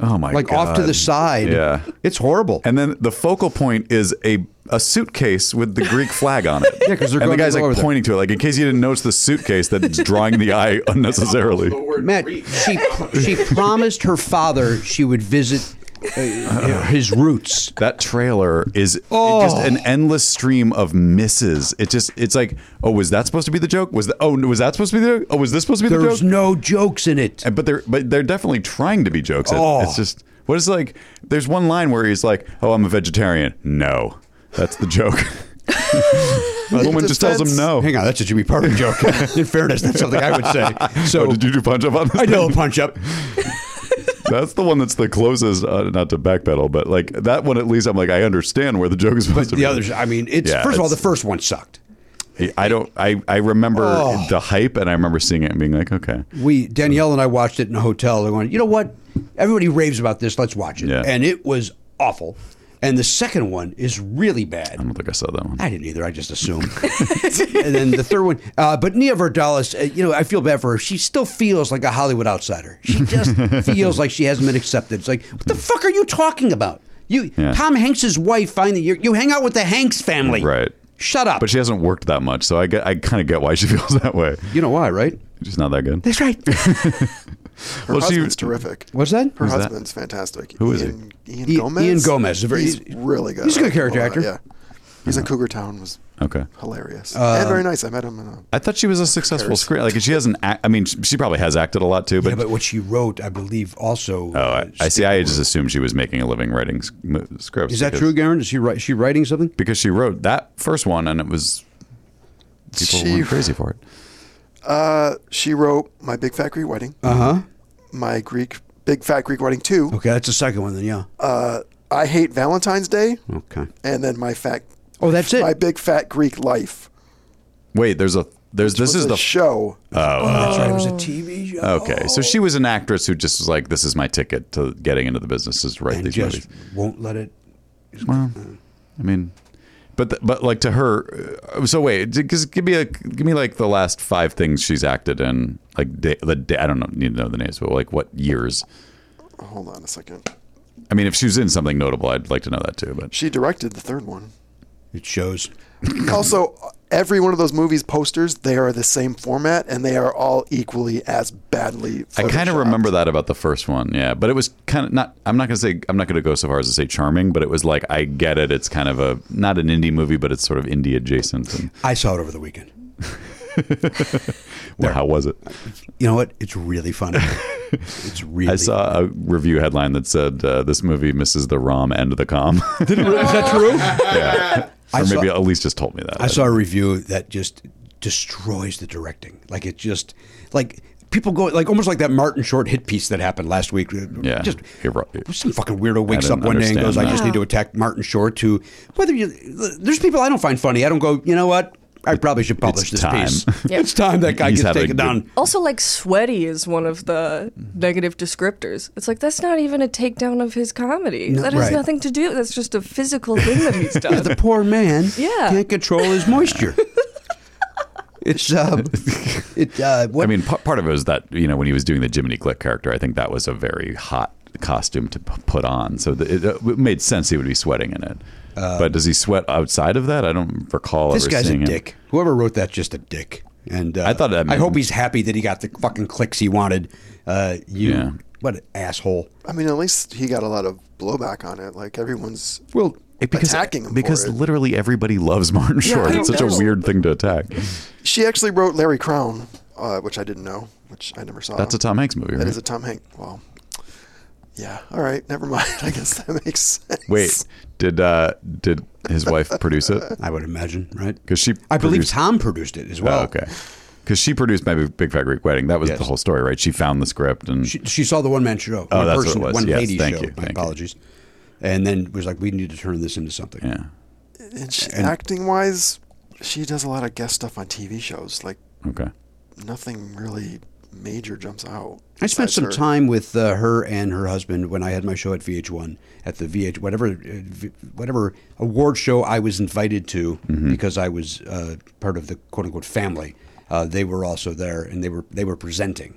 S6: Oh my
S2: Like
S6: god!
S2: off to the side.
S6: Yeah.
S2: It's horrible.
S6: And then the focal point is a a suitcase with the Greek flag on it.
S2: Yeah, 'cause they're
S6: and
S2: going
S6: the guy's
S2: to go over
S6: like
S2: there.
S6: pointing to it, like in case you didn't notice the suitcase that's drawing the eye unnecessarily.
S2: Matt, she she promised her father she would visit uh, his roots.
S6: That trailer is
S2: Oh.
S6: just an endless stream of misses. It just it's like, oh, was that supposed to be the joke? Was that oh was that supposed to be the joke? Oh, was this supposed to be the joke?
S2: There's no jokes in it.
S6: And- but they're but they're definitely trying to be jokes. It-
S2: Oh.
S6: It's just what is like. There's one line where he's like, "Oh, I'm a vegetarian." No, that's the joke. the woman just tells him
S7: defense-
S1: Oh,
S6: no.
S2: Hang on, that's a Jimmy Parker joke. in fairness, that's something I would say.
S6: Oh,
S2: So
S6: did you do punch up on this?
S2: I know a
S6: thing?
S2: punch up.
S6: That's the one that's the closest. Uh, not to backpedal, but like that one at least, I'm like, I understand where the joke is supposed to be.
S2: The others, I mean, it's
S6: Yeah,
S2: first of all, the
S6: it's-
S2: first one sucked.
S6: I don't. I I remember
S2: Oh.
S6: the hype, and I remember seeing it and being like, okay.
S2: We Danielle and I watched it in a hotel. They went, you know what? Everybody raves about this. Let's watch it.
S6: Yeah.
S2: And it was awful. And the second one is really bad.
S6: I don't think I saw that one.
S2: I didn't either. I just assumed. and then the third one, uh, but Nia Vardalos, uh, you know, I feel bad for her. She still feels like a Hollywood outsider. She just feels like she hasn't been accepted. It's like, what the fuck are you talking about? You,
S6: Yeah.
S2: Tom Hanks's wife, finally, you, you hang out with the Hanks family,
S6: Right.
S2: Shut up.
S6: But she hasn't worked that much, so I get. I kind of get why she feels that way.
S2: you know why, right?
S6: She's not that good.
S2: That's right.
S7: Her
S6: Well, she-
S7: husband's terrific.
S2: What's that?
S7: Her
S6: that?
S7: husband's fantastic.
S6: Who is he?
S7: Ian, Ian
S2: I-
S7: Gomez.
S2: Ian Gomez, a very-
S7: he's really good.
S2: he's a good
S7: I love
S2: character
S7: that,
S2: actor.
S7: Yeah, he's in Cougar Town. Was
S6: Okay.
S7: hilarious and very nice. I met him in a
S6: I thought she was a successful screen. Like she hasn't. Act, I mean, she she probably has acted a lot too, but.
S2: Yeah, but what she wrote, I believe, also.
S6: Oh, I, I see. I just assumed she was making a living writing s- m- scripts.
S2: Is that
S6: because-
S2: true, Garen? Is she write, she writing something?
S6: Because she wrote that first one, and it was people
S7: She-
S6: went crazy for it.
S7: Uh, she wrote My Big Fat Greek Wedding,
S2: Uh huh.
S7: My Greek Big Fat Greek Wedding 2,
S2: Okay, that's the second one. Then yeah.
S7: uh, I Hate Valentine's Day,
S2: Okay.
S7: and then My Fat
S2: Oh, that's it.
S7: My Big Fat Greek Life.
S6: Wait, there's a there's this
S7: was
S6: is
S7: a
S6: the
S7: show.
S2: that's right. It was a TV show.
S6: Oh. okay. So she was an actress who just was like, this is my ticket to getting into the business is to write
S2: and
S6: these
S2: just
S6: movies.
S2: won't let it.
S6: Well, I mean, But th- but like to her, uh, so wait, j- just give me a give me like the last five things she's acted in, like da- the da- I don't know, need to know the names, but like what years?
S7: Hold on a second.
S6: I mean, if she was in something notable, I'd like to know that too. But
S7: She directed the third one.
S2: It shows.
S7: also, every one of those movies' posters, they are the same format, and they are all equally as badly.
S6: I kind of
S7: photoshopped.
S6: remember that about the first one, yeah. But it was kind of not. I'm not gonna say I'm not gonna go so far as to say charming, but it was like I get it. It's kind of a not an indie movie, but it's sort of indie adjacent. And,
S2: I saw it over the weekend.
S6: well, how was it?
S2: You know what? It's really funny. It's really.
S6: I saw a review headline that said uh, this movie misses the rom and the com.
S2: Is that true?
S6: yeah.
S2: I
S6: or
S2: saw-
S6: maybe at least just told me that.
S2: I saw a review that just destroys the directing. Like it just like people go like almost like that Martin Short hit piece that happened last week. Uh,
S6: Yeah.
S2: just
S6: You're right.
S2: some fucking weirdo wakes up
S6: didn't
S2: one day and
S6: understand
S2: goes, "I
S6: that.
S2: just need to attack Martin Short." To whether you there's people I don't find funny. I don't go, you know what? I probably should publish this
S6: it's time."
S2: piece.
S9: Yeah.
S2: It's time that guy
S6: He's
S2: gets
S6: having
S2: taken
S6: good-
S2: down.
S9: Also, like sweaty is one of the negative descriptors. It's like that's not even a takedown of his comedy. that has
S2: right.
S9: nothing to do. That's just a physical thing that he's done.
S2: The poor man
S9: Yeah.
S2: can't control his moisture. it's uh, it uh, what
S6: I mean, p- part of it was that you know when he was doing the Jiminy Click character, I think that was a very hot costume to p- put on, so the, it, uh, it made sense he would be sweating in it. but does he sweat outside of that? I don't recall.
S2: This
S6: ever
S2: guy's a
S6: seeing him.
S2: dick. Whoever wrote that's just a dick. And uh,
S6: I thought that
S2: I
S6: meant-
S2: hope he's happy that he got the fucking clicks he wanted. Uh, you,
S6: Yeah.
S2: what an asshole.
S7: I mean, at least he got a lot of blowback on it. Like everyone's
S2: Well,
S6: It- because
S7: attacking him
S6: because
S7: for it.
S6: literally everybody loves Martin Short.
S7: I
S6: it's
S7: don't
S6: such a
S7: know.
S6: weird thing to attack.
S7: She actually wrote Larry Crown, uh, which I didn't know, which I never saw.
S6: That's a Tom Hanks movie. Right?
S7: That is a Tom Hanks. Well, yeah. All right. Never mind. I guess that makes sense.
S6: Wait, did uh, did his wife produce it?
S2: I would imagine, right?
S6: Because she,
S2: I believe
S6: produced-
S2: Tom produced it as well.
S6: Oh, okay. Because she produced my Big Big Fat Greek Wedding. That was
S2: Yes.
S6: the whole story, right? She found the script and
S2: She, she saw the one man show.
S6: Oh,
S2: one
S6: that's what it
S2: person,
S6: was.
S2: One
S6: Yes,
S2: lady
S6: thank
S2: show.
S6: you,
S2: My
S6: thank you.
S2: apologies. And then was like, we need to turn this into something.
S6: yeah.
S7: And she, acting wise, she does a lot of guest stuff on TV shows. Like
S6: Okay.
S7: nothing really major jumps out.
S2: I spent
S7: besides
S2: some
S7: her.
S2: time with uh, her and her husband when I had my show at VH1 at the VH whatever uh, v- whatever award show I was invited to because I was uh, part of the quote unquote family. Uh, they were also there and they were they were presenting,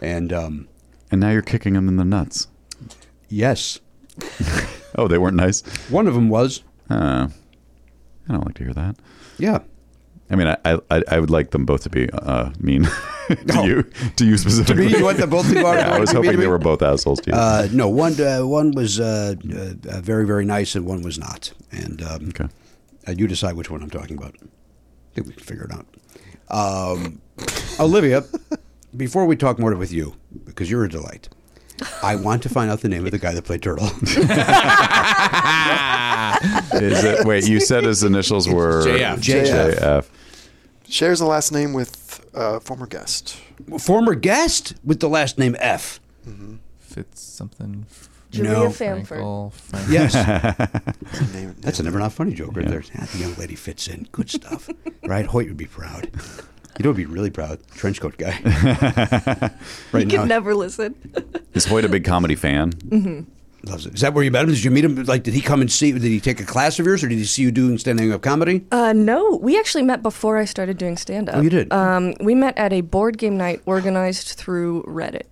S2: and um,
S6: And now you're kicking him in the nuts.
S2: yes,
S6: Oh, they weren't nice.
S2: one of them was
S6: Uh, I don't like to hear that.
S2: yeah.
S6: I mean, I I, I would like them both to be uh, mean to
S2: No.
S6: you, to you specifically.
S2: you want them both to go out-
S6: yeah, I was
S2: to be
S6: hoping
S2: mean?
S6: they were both assholes to you.
S2: Uh, no, one uh, one was uh, uh, uh, very very nice and one was not, and um,
S6: okay.
S2: uh, you decide which one I'm talking about. I think we can figure it out. Um, Olivia, before we talk more with you, because you're a delight, I want to find out the name of the guy that played Turtle.
S6: Is it? Wait, you said his initials were
S4: JF.
S2: JF.
S6: JF.
S7: Shares the last name with uh, former guest.
S2: Former guest with the last name F.
S4: Fitz something.
S8: Julia
S2: No.
S8: Famford.
S4: Frank.
S2: Yes.
S7: Name,
S2: That's a never not funny joke right there. Ah, the young lady fits in. Good stuff. right? Hoyt would be proud. You know, would be really proud. Trenchcoat guy. right
S9: You
S2: now,
S9: can never listen.
S6: Is Hoyt a big comedy fan?
S2: loves it. Is that where you met him? Did you meet him? Like, did he come and see? Did he take a class of yours, or did he see you doing standing up comedy?
S9: Uh, no, we actually met before I started doing stand up.
S2: Oh, you did?
S9: Um, we met at a board game night organized through Reddit.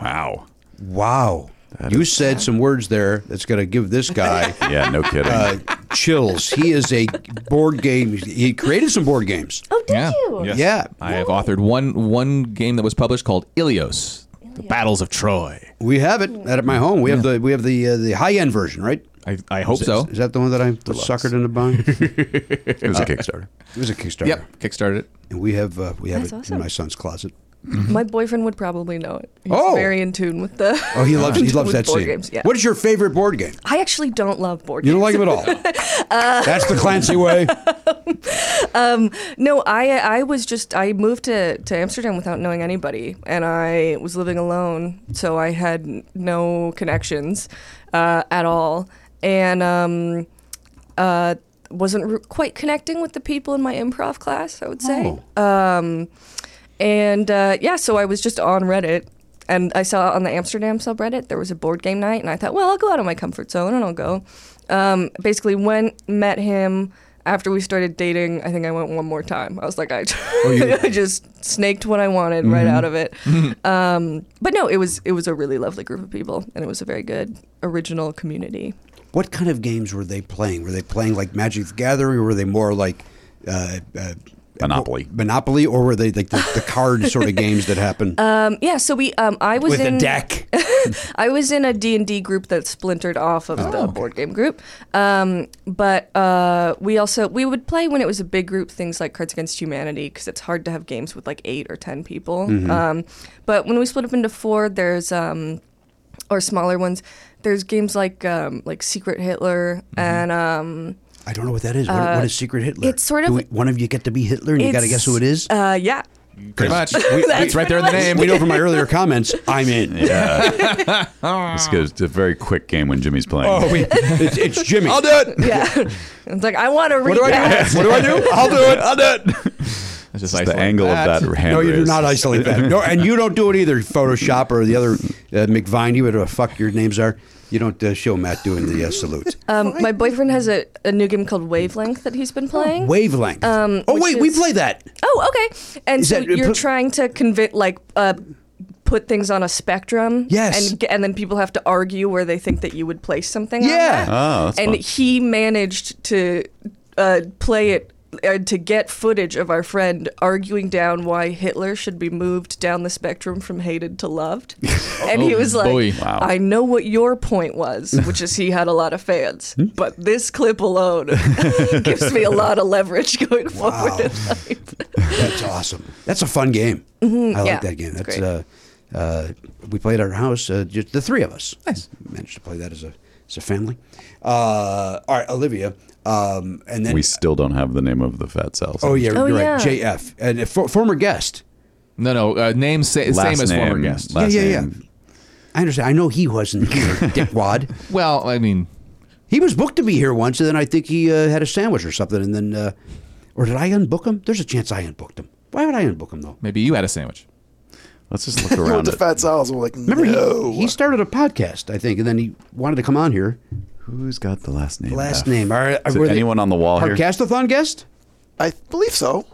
S6: Wow.
S2: Wow. you said some words there that's going to give this guy
S6: Yeah, no kidding.
S2: uh, chills. He is a board game. He created some board games.
S8: Oh, did
S4: Yeah.
S8: you?
S4: Yes.
S2: Yeah.
S4: I have authored one one game that was published called Ilios, The Battles of Troy.
S2: We have it at my home. We have the we have the uh, the high end version, right?
S4: I, I hope so.
S2: Is that the one that I was suckered into buying? it
S6: it
S7: uh,
S6: was a Kickstarter.
S2: was a Kickstarter.
S4: Yep, kickstarted it.
S2: And we have uh, we have
S9: That's
S2: it
S9: awesome.
S2: in my son's closet.
S9: My boyfriend would probably know it. He's
S2: Mm-hmm. Oh.
S9: very in tune with the.
S2: Oh, he loves he loves
S9: with
S2: that
S9: board
S2: scene.
S9: Games. Yeah.
S2: What is your favorite board game?
S9: I actually don't love board
S2: You
S9: games.
S2: don't like him at all.
S9: Uh,
S2: That's the Clancy way.
S9: No, I I was just I moved to, to Amsterdam without knowing anybody, and I was living alone, so I had n- no connections uh, at all, and um, uh, wasn't re- quite connecting with the people in my improv class. I would say,
S2: Oh.
S9: um, and uh, yeah, so I was just on Reddit. And I saw on the Amsterdam subreddit there was a board game night, and I thought, well, I'll go out of my comfort zone and I'll go. Um, basically, went met him after we started dating. I think I went one more time. I was like, I, I just snaked what I wanted right out of it. um, but no, it was it was a really lovely group of people, and it was a very good original community.
S2: What kind of games were they playing? Were they playing like Magic the Gathering, or were they more like uh, uh,
S6: Monopoly.
S2: Monopoly, or were they like the, the card sort of games that happen
S9: Um, yeah, so we um, I was
S2: with
S9: in
S2: a deck?
S9: I was in a D&D group that splintered off
S2: Oh,
S9: of the board game group. Um, but uh, we also we would play when it was a big group things like Cards Against Humanity because it's hard to have games with like 8 or 10 people.
S2: Mm-hmm.
S9: Um, but when we split up into four there's um, or smaller ones there's games like um, like Secret Hitler
S2: Mm-hmm.
S9: and um,
S2: I don't know what that is. What, what is Secret Hitler?
S9: Uh, it's sort of-
S2: Do we- one of you get to be Hitler, and you got to
S9: it's-
S2: guess who it is.
S9: Uh, yeah.
S4: Pretty much. We- it's right there in the name.
S2: we know from my earlier comments. I'm in.
S6: This goes to a very quick game when Jimmy's playing.
S2: Oh,
S4: we,
S2: It's, it's Jimmy.
S4: I'll do it.
S9: Yeah. it's like I want to read that.
S2: What do I do? I'll do it. I'll do it.
S4: It's just
S6: the angle of that hand
S2: No, you do
S6: raise.
S2: not isolate that. No, and you don't do it either. Photoshop or the other uh, McVine, you whatever the fuck your names are. You don't uh, show Matt doing the uh, salute.
S9: Um, my boyfriend has a, a new game called Wavelength that he's been playing.
S2: Wavelength. oh
S9: um, which
S2: wait, we
S9: is-
S2: play that.
S9: Oh, okay. And
S2: Is
S9: so
S2: that- uh,
S9: you're
S2: put-
S9: trying to convince, like, uh, put things on a spectrum.
S2: Yes.
S9: And, g- and then people have to argue where they think that you would place something. on
S2: Yeah.
S9: that.
S6: Oh, that's
S9: and
S6: fun.
S9: he managed to uh, play it. Uh, to get footage of our friend arguing down why Hitler should be moved down the spectrum from hated to loved. And he
S4: Oh,
S9: was like,
S4: boy.
S6: Wow.
S9: I know what your point was, which is he had a lot of fans,
S6: Hmm?
S9: but this clip alone gives me a lot of leverage going forward. in life."
S2: That's awesome. That's a fun game. I like
S9: Mm-hmm. yeah,
S2: that game.
S9: it's
S2: That's uh,
S9: great.
S2: uh, we played at our house. Uh, just the three of us. Nice. Managed to play that as a as a family. Uh, all right, Olivia. Um, and then
S6: we still don't have the name of the fat cells.
S2: oh yeah,
S9: Oh,
S2: you're
S9: yeah.
S2: right. JF and a for, former guest.
S4: No, no. Uh, name sa-
S6: Last
S4: same as
S6: name,
S4: former guest.
S6: Last
S2: yeah, yeah,
S6: name.
S2: yeah. I understand. I know he wasn't here, dickwad.
S4: Well, I mean,
S2: He was booked to be here once, and then I think he uh, had a sandwich or something, and then, uh, or did I unbook him? There's a chance I unbooked him. Why would I unbook him though?
S4: maybe you had a sandwich.
S6: Let's just look
S7: You went
S6: around.
S7: to
S6: it.
S7: Fat Sal's and were like,
S2: Remember,
S7: no.
S2: he, he started a podcast, I think, and then he wanted to come on here.
S6: Who's got the last name?
S2: Last
S6: F?
S2: name. All right,
S6: Is
S2: were
S6: it
S2: they-
S6: anyone on the wall here?
S2: Podcastathon guest?
S7: I believe so.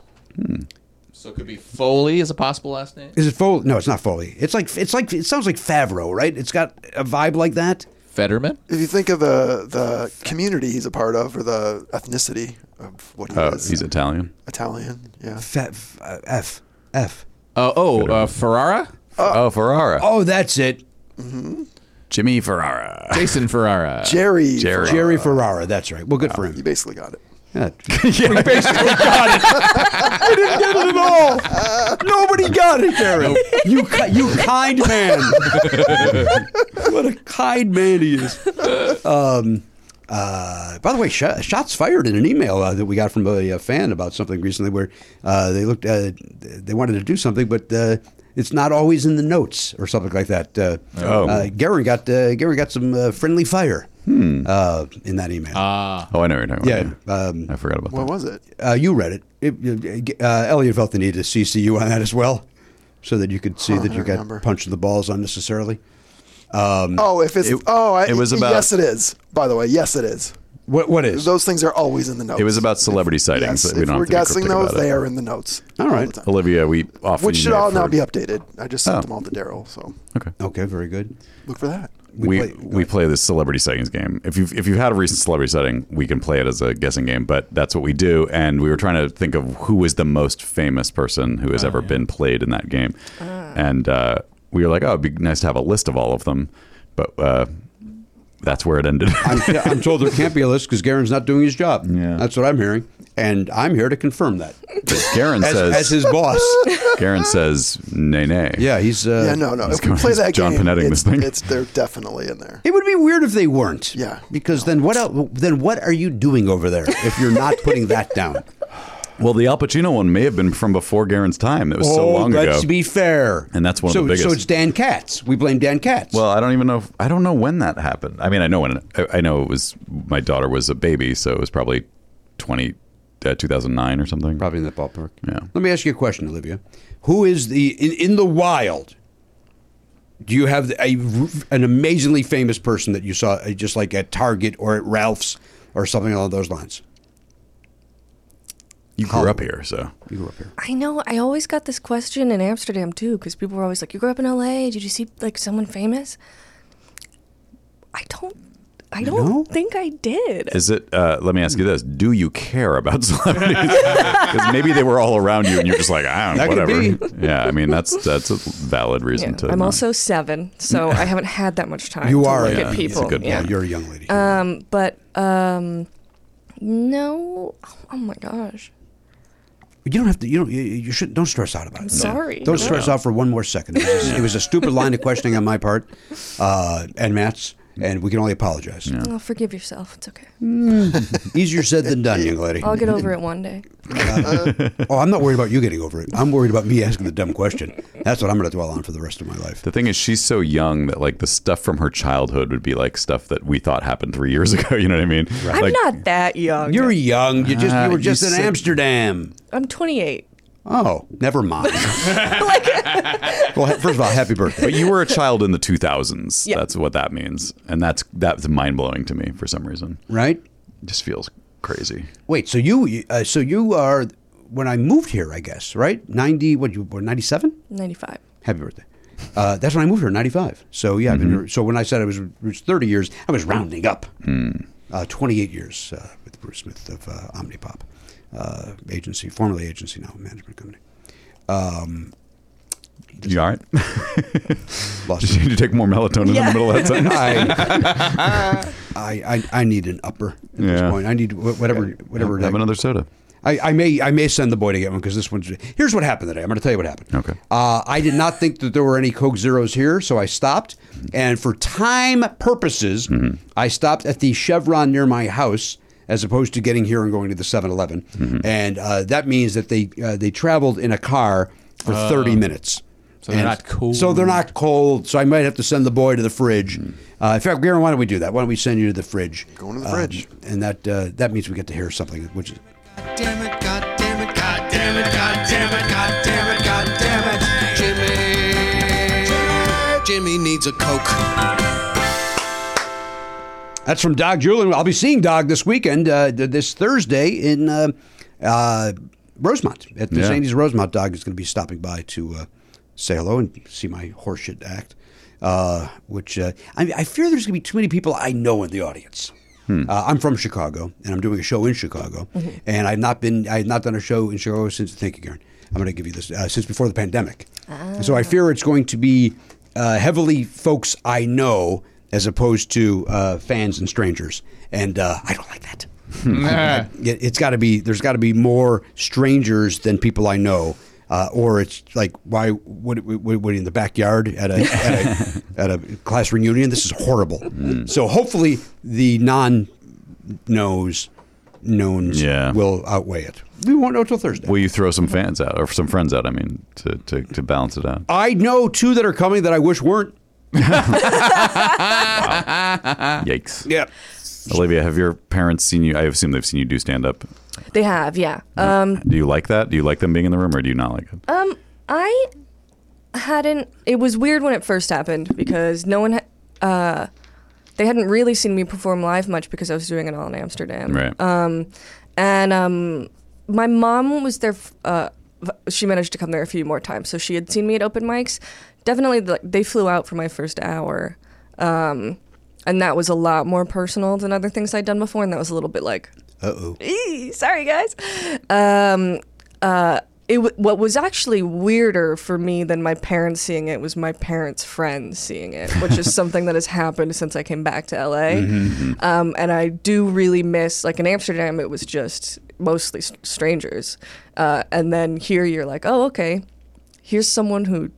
S4: So it could be Foley as a possible last name.
S2: Is it Foley? No, it's not Foley. It's like it's like it sounds like Favreau, right? It's got a vibe like that.
S4: Fetterman.
S7: If you think of the the community he's a part of or the ethnicity of what he
S6: Oh,
S7: is,
S6: he's Italian.
S7: Italian. Yeah.
S2: Fa- f- uh, F F.
S4: Uh, oh, uh, Ferrara.
S6: oh, Ferrara.
S2: Oh, that's it.
S6: Jimmy Ferrara.
S4: Jason Ferrara.
S7: Jerry.
S6: Jerry.
S2: Jerry Ferrara. That's right. Well, good for
S7: You
S2: him.
S7: basically got it.
S2: Yeah. We basically got it. I didn't get it at all. Nobody got it, Jerry. You, ki- you kind man. what a kind man he is. Um, uh, by the way, sh- shots fired in an email uh, that we got from a, uh fan about something recently, where uh, they looked, uh, they wanted to do something, but uh, it's not always in the notes or something like that. Uh,
S6: Oh.
S2: uh, Garen got uh, Garen got some uh, friendly fire uh, in that email.
S6: Oh, I know. I know.
S2: yeah, um,
S6: I forgot about
S7: What
S6: that.
S7: was it?
S2: uh, you read it. it uh, Elliot felt the need to CC you on that as well, so that you could see
S7: Huh,
S2: that
S7: I
S2: you got
S7: remember.
S2: punched in the balls unnecessarily.
S7: Oh, if it's
S6: It-
S7: oh, I,
S6: it was about-
S7: yes, it is. By the way, yes, it is.
S2: What? What is?
S7: Those things are always in the notes.
S6: It was about celebrity sightings.
S7: yes,
S6: we
S7: if
S6: don't
S7: we're
S6: have to be
S7: guessing
S6: cryptic
S7: those,
S6: about it.
S7: they are in the notes,
S2: All right.
S6: Olivia, we often
S7: which should
S6: email
S7: all now
S6: for-
S7: be updated. I just sent
S6: Oh.
S7: them all to Daryl, so
S6: Okay.
S2: Okay, very good.
S7: look for that.
S6: we
S2: play-
S6: we play, this celebrity sightings game. If you've if you've had a recent celebrity sighting, we can play it as a guessing game. But that's what we do. And we were trying to think of who is the most famous person who has
S2: Oh,
S6: ever been played in that game.
S2: Ah.
S6: And uh, we were like, oh, it'd be nice to have a list of all of them. But uh, that's where it ended.
S2: I'm, I'm told there can't be a list because Garen's not doing his job.
S6: Yeah.
S2: That's what I'm hearing, and I'm here to confirm that
S6: Garen
S2: as,
S6: says.
S2: as his boss.
S6: Garen says, nay, nay.
S2: Yeah, he's. Uh,
S7: yeah, no, no.
S6: he's
S7: If we
S6: going-
S7: play
S6: he's
S7: that
S6: John
S7: game,
S6: Panetting this
S7: it's,
S6: thing.
S7: it's they're definitely in there.
S2: It would be weird if they weren't.
S7: Yeah.
S2: Because then what? el- Then what are you doing over there if you're not putting that down?
S6: Well, the Al Pacino one may have been from before Garen's time. It was so long
S2: Oh, let's
S6: ago.
S2: be fair.
S6: And that's one of
S2: so,
S6: the biggest.
S2: So it's Dan Katz. We blame Dan Katz.
S6: Well, I don't even know. If, I don't know when that happened. I mean, I know when. I, I know it was my daughter was a baby, so it was probably twenty, uh, two thousand nine or something.
S2: probably in that ballpark.
S6: Yeah.
S2: Let me ask you a question, Olivia. Who is the in, in the wild? Do you have a, an amazingly famous person that you saw uh, just like at Target or at Ralph's or something along those lines?
S6: You grew up here, so
S2: You grew up here.
S9: I know. I always got this question in Amsterdam too, because people were always like, "You grew up in LA. Did you see like someone famous?" I don't. I don't
S2: No?
S9: think I did.
S6: is it? Uh, let me ask you this: Do you care about celebrities? Because maybe they were all around you, and you're just like, I don't,
S2: That could
S6: whatever. Yeah, I mean that's that's a valid reason
S9: Yeah.
S6: to.
S9: I'm
S6: not-
S9: also seven, so I haven't had that much time.
S2: You
S9: to
S2: are a-
S9: look at
S2: yeah, it's
S9: people.
S6: a good
S9: yeah.
S6: point.
S2: You're a young lady.
S9: Um, but um, no. Oh, oh my gosh.
S2: you don't have to. You don't. You, you should. Don't stress out about it.
S9: Sorry.
S2: Don't stress out for one more second. It was, a, it was a stupid line of questioning on my part, uh, and Matt's, and we can only apologize.
S9: Oh, forgive yourself. It's okay.
S6: Mm-hmm.
S2: Easier said than done, young lady.
S9: I'll get over it one day.
S2: Oh, I'm not worried about you getting over it. I'm worried about me asking the dumb question. That's what I'm going to dwell on for the rest of my life.
S6: The thing is, she's so young that like the stuff from her childhood would be like stuff that we thought happened three years ago. You know what I mean?
S9: I'm
S6: Like,
S9: not that young.
S2: You're young. You just you
S6: Ah,
S2: were
S6: you
S2: just in
S6: said-
S2: Amsterdam.
S9: I'm 28.
S2: Oh, never mind. well, ha- first of all, happy birthday.
S6: But you were a child in the 2000s.
S9: Yeah.
S6: That's what that means, and that's that's mind blowing to me for some reason.
S2: Right?
S6: It just feels crazy.
S2: Wait. So you you- uh, so you are when I moved here, I guess. Right? Ninety. What you were ninety seven?
S9: 95.
S2: Happy birthday. Uh, that's when I moved here, ninety five. So yeah. I've
S6: Mm-hmm.
S2: been here- so when I said I was, was thirty years, I was rounding up.
S6: Hmm.
S2: Uh, Twenty eight years uh, with Bruce Smith of uh, Omnipop uh, agency, formerly agency, now a management company.
S6: You all right?
S2: Lost.
S6: Did you need to take more melatonin in
S9: Yeah.
S6: the middle of that sentence?
S2: I, I, I, I need an upper at
S6: Yeah.
S2: this point. I need wh- whatever, whatever.
S6: Have
S2: that-
S6: another soda.
S2: I, I may, I may send the boy to get one because this one's. Here's what happened today. I'm going to tell you what happened.
S6: Okay.
S2: Uh, I did not think that there were any Coke Zeros here, so I stopped. And for time purposes,
S4: Mm-hmm.
S2: I stopped at the Chevron near my house. As opposed to getting here and going to the 7-Eleven,
S4: Mm-hmm.
S2: and uh, that means that they uh, they traveled in a car for 30 minutes.
S4: Oh. So they're
S2: And
S4: not cold. Mm.
S2: So they're not cold. So I might have to send the boy to the fridge. Uh, in fact, Garen, why don't we do that? Why don't we send you to the fridge?
S7: Going to the
S2: Um,
S7: fridge.
S2: and that uh, that means we get to hear something, which is
S3: damn it, god damn it, god damn it, god damn it, god damn it, god damn it, Jimmy. Jimmy needs a Coke.
S2: that's from Dog Julian. I'll be seeing Dog this weekend, uh, th- this Thursday in uh, uh, Rosemont at the
S6: Yeah.
S2: Sandy's Rosemont. Dog is going to be stopping by to uh, say hello and see my horseshit act. Uh, which uh, I, I fear there's going to be too many people I know in the audience. Uh, I'm from Chicago, and I'm doing a show in Chicago, and I've not been I've not done a show in Chicago since. Thank you, Garen. I'm going to give you this uh, since before the pandemic. So I fear it's going to be uh, heavily folks I know as opposed to uh, fans and strangers, and uh, I don't like that.
S4: Nah.
S2: It, it's got to be there's got to be more strangers than people I know. Uh, or it's like why what, what, what in the backyard at a, at a at a class reunion? This is horrible. So hopefully the non knows knowns
S6: Yeah.
S2: will outweigh it. We won't know till Thursday.
S6: Will you throw some fans out or some friends out? I mean, to, to, to balance it out.
S2: I know two that are coming that I wish weren't.
S6: Yikes.
S2: Yeah.
S6: Olivia, have your parents seen you? I assume they've seen you do stand up.
S9: They have, yeah. Um,
S6: Do you like that? Do you like them being in the room or do you not like it?
S9: um, I hadn't. It was weird when it first happened because no one, ha- uh, they hadn't really seen me perform live much because I was doing it all in Amsterdam.
S6: right.
S9: Um, and um, my mom was there. f- Uh, v- she managed to come there a few more times, so she had seen me at open mics. Definitely, like, they flew out for my first hour, um, and that was a lot more personal than other things I'd done before, and that was a little bit like,
S2: Uh oh.
S9: "Ee, sorry guys. Um, uh, it w- what was actually weirder for me than my parents seeing it was my parents' friends seeing it, which is something that has happened since I came back to LA.
S6: Mm-hmm,
S9: Um, and I do really miss, like in Amsterdam, it was just mostly s- strangers. Uh, and then here you're like, oh, okay, here's someone who.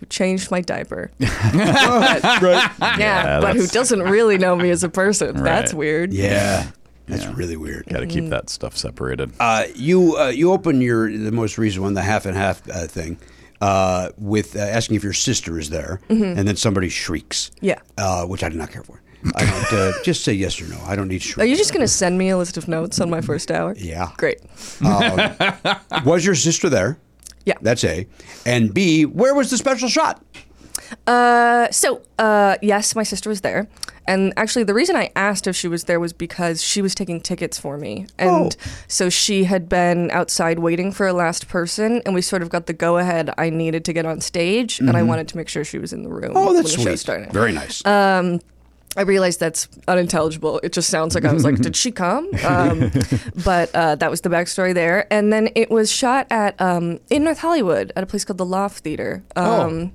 S9: Who changed my diaper? Yeah, but who
S6: that's-
S9: doesn't really know me as a person? That's
S6: Right.
S9: weird.
S2: Yeah. That's really weird.
S6: Got to
S9: um,
S6: keep that stuff separated.
S2: Uh, you uh, you open your the most recent one, the half and half uh, thing, uh, with uh, asking if your sister is there, and then somebody shrieks.
S9: Mm-hmm. Yeah.
S2: uh, which I do not care for. I don't, uh, just say yes or no. I don't need
S9: Are you
S2: shrieks.
S9: just gonna send me a list of notes on my first hour?
S2: Yeah.
S9: Great.
S2: Was your sister there?
S9: Yeah.
S2: That's A, and B. Where was the special shot?
S9: Uh, so uh, yes, my sister was there, and actually the reason I asked if she was there was because she was taking tickets for me, and
S2: Oh.
S9: so she had been outside waiting for a last person, and we sort of got the go ahead I needed to get on stage, and I wanted to make sure she was in the room.
S2: Mm-hmm. Oh,
S9: when
S2: that's
S9: the show
S2: sweet.
S9: started. Um,
S2: Very nice.
S9: I realized that's unintelligible. It just sounds like I was like, did she come? Um, but uh, that was the backstory there. And then it was shot at um, in North Hollywood at a place called the Loft Theater.
S2: Oh.
S9: Um,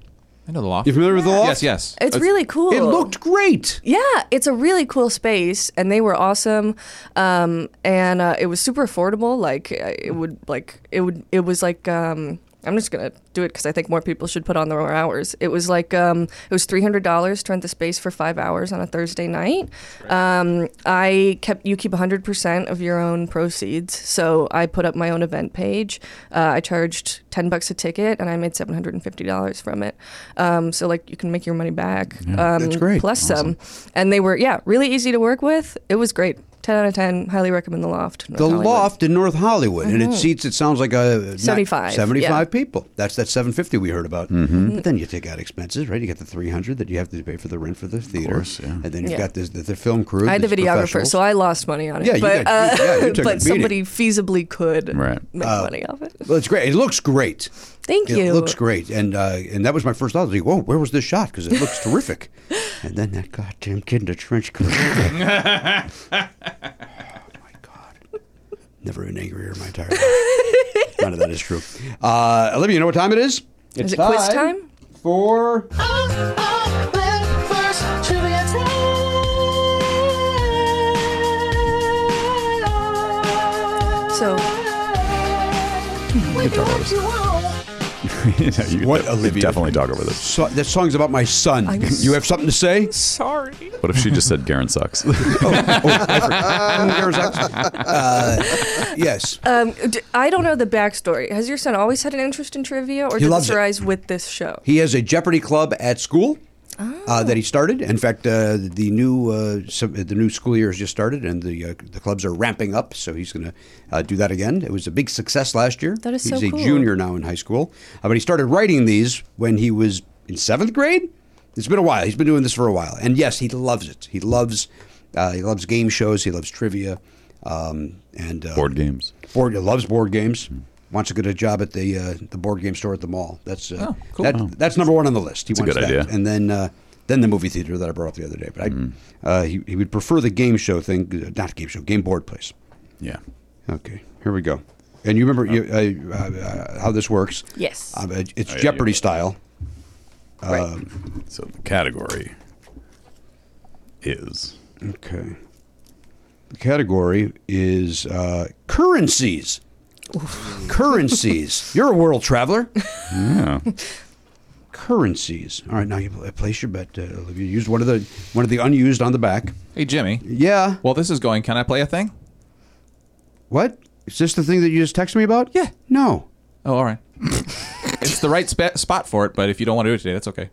S4: I know the loft.
S2: you familiar with the law?
S4: Yes, yes.
S9: It's really cool.
S2: It looked great.
S9: Yeah, it's a really cool space, and they were awesome. Um, and uh, it was super affordable. Like I- it would like it would it was like um, I'm just gonna do it because I think more people should put on their hours. It was like um, it was three hundred dollars to rent the space for five hours on a Thursday night. Um, I kept you keep hundred percent of your own proceeds, so I put up my own event page. Uh, I charged ten bucks a ticket, and I made seven hundred and fifty dollars from it. Um, so like you can make your money back. um,
S2: That's great.
S9: plus some. And they were, yeah, really easy to work with. It was great. 10 out of 10. Highly recommend The Loft. North
S2: The
S9: Hollywood.
S2: loft in North Hollywood, and it seats. It sounds like a not-
S9: 75,
S2: 75
S9: yeah. Mm-hmm.
S2: people. That's that seven fifty we heard about. But then you take out expenses, right? You got the three hundred that you have to pay for the rent for the theater, and then you've
S9: Yeah.
S2: got this, the, the film crew.
S9: I had the
S2: these
S9: videographer,
S2: professionals.
S9: so I lost money on it.
S2: Yeah, you
S9: but uh,
S2: got- you- yeah, you took a
S9: but
S2: beating.
S9: somebody feasibly could
S6: Right.
S9: make money off it.
S2: Well, it's great. It looks great.
S9: Thank
S2: Uh, it
S9: you.
S2: looks great, and uh, and that was my first thought. I was like, whoa, where was this shot? Because it looks terrific. And then that goddamn kid in the trench coat. oh my god! Never been angrier in my entire life. None of that is true. Uh, Olivia, you know what time it is? It's
S9: it quiz time?
S2: for
S9: So
S6: You know, you
S2: What,
S6: de-
S2: Olivia?
S6: Definitely talk over this.
S2: so, that song's about my son.
S9: I'm s-
S2: you have something to say?
S9: sorry.
S6: What if she just said Garen sucks?
S2: Uh, yes.
S9: Um, d- I don't know the backstory. Has your son always had an interest in trivia, or did
S2: loves
S9: this
S2: it.
S9: arise with this show?
S2: He has a Jeopardy club at school uh,
S9: Oh.
S2: that he started. In fact, uh, the new uh, sub, the new school year has just started, and the uh, the clubs are ramping up. So he's going to uh, do that again. It was a big success last year.
S9: That is
S2: he's
S9: so
S2: a
S9: cool.
S2: junior now in high school, uh, but he started writing these when he was in seventh grade. It's been a while. He's been doing this for a while, and yes, he loves it. He loves uh, he loves game shows. He loves trivia. Um, and uh,
S6: Board games.
S2: board loves board games. Wants to get a job at the uh, the board game store at the mall. That's uh, that, that's number one on the list. He
S6: a
S2: wants
S6: good
S2: that.
S6: idea. Mm.
S2: And then uh, then the movie theater that I brought up the other day. But I, uh, he he would prefer the game show thing, uh, not game show, game board place.
S6: Yeah.
S2: Okay, here we go. And you remember you, uh, uh, how this works?
S9: Yes.
S2: Um, it- it's
S6: Oh, yeah,
S2: Jeopardy
S6: yeah.
S2: style. Um,
S9: right.
S6: So the category is
S2: Okay. The category is uh, currencies. Currencies. You're a world traveler.
S6: yeah.
S2: currencies. All right, now you pl- place your bet, uh, Olivia. Use one of the one of the unused on the back.
S4: Hey, Jimmy.
S2: Yeah.
S4: Well, this is going. Can I play a thing?
S2: What? Is this the thing that you just texted me about?
S4: Yeah.
S2: No.
S4: Oh, all right. it's the right spa spot for it, but if you don't want to do it today, that's okay.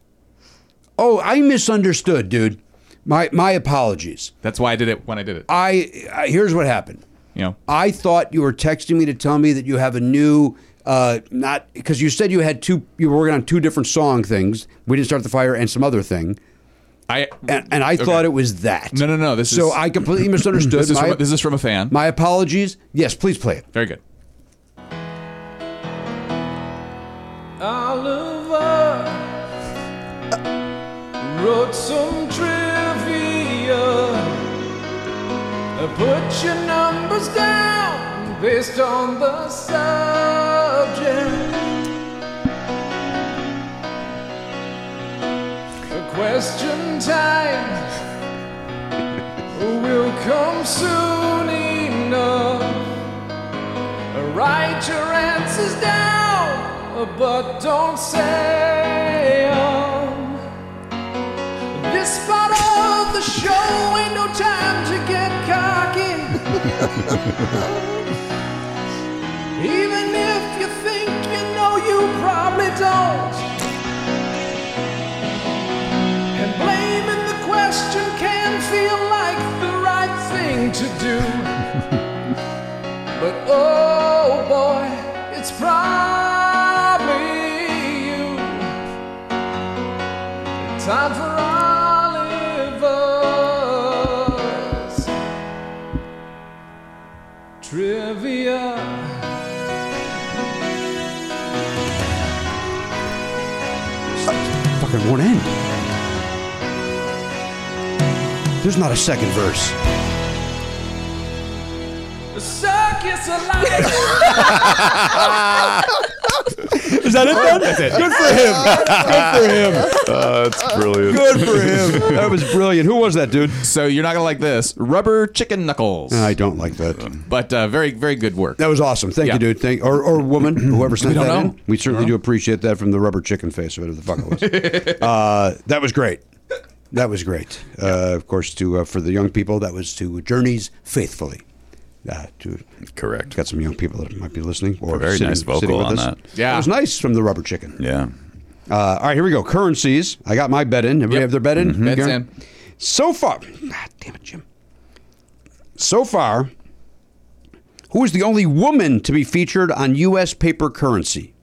S2: Oh, I misunderstood, dude. My my apologies.
S4: That's why I did it when I did it.
S2: I, I here's what happened.
S4: You know.
S2: I thought you were texting me to tell me that you have a new uh not because you said you had two you were working on two different song things. We didn't start the fire and some other thing.
S4: I
S2: And, and I thought it was that.
S4: No, no, no, this
S2: so
S4: is-
S2: I completely misunderstood.
S4: this is,
S2: my,
S4: from, this is from a fan.
S2: my apologies. Yes, please play it.
S4: Very good.
S10: wrote some trivia. Put your numbers down based on the subject. Question time will come soon enough. Write your answers down, but don't say 'em. This part of the show ain't no time to get cocky. Even if you think you know, you probably don't. And blaming the question can feel like the right thing to do. But oh boy, it's probably you. time for Oliver's trivia.
S2: Fucking won't end. There's not a second verse.
S10: The circus of life.
S2: Is that it then? That's it. Good for him.
S1: Uh, that's brilliant.
S2: Good for him. Good for him. That was brilliant. Who was that dude?
S4: So you're not gonna like this. Rubber chicken knuckles.
S2: I don't like that.
S4: but uh, very, very good work.
S2: That was awesome. Thank
S4: Yeah.
S2: you, dude. Thank or or woman, whoever sent
S4: don't
S2: that
S4: know.
S2: in. We certainly do appreciate that from the rubber chicken face, whatever the fuck it was. uh, that was great. That was great. Uh, of course, to uh, for the young people, that was to journeys faithfully. Uh, to
S1: Correct.
S2: got some young people that might be listening or
S1: Very
S2: sitting,
S1: nice vocal
S2: sitting with
S1: on
S2: us.
S1: that.
S4: Yeah.
S2: it was nice from the rubber chicken.
S1: Yeah.
S2: Uh, all right, here we go. Currencies. I got my bet in. Everybody
S4: Yep.
S2: have their bet in?
S4: Bet's
S2: Garen?
S4: in.
S2: So far. Ah, damn it, Jim. So far, who is the only woman to be featured on U.S. paper currency?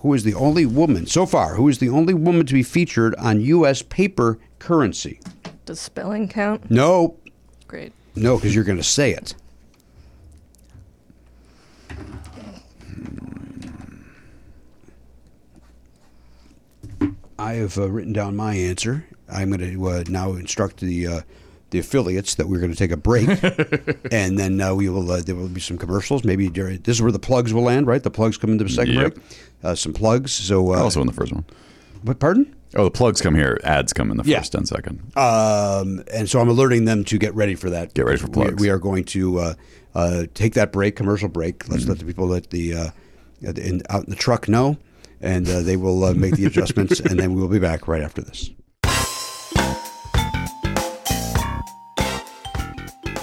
S2: Who is the only woman so far? Who is the only woman to be featured on U.S. paper currency?
S9: Does spelling count?
S2: No,
S9: Great.
S2: no, because you're going to say it. I have uh, written down my answer. I'm going to uh, now instruct the uh, the affiliates that we're going to take a break, and then uh, we will. Uh, there will be some commercials. Maybe during, this is where the plugs will end, right? The plugs come into the second
S1: Yep.
S2: break. Uh, some plugs. So, uh,
S1: Also in the first one.
S2: what? Pardon?
S1: Oh, the plugs come here. Ads come in the
S2: Yeah.
S1: first and second.
S2: Um, and so I'm alerting them to get ready for that.
S1: Get ready for plugs.
S2: We, we are going to uh, uh, take that break, commercial break.
S1: Mm-hmm.
S2: Let's let the people that the uh, at the- in, out in the truck know, and uh, they will uh, make the adjustments, and then we will be back right after this.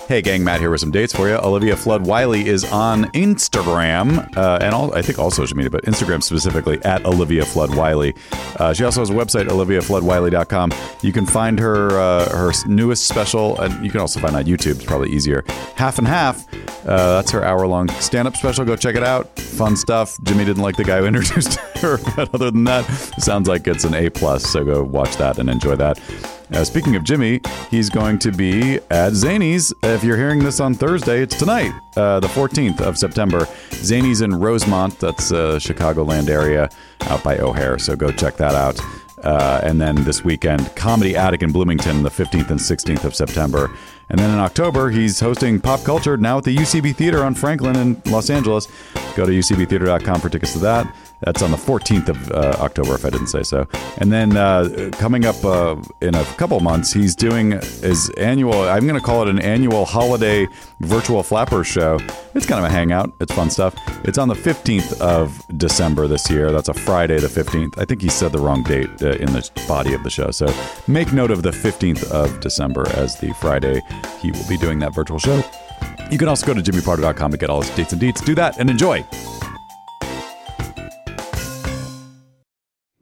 S1: Hey, gang, Matt here with some dates for you. Olivia Flood Wiley is on Instagram, uh, and all, I think all social media, but Instagram specifically, at Olivia Flood Wiley. Uh, she also has a website, oliviafloodwiley.com. You can find her uh, her newest special, and you can also find it on YouTube. It's probably easier. Half and Half, uh, that's her hour long stand up special. Go check it out. Fun stuff. Jimmy didn't like the guy who introduced her, but other than that, it sounds like it's an A. plus. So go watch that and enjoy that. Uh, speaking of Jimmy, he's going to be at Zany's. If you're hearing this on Thursday, it's tonight, uh, the 14th of September. Zany's in Rosemont, that's uh, Chicagoland area, out by O'Hare. So go check that out. Uh, and then this weekend, Comedy Attic in Bloomington, the 15th and 16th of September. And then in October, he's hosting Pop Culture now at the UCB Theater on Franklin in Los Angeles. Go to ucbtheater.com for tickets to that. That's on the 14th of uh, October, if I didn't say so. And then uh, coming up uh, in a couple months, he's doing his annual, I'm going to call it an annual holiday virtual flapper show. It's kind of a hangout, it's fun stuff. It's on the 15th of December this year. That's a Friday, the 15th. I think he said the wrong date uh, in the body of the show. So make note of the 15th of December as the Friday he will be doing that virtual show. You can also go to jimmyparter.com to get all his dates and deets. Do that and enjoy.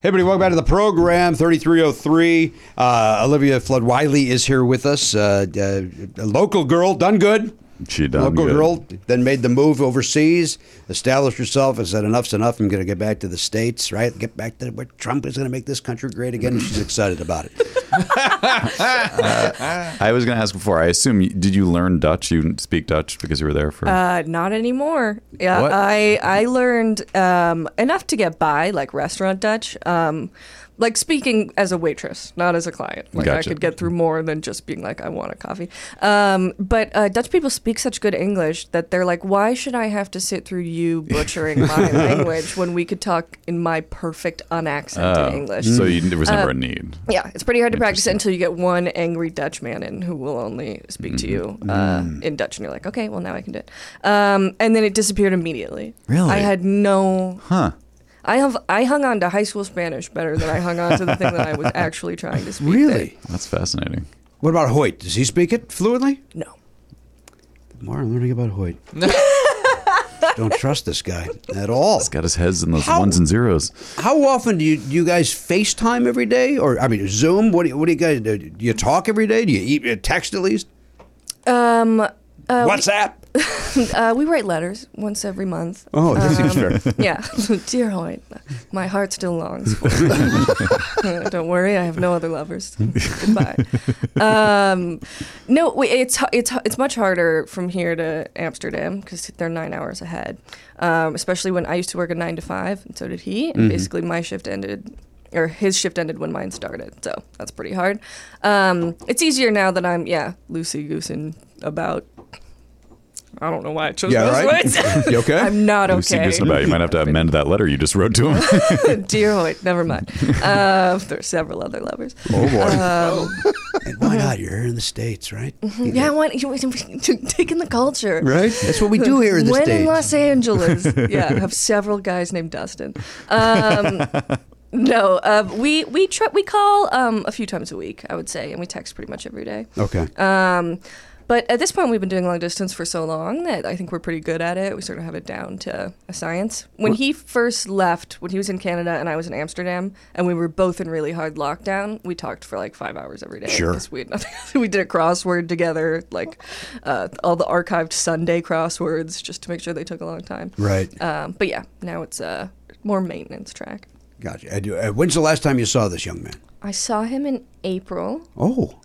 S2: Hey, everybody, welcome back to the program. 3303. Uh, Olivia Flood Wiley is here with us. Uh, uh, a local girl, done good.
S1: She um, done
S2: Local
S1: good.
S2: girl, then made the move overseas, established herself, and said, Enough's enough. I'm going to get back to the States, right? Get back to where Trump is going to make this country great again. And she's excited about it.
S1: I was going to ask before. I assume you- did you learn Dutch? You didn't speak Dutch because you were there for.
S9: Uh, not anymore. Yeah,
S1: What?
S9: I I learned um, enough to get by, like restaurant Dutch. Um, like speaking as a waitress, not as a client. Like I
S1: Gotcha.
S9: could get through more than just being like, I want a coffee. Um, but uh, Dutch people speak such good English that they're like, why should I have to sit through you butchering my language when we could talk in my perfect unaccented English?
S1: so you, there was
S2: uh,
S1: never a need.
S9: Yeah, it's pretty hard to practice until you get one angry Dutch man in who will only speak to you
S1: Mm.
S9: uh, in Dutch, and you're like, okay, well now I can do it. Um, and then it disappeared immediately.
S1: Really?
S9: I had no.
S1: Huh.
S9: I have I hung on to high school Spanish better than I hung on to the thing that I was actually trying to speak. there.
S1: That's fascinating.
S2: What about Hoyt? Does he speak it fluently?
S9: No.
S2: The more I'm learning about Hoyt, don't trust this guy at all.
S1: Got his heads in those
S2: How-
S1: ones and zeros.
S2: How often do you, do you guys FaceTime every day? Or, I mean, Zoom? What do you, what do you guys do? Do you talk every day? Do you eat, you text at least?
S9: Um,
S2: WhatsApp?
S9: uh, we write letters once every month.
S2: Oh, that seems fair.
S9: Yeah, dear Hoyt, my heart still longs for you. Don't worry, I have no other lovers. Goodbye. Um, no, wait, it's it's it's much harder from here to Amsterdam because they're nine hours ahead. Um, especially when I used to work a nine to five, and so did he.
S2: Mm-hmm.
S9: And basically, my shift ended. Or his shift ended when mine started, so that's pretty hard. Um, it's easier now that I'm, yeah, loosey goosing about. I don't know why I chose
S2: Yeah,
S9: those
S2: right?
S9: words.
S2: You okay?
S9: I'm not
S1: Lucy
S9: okay.
S1: Goose about. You might have to amend that letter you just wrote to him.
S9: Dear Hoyt, never mind. Uh, there are several other lovers.
S2: Oh, boy.
S9: Um,
S2: And why not? You're here in the States, right?
S9: Mm-hmm. Yeah, I want you to take in the culture.
S2: Right? That's what we do here in the
S9: when
S2: States.
S9: in Los Angeles. yeah, I have several guys named Dustin. Um, no, uh, we we try, we call um, a few times a week, I would say, and we text pretty much every day.
S2: okay.
S9: Um, but at this point, we've been doing long distance for so long that I think we're pretty good at it. We sort of have it down to a science. When he first left, when he was in Canada and I was in Amsterdam, and we were both in really hard lockdown, we talked for like five hours every day.
S2: Sure.
S9: 'cause We, had nothing else. we did a crossword together, like uh, all the archived Sunday crosswords, just to make sure they took a long time.
S2: right.
S9: Um, but yeah, now it's uh, more maintenance track.
S2: gotcha. I do. Uh, when's the last time you saw this young man?
S9: I saw him in April.
S2: Oh.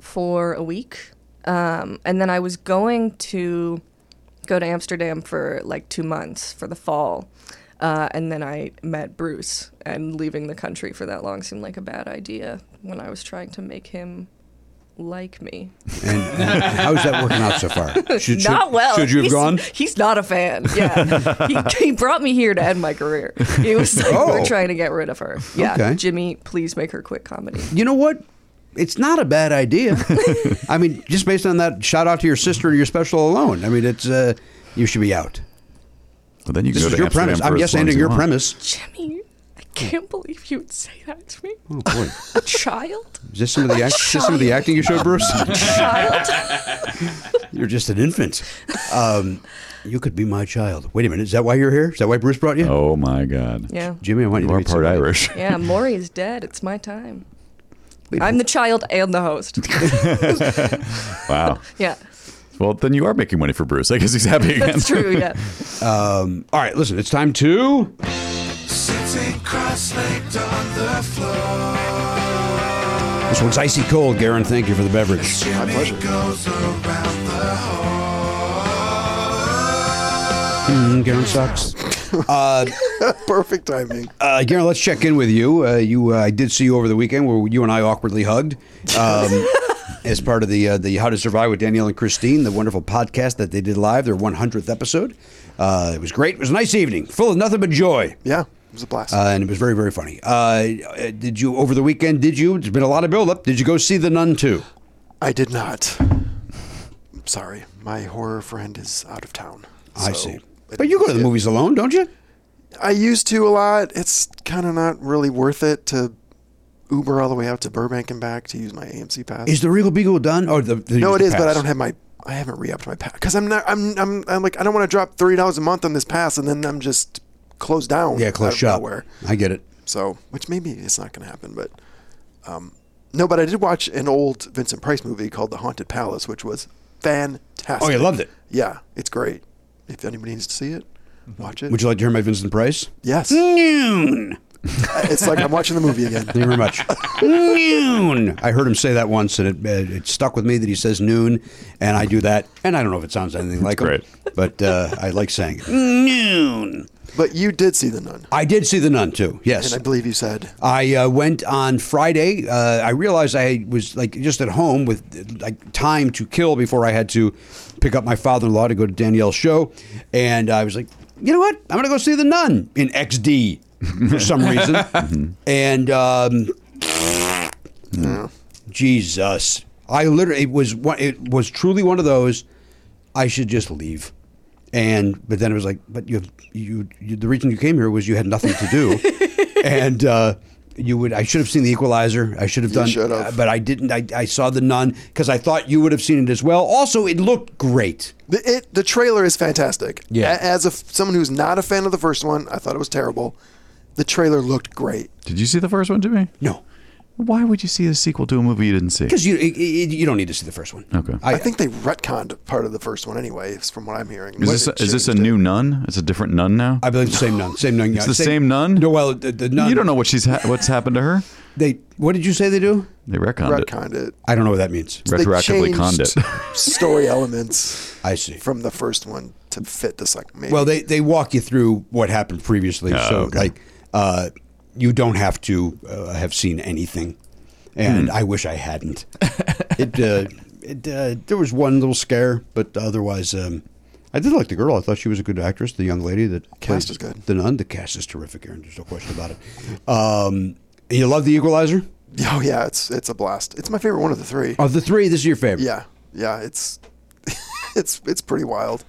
S9: for a week. Um, and then I was going to go to Amsterdam for like two months for the fall. Uh, and then I met Bruce, and leaving the country for that long seemed like a bad idea when I was trying to make him like me.
S2: and how's that working out so far? Should, should-
S9: not well.
S6: should you have
S9: he's,
S6: gone?
S9: He's not a fan. Yeah, he, he brought me here to end my career. He was like,
S2: Oh.
S9: "We're trying to get rid of her." Yeah,
S2: Okay.
S9: Jimmy, please make her quit comedy.
S2: you know what? It's not a bad idea. I mean, just based on that, shout out to your sister and your special alone. I mean, it's uh, you should be out.
S6: But then you
S2: This
S6: can go
S2: is
S6: to
S2: your
S6: Amsterdam
S2: premise.
S6: for
S2: I'm
S6: as
S2: yes
S6: long as
S2: ending
S6: you
S2: your
S6: want.
S2: premise.
S9: Jimmy, I can't believe you would say that to me.
S2: Oh boy,
S9: A child.
S2: is this some of the act, is this some of the acting you showed, Bruce?
S9: child.
S2: You're just an infant. Um, you could be my child. Wait a minute. Is that why you're here? Is that why Bruce brought you?
S6: Oh my God.
S9: Yeah.
S2: Jimmy, I want you,
S6: You
S2: to
S6: are
S2: meet
S6: part
S2: somebody.
S6: Irish.
S9: Yeah, Maury is dead. It's my time. I'm the child and the host.
S6: Wow.
S9: yeah,
S6: Well, then you are making money for Bruce. I guess he's happy again.
S9: that's true. Yeah.
S2: All right, listen. It's time to.
S3: Sitting cross-legged on the floor.
S2: This one's icy cold, Garen. Thank you for the beverage.
S3: Jimmy goes around the hall.
S2: Mm, Garen sucks.
S7: Perfect timing.
S2: Uh, Garen, let's check in with you. Uh, you, uh, I did see you over the weekend where you and I awkwardly hugged um, as part of the uh, the How to Survive with Danielle and Christine, the wonderful podcast that they did live, their 100th episode. Uh, it was great. It was a nice evening, full of nothing but joy.
S7: Yeah, it was a blast.
S2: Uh, and it was very, very funny. Uh, Uh, did you over the weekend? Did you? There's been a lot of buildup. Did you go see the Nun too?
S7: I did not. I'm sorry, my horror friend is out of town.
S2: I
S7: so
S2: see.
S7: I
S2: But you go to the
S7: didn't see it.
S2: movies alone, don't you?
S7: I used to a lot. It's kind of not really worth it to Uber all the way out to Burbank and back to use my AMC pass.
S2: Is the Regal Beagle done? Or the, the
S7: no, it
S2: the
S7: is, but I
S2: pass?
S7: don't have my. I haven't re-upped my pass because I'm not. I'm, I'm. I'm like I don't want to drop thirty dollars a month on this pass and then I'm just closed down.
S2: Yeah,
S7: out
S2: close
S7: of
S2: shop.
S7: nowhere.
S2: I get it.
S7: So, which maybe it's not going to happen, but um, no. But I did watch an old Vincent Price movie called The Haunted Palace, which was fantastic.
S2: Oh, you loved it.
S7: Yeah, it's great. If anybody needs to see it, watch it.
S2: Would you like to hear my Vincent Price?
S7: yes,
S2: Noon.
S7: it's like I'm watching the movie again.
S2: Thank you very much. noon. I heard him say that once, and it, uh, it stuck with me that he says noon, and I do that, and I don't know if it sounds anything like
S6: great.
S2: him, but uh, I like saying it. noon.
S7: But you did see The Nun,
S2: I did see the nun too.
S7: and
S2: Yes,
S7: I believe you said
S2: I uh, went on Friday. Uh, I realized I was like just at home with uh, like time to kill before I had to pick up my father-in-law to go to Danielle's show, and I was like, you know what? I'm gonna go see the Nun in XD for some reason, and um, Jesus, I literally it was one. It was truly one of those. I should just leave. And but then it was like, but you, have, you, you, the reason you came here was you had nothing to do, and uh, you would. I should have seen the Equalizer. I should have done,
S7: should have.
S2: but I didn't. I, I saw the Nun because I thought you would have seen it as well. Also, it looked great.
S7: The, it, the trailer is fantastic.
S2: Yeah.
S7: A- As a, someone who's not a fan of the first one, I thought it was terrible. The trailer looked great.
S6: Did you see the first one, Jimmy?
S2: No,
S6: Why would you see a sequel to a movie you didn't see?
S2: because you it, it- you don't need to see the first one.
S6: Okay.
S7: I, think they retconned part of the first one anyway, is from what I'm hearing.
S6: Is this, is this a new nun? It's a different nun now?
S2: I believe the same nun. Same nun. It's
S6: the same nun?
S2: No, well, the, the nun.
S6: you don't know what she's ha- what's happened to her.
S2: They. What did you say they do?
S6: They retconned it.
S7: retconned it?
S2: I don't know what that means.
S7: They
S6: Retroactively conned it.
S7: changed story elements
S2: I see.
S7: from the first one to fit this. Like maybe.
S2: Well, they, they walk you through what happened previously, so
S6: okay.
S2: like uh, you don't have to uh, have seen anything, and I wish I hadn't. it uh, it uh, there was one little scare, but otherwise, um, I did like the girl. I thought she was a good actress. The young lady that
S7: Cast
S2: plays
S7: is good.
S2: The nun. The cast is terrific, Aaron. There's no question about it. Um, you love the Equalizer.
S7: Oh yeah, it's it's a blast. It's my favorite one of the three.
S2: Of the three, this is your favorite.
S7: Yeah, yeah, it's it's it's pretty wild.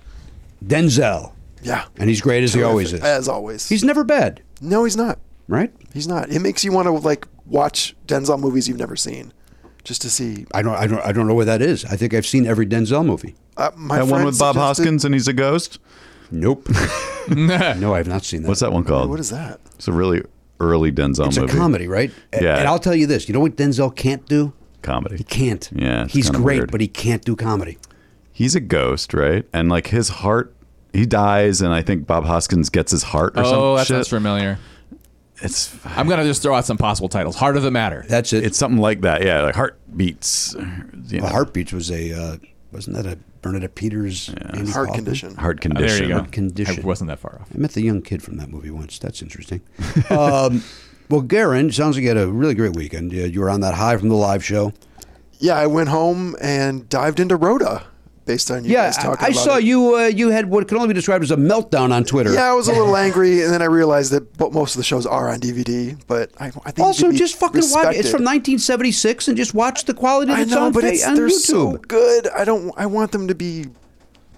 S2: Denzel.
S7: Yeah,
S2: And he's great as he always is.
S7: As always,
S2: He's never bad,
S7: no, he's not.
S2: right?
S7: He's not. It makes you want to like watch Denzel movies you've never seen, just to see.
S2: I don't, I don't, I don't know where that is. I think I've seen every Denzel movie.
S7: Uh, my
S6: That one
S7: friend
S6: with Bob
S7: suggested-
S6: Hoskins and he's a ghost.
S2: Nope. no, I've not seen that.
S6: What's that one called?
S7: What is that?
S6: It's a really early Denzel
S2: It's a
S6: movie.
S2: comedy, right? A-
S6: Yeah.
S2: And I'll tell you this: you know what Denzel can't do?
S6: Comedy.
S2: He can't.
S6: Yeah, it's
S2: He's
S6: kinda
S2: great,
S6: weird.
S2: but he can't do comedy.
S6: He's a ghost, right? And like his heart, he dies, and I think Bob Hoskins gets his heart or
S4: Oh, that
S6: some
S4: sounds
S6: shit.
S4: familiar.
S6: It's
S4: I'm gonna just throw out some possible titles. Heart of the Matter.
S2: That's it.
S6: it's something like that. Yeah, like heartbeats. You know,
S2: Well, Heartbeats was a uh, wasn't that a Bernadette Peters Andy
S7: Heart
S2: Kaufman?
S7: condition.
S6: heart
S4: Ah, there
S6: condition.
S4: you go.
S2: Condition.
S4: I wasn't that far off.
S2: I met the young kid from that movie once. That's interesting. um, well, Garen, sounds like you had a really great weekend. You, you were on that high from the live show.
S7: Yeah, I went home and dived into Rhoda, based on you
S2: Yeah,
S7: guys
S2: I,
S7: talking
S2: I
S7: about
S2: saw
S7: it.
S2: you. Uh, you had what can only be described as a meltdown on Twitter.
S7: Yeah, I was a little angry, and then I realized that bo- most of the shows are on DVD. But I, I think you
S2: Also,
S7: could be
S2: just fucking watch. It's
S7: respected.
S2: from 1976, and just watch the quality
S7: I
S2: that's
S7: know,
S2: on,
S7: but
S2: fa-
S7: it's
S2: on
S7: they're
S2: YouTube.
S7: so good. I don't. I want them to be.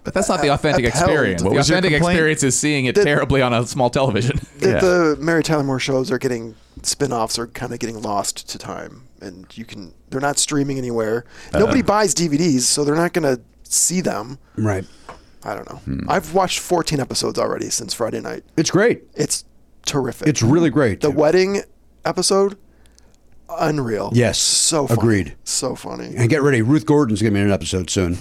S4: But that's not the authentic
S7: upheld.
S4: experience.
S7: What
S4: the
S6: was your
S4: authentic
S6: complaint?
S4: experience is seeing it terribly on a small television.
S7: that
S6: Yeah.
S7: The Mary Tyler Moore shows are getting spin-offs are kind of getting lost to time, and you can. They're not streaming anywhere.
S2: Uh-huh.
S7: Nobody buys DVDs, so they're not going to see them.
S2: Right.
S7: I don't know.
S2: Hmm.
S7: I've watched 14 episodes already since Friday night.
S2: It's great.
S7: It's terrific.
S2: It's really great.
S7: the wedding episode. Unreal.
S2: Yes.
S7: So funny.
S2: Agreed.
S7: So funny.
S2: And get ready, Ruth Gordon's going to be in an episode soon,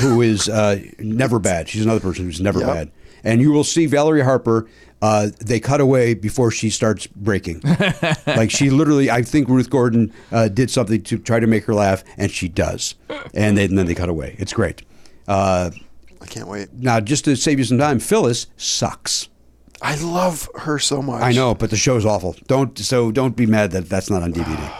S2: who is uh, never bad. She's another person who's never
S7: Yep.
S2: bad. And you will see Valerie Harper. Uh, they cut away before she starts breaking. like she literally, I think Ruth Gordon uh, did something to try to make her laugh, and she does. And, they, and then they cut away. It's great. Uh,
S7: I can't wait.
S2: now, just to save you some time, Phyllis sucks.
S7: I love her so much.
S2: I know, but the show's awful. Don't so don't be mad that that's not on DVD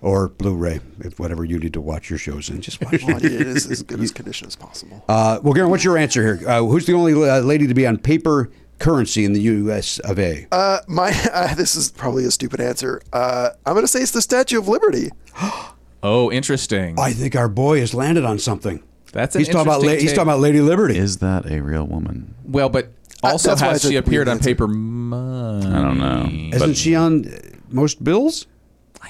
S2: or Blu-ray, if whatever you need to watch your shows in. Just watch. it.
S7: Well, it is as good as condition as possible.
S2: Uh, well, Garen, what's your answer here? Uh, who's the only uh, lady to be on paper currency in the U.S. of A?
S7: Uh, my uh, this is probably a stupid answer. Uh, I'm gonna say it's the Statue of Liberty.
S4: Oh, interesting.
S2: I think our boy has landed on something.
S4: That's an
S2: he's talking about.
S4: interesting
S2: he's
S4: take.
S2: talking about Lady Liberty.
S6: Is that a real woman?
S4: Well, but also
S7: that's why
S4: has
S7: it's a
S4: she appeared
S7: weird
S4: on
S7: answer.
S4: paper money?
S6: I don't know.
S2: Isn't she on uh, most bills?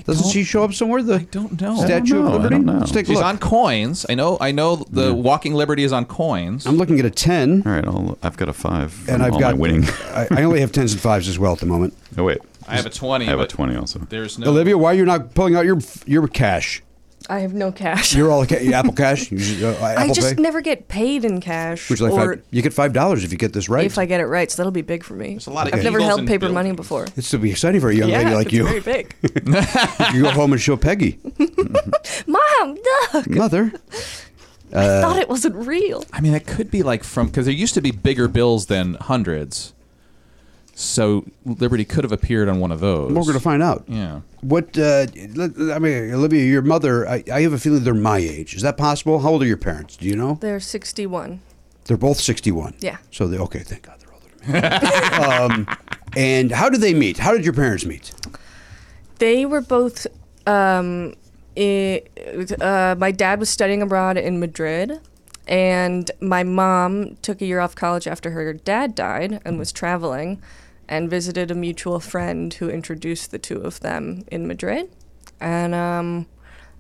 S2: Doesn't
S4: don't-
S2: she show up somewhere? The I
S4: don't know. I don't
S2: Statue
S6: know. I
S2: of Liberty.
S6: don't know.
S2: Let's take a
S4: She's
S2: look.
S4: on coins. I know. I know. The Walking Liberty is on coins.
S2: I'm looking at a ten,
S6: All right, I'll, I've got a five. from
S2: and I've
S6: all
S2: got
S6: my winning.
S2: I, I only have tens and fives as well at the moment.
S6: oh wait,
S4: I have a twenty.
S6: I have a
S4: but
S6: twenty also.
S4: There's no.
S2: Olivia, why are you not pulling out your your cash?
S9: I have no cash.
S2: You're all ca- Apple Cash. You just, uh, Apple
S9: I just
S2: Pay.
S9: never get paid in cash.
S2: Would you like
S9: or
S2: five, you get five dollars if you get this right.
S9: if I get it right, so that'll be big for me.
S4: a lot of
S9: I've never
S4: eagles
S9: held
S4: and
S9: paper money
S4: buildings.
S9: before.
S2: this would be exciting for a young lady
S9: yeah,
S2: like
S9: it's
S2: you.
S9: very big.
S2: you go home and show Peggy,
S9: Mom, look!
S2: mother. Uh,
S9: I thought it wasn't real.
S4: I mean, it could be like from because there used to be bigger bills than hundreds. So Liberty could have appeared on one of those.
S2: We're going to find out.
S4: Yeah.
S2: What uh, let- I mean, Olivia, your mother. I, I have a feeling they're my age. Is that possible? How old are your parents? Do you know?
S9: They're 61.
S2: They're both sixty-one.
S9: Yeah.
S2: So they okay. Thank God they're older than me. um, and how did they meet? How did your parents meet?
S9: They were both. Um, i uh, my dad was studying abroad in Madrid, and my mom took a year off college after her dad died and was traveling, and visited a mutual friend who introduced the two of them in Madrid, and um,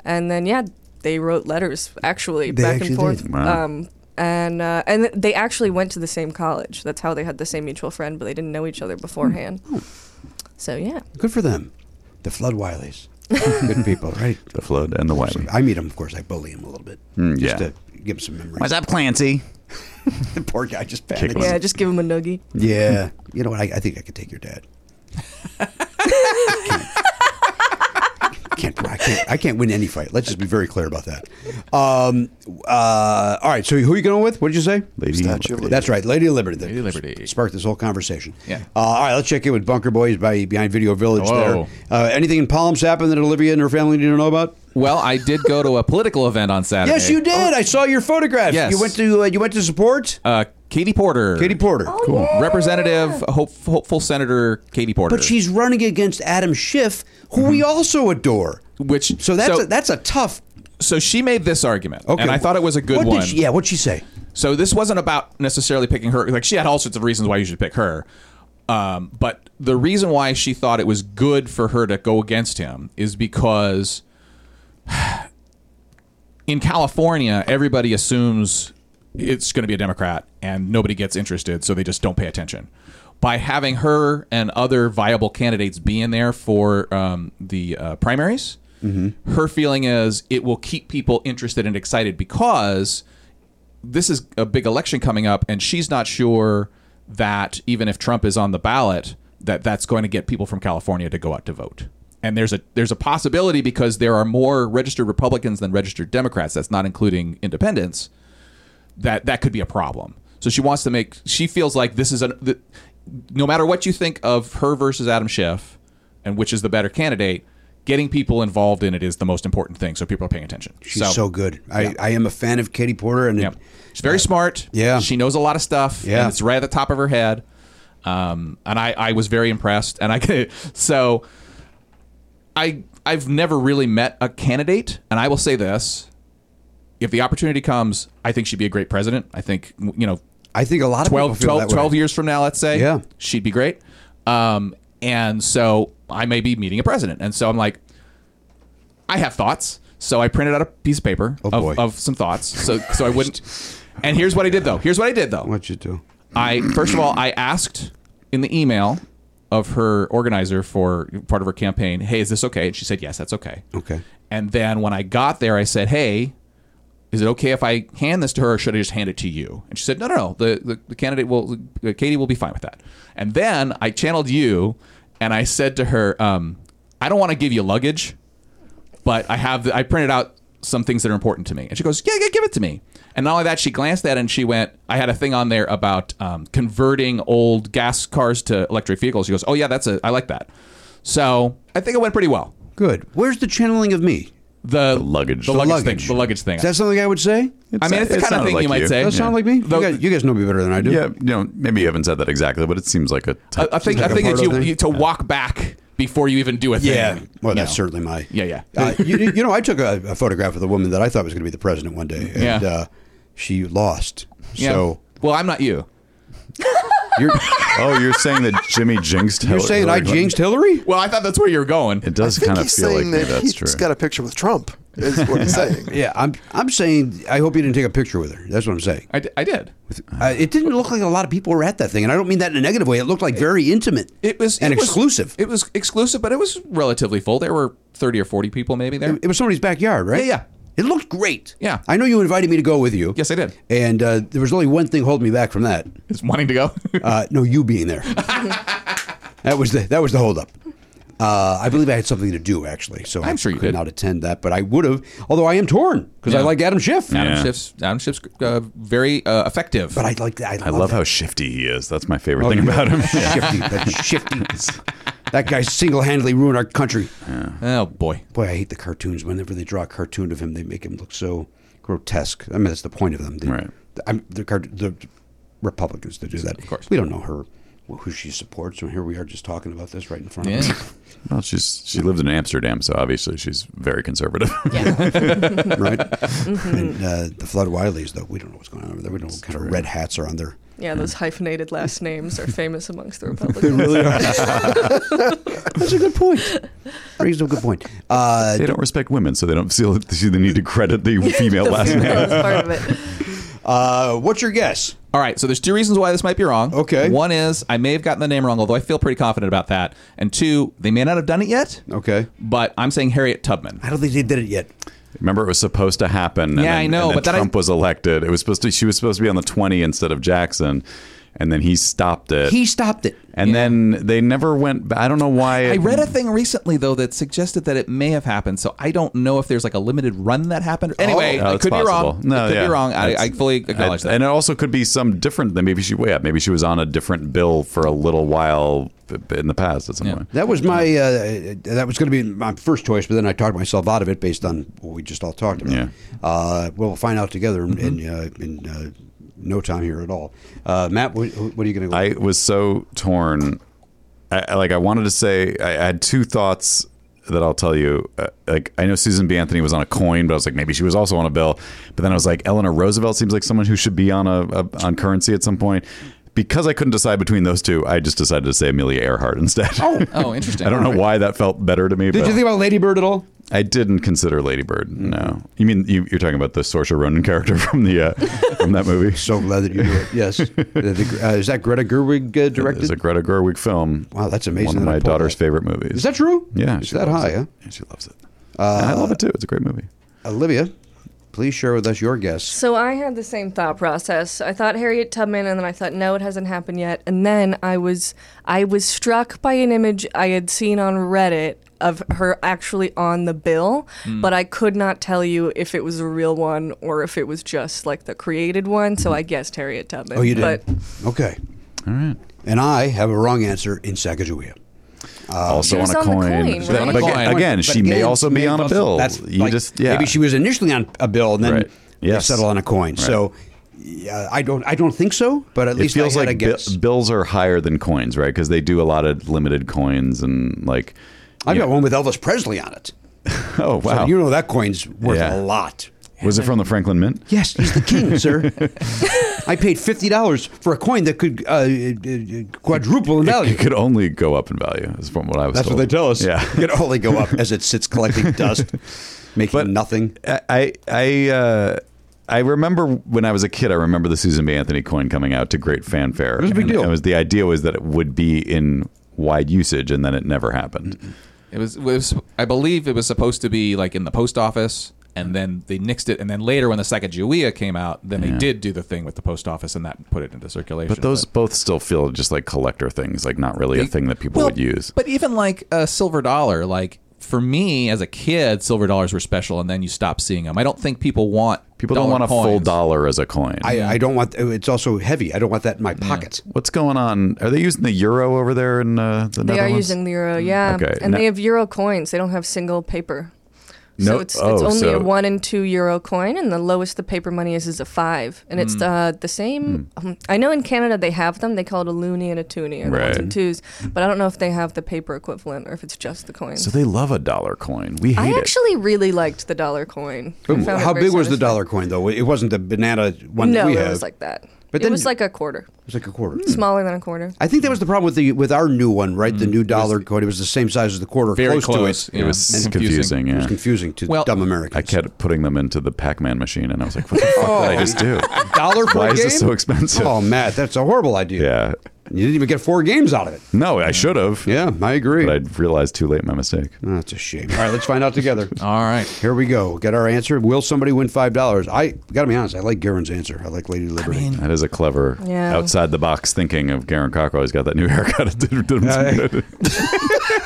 S9: and then yeah, they wrote letters actually
S2: They
S9: back
S2: actually
S9: and forth.
S2: did.
S6: Wow.
S9: Um, and uh, and they actually went to the same college. That's how they had the same mutual friend, but they didn't know each other beforehand.
S2: Hmm.
S9: So yeah.
S2: Good for them. The Flood Wileys. Good people, right?
S6: The flood and the Wiley.
S2: I meet him, of course. I bully him a little bit,
S6: Mm,
S2: just
S6: yeah.
S2: to give him some memories.
S6: up, Clancy?
S2: the poor guy just
S6: Kick
S2: panicked.
S6: him.
S9: Yeah, just give him a noogie.
S2: Yeah, you know what? I, I think I could take your dad. can't, can't, I can't. I can't win any fight. Let's just be very clear about that. Um, uh, all right. So who are you going with? What did you say?
S6: Lady
S7: Statue of
S6: Liberty.
S2: That's right, Lady of Liberty. that
S4: Lady of Liberty.
S2: sparked this whole conversation.
S4: Yeah.
S2: Uh, all right, let's check in with Bunker Boys by behind Video Village.
S4: Whoa.
S2: There. Uh, anything in Palms happened that Olivia and her family need to know about?
S4: Well, I did go to a political event on Saturday.
S2: Yes, you did. I saw your photograph.
S4: Yes.
S2: You went to uh, you went to support.
S4: Uh, Katie Porter.
S2: Katie Porter.
S4: Oh.
S8: Cool. yeah.
S4: Representative, hope, hopeful Senator Katie Porter.
S2: But she's running against Adam Schiff, who we
S4: Mm-hmm.
S2: also adore.
S4: Which
S2: So that's a, that's a tough.
S4: so she made this argument,
S2: Okay.
S4: and I thought it was a good
S2: what
S4: one.
S2: Did she, yeah. What'd she say?
S4: So this wasn't about necessarily picking her. Like she had all sorts of reasons why you should pick her. Um, but the reason why she thought it was good for her to go against him is because in California, everybody assumes it's going to be a Democrat and nobody gets interested, so they just don't pay attention. By having her and other viable candidates be in there for um, the uh, primaries, her feeling is it will keep people interested and excited because this is a big election coming up, and she's not sure that even if Trump is on the ballot, that that's going to get people from California to go out to vote. And there's a there's a possibility because there are more registered Republicans than registered Democrats. That's not including independents. That that could be a problem. So she wants to make. She feels like this is a. The, no matter what you think of her versus Adam Schiff, and which is the better candidate, getting people involved in it is the most important thing. So people are paying attention.
S2: She's so, good. I, I am a fan of Katie Porter, and
S4: Yeah. She's very smart.
S2: yeah.
S4: She knows a lot of stuff.
S2: Yeah.
S4: And it's right at the top of her head. Um, and I, I was very impressed. And I could, so I I've never really met a candidate, and I will say this. If the opportunity comes, I think she'd be a great president. I think you know
S2: I think a lot of
S4: 12,
S2: people feel
S4: 12,
S2: that way.
S4: 12 years from now, let's say,
S2: Yeah.
S4: she'd be great. Um, and so I may be meeting a president. And so I'm like, I have thoughts. So I printed out a piece of paper
S2: Oh, boy.
S4: of, of some thoughts. So, so I wouldn't. And here's what I did, though. Here's what I did, though.
S2: What'd you do?
S4: I first of all, I asked in the email of her organizer for part of her campaign, "Hey, is this okay?" And she said, "Yes, that's okay."
S2: Okay.
S4: And then when I got there, I said, "Hey, is it okay if I hand this to her, or should I just hand it to you?" And she said, "No, no, no. The the, the candidate will, uh, Katie will be fine with that." And then I channeled you, and I said to her, um, "I don't want to give you luggage." but I have the, I printed out some things that are important to me. And she goes, yeah, yeah, give it to me. And not only that, she glanced at it and she went, I had a thing on there about um, converting old gas cars to electric vehicles. She goes, oh yeah, that's a I like that. So I think it went pretty well.
S2: Good. Where's the channeling of me?
S4: The,
S6: luggage.
S4: the,
S6: The
S4: luggage,
S2: luggage.
S4: thing, the luggage thing.
S2: Is that something I would say?
S4: I mean, it's the kind
S6: It
S4: of
S6: sounded
S4: thing
S6: like
S4: you might
S6: you.
S4: say.
S2: Does that sound like me?
S4: The-
S2: you, guys, you guys know me better than I do.
S6: Yeah, you know, maybe you haven't said that exactly, but it seems like a.
S2: Uh,
S4: I, I think I
S2: like a
S4: think that
S2: part of
S4: you,
S2: the-
S4: you to walk back before you even do a thing.
S2: Yeah. Well,
S4: You
S2: that's
S4: know.
S2: certainly my.
S4: Yeah, yeah.
S2: Uh, you, you know, I took a, a photograph of the woman that I thought was going to be the president one day, and
S4: Yeah.
S2: uh, she lost.
S4: Yeah.
S2: So
S4: well, I'm not you.
S2: you're,
S6: oh, you're saying that Jimmy jinxed.
S2: you're saying I jinxed Hillary?
S4: Well, I thought that's where you were going.
S6: It does
S7: I think
S6: kind of
S7: he's
S6: feel like
S7: saying that
S6: that's
S7: he's
S6: true.
S7: got a picture with Trump. Is what he's saying.
S2: Yeah, I'm. I'm saying I hope you didn't take a picture with her. That's what I'm saying.
S4: I, d- I did.
S2: Uh, it didn't look like a lot of people were at that thing, and I don't mean that in a negative way. It looked like very intimate.
S4: It was
S2: and
S4: it was-
S2: exclusive.
S4: it was exclusive, but it was relatively full. There were thirty or forty people maybe there.
S2: It was somebody's backyard, right?
S4: Yeah, yeah.
S2: It looked great.
S4: Yeah.
S2: I know you invited me to go with you.
S4: Yes, I did.
S2: And uh, there was only one thing holding me back from that.
S4: Is wanting to go.
S2: Uh, no, you being there. that was the that was the holdup. Uh, I believe I had something to do actually, so
S4: I'm
S2: I
S4: sure you
S2: could
S4: did.
S2: not attend that, but I would have. Although I am torn because I
S4: Yeah.
S2: like Adam Schiff,
S4: Adam
S6: Yeah.
S4: Schiff's Adam Schiff's uh, very uh, effective.
S2: but I like I,
S6: I love
S2: that. Oh,
S6: how shifty he is. That's my
S4: Oh,
S6: favorite thing about him.
S2: shifty, that shifty. That guy single handedly ruined our country.
S4: oh boy,
S2: Boy, I hate the cartoons. Whenever they draw a cartoon of him, they make him look so grotesque. I mean, that's the point of them. They,
S6: Right.
S2: I'm, the, cart- the Republicans to do that. Of
S4: course.
S2: we don't know her, who she supports. And here we are just talking about this right in front
S4: yeah.
S2: of us.
S6: Well, she's she lived in Amsterdam, so obviously she's very conservative.
S2: right? And uh, the Flood Wileys, though, we don't know what's going on over there. We don't know what kind of red hats are on there.
S9: Yeah, those hyphenated last names are famous amongst the Republicans.
S2: really are. That's a good point. Brings up a good point. Uh,
S6: they don't respect women, so they don't feel see the need to credit the female
S9: The
S6: last
S9: female
S6: name.
S9: is part of it.
S2: uh, what's your guess?
S4: All right, so there's two reasons why this might be wrong.
S2: Okay.
S4: One is I may have gotten the name wrong, although I feel pretty confident about that. And two, they may not have done it yet.
S2: Okay.
S4: But I'm saying Harriet Tubman.
S2: I don't think they did it yet.
S6: Remember, it was supposed to happen. And
S4: Yeah,
S6: then,
S4: I know,
S6: and then
S4: but then I-
S6: Trump was elected. It was supposed to. She was supposed to be on the twenty instead of Jackson, and then he stopped it.
S2: He stopped it.
S6: and then they never went. ba- I don't know why.
S4: I
S6: it-
S4: read a thing recently though that suggested that it may have happened. So I don't know if there's like a limited run that happened. Anyway,
S6: Oh,
S4: I
S6: it's
S4: could be
S6: possible.
S4: wrong.
S6: No,
S4: I could
S6: yeah.
S4: be wrong. I,
S6: That's-
S4: I fully acknowledge
S6: I-
S4: that.
S6: And it also could be some different than maybe she way up. Maybe she was on a different bill for a little while b- in the past at some point.
S2: That was my. Uh, that was going to be my first choice, but then I talked myself out of it based on what we just all talked about.
S6: Yeah.
S2: Uh, we'll find out together in in, uh, in uh, no time here at all. Uh, Matt, what, what are you going to go?
S1: I was so torn. I, I- like I wanted to say I, I had two thoughts that I'll tell you. Uh, like I know Susan B. Anthony was on a coin, but I was like maybe she was also on a bill. But then I was like Eleanor Roosevelt seems like someone who should be on a, a on currency at some point. Because I couldn't decide between those two, I just decided to say Amelia Earhart instead. Oh,
S4: Oh, interesting.
S1: I don't know why that felt better to me.
S2: Did
S1: but
S2: you think about Lady Bird at all?
S1: I didn't consider Lady Bird. No, you mean you, you're talking about the Saoirse Ronan character from the uh, from that movie?
S2: So glad that you do it. Yes. The- uh, is that Greta Gerwig uh, directed?
S1: It's a Greta Gerwig film.
S2: Wow, that's amazing
S1: One of
S2: that I
S1: my
S2: pulled
S1: daughter's
S2: that.
S1: favorite movies.
S2: Is that true?
S1: Yeah,
S2: It's
S1: she
S2: that
S1: loves
S2: high,
S1: it.
S2: huh?
S1: Yeah, she loves it. And I love it too. It's a great movie.
S2: Olivia, please share with us your guess.
S9: So I had the same thought process. I thought Harriet Tubman, and then I thought, no, it hasn't happened yet. And then I was, I was struck by an image I had seen on Reddit of her actually on the bill, but I could not tell you if it was a real one or if it was just like the created one. So I guessed Harriet Tubman.
S2: Oh, you did?
S9: But
S2: okay. All right. And I have a wrong answer in Sacagawea.
S1: also
S9: She was
S1: on a
S9: Uh, on the
S1: coin.
S9: coin,
S1: But
S9: right?
S1: aga-
S4: On a
S1: Again,
S4: coin.
S1: she may also be on a bill.
S2: That's
S1: you
S2: like-
S1: just yeah.
S2: Maybe she was initially on a bill and then
S1: Right.
S2: they
S1: Yes.
S2: settled on a coin. So yeah, I don't I don't think so, but at
S1: It
S2: least
S1: feels
S2: I had a
S1: like bi-
S2: guess.
S1: bills are higher than coins, right? Because they do a lot of limited coins and like.
S2: I've
S1: you
S2: got
S1: know-
S2: one with Elvis Presley on it.
S1: Oh wow!
S2: So you know that coin's worth
S1: Yeah.
S2: a lot.
S1: was it from the Franklin Mint?
S2: Yes, he's the king, sir. I paid fifty dollars for a coin that could uh, uh, uh, quadruple in value.
S1: It could only go up in value, is from what I was.
S2: That's what
S1: told.
S2: they tell us.
S1: Yeah,
S2: it could only go up as it sits collecting dust, making nothing.
S1: I I uh, I remember when I was a kid. I remember the Susan B. Anthony coin coming out to great fanfare. It
S2: was a big deal.
S1: It was the idea was that it would be in wide usage, and then it never
S2: Mm-hmm.
S1: happened.
S4: It was, it was I believe it was supposed to be like in the post office, and then they nixed it, and then later when the Sacagawea came out, then they did do the thing with the post office, and that put it into circulation.
S1: But those both still feel just like collector things, like not really a thing that people
S4: Well,
S1: would use.
S4: But even like a silver dollar, like for me as a kid, silver dollars were special, and then you stop seeing them. I don't think people want
S1: People don't
S4: dollar
S1: want a full
S4: coins.
S1: dollar as a coin.
S2: I, I don't want. It's also heavy. I don't want that in my pocket.
S1: What's going on? Are they using the euro over there in uh, the
S9: they are
S1: Netherlands?
S9: using the euro, yeah,
S1: Okay,
S9: and
S1: now-
S9: they have euro coins. They don't have single paper.
S1: No-
S9: so it's,
S1: oh,
S9: it's only
S1: so-
S9: a one and two euro coin, and the lowest the paper money is is a five, and
S2: Hmm.
S9: it's uh, the same. Um, I know in Canada they have them. They call it a loony and a toonie, or the ones
S1: Right.
S9: and twos, but I don't know if they have the paper equivalent or if it's just the coins.
S1: So they love a dollar coin. We hate
S9: I
S1: it.
S9: actually really liked the dollar coin. I
S2: But
S9: found it
S2: How
S9: very
S2: big was the
S9: satisfying.
S2: dollar coin though? It wasn't the banana one that
S9: No,
S2: we
S9: it
S2: have.
S9: was like Hmm. that.
S2: But
S9: But
S2: then- Hmm.
S9: it was like a quarter,
S2: It was like a quarter.
S9: smaller than a quarter.
S2: I think that was the problem with the with our new one, right?
S1: Hmm.
S2: The new dollar coin. It was the same size as the quarter,
S4: Very
S2: close,
S4: close.
S2: to it.
S4: yeah.
S1: it was
S4: And
S1: confusing.
S2: It was
S1: yeah.
S2: confusing to
S4: Well,
S1: I
S2: dumb Americans.
S1: kept putting them into the Pac-Man machine, and I was like, "What the fuck did I just do?
S2: dollar per
S1: Why is this
S2: Oh. game?
S1: so expensive?
S2: Oh, Matt, that's a horrible idea.
S1: Yeah.
S2: You didn't even get four games out of it.
S1: No, I should have.
S2: Yeah, I agree.
S1: But I realized too late my mistake.
S2: Oh, that's a shame. All right, let's find out together.
S1: Oh,
S4: All right.
S2: Here we go. Get our answer. Will somebody win five dollars? I gotta be honest. I like Garen's answer. I like Lady Liberty.
S1: That is a clever
S9: Yeah.
S1: outside the box thinking of Garen Cockrell. He's got that new haircut. It did, did him some
S2: Uh,
S1: good.
S2: All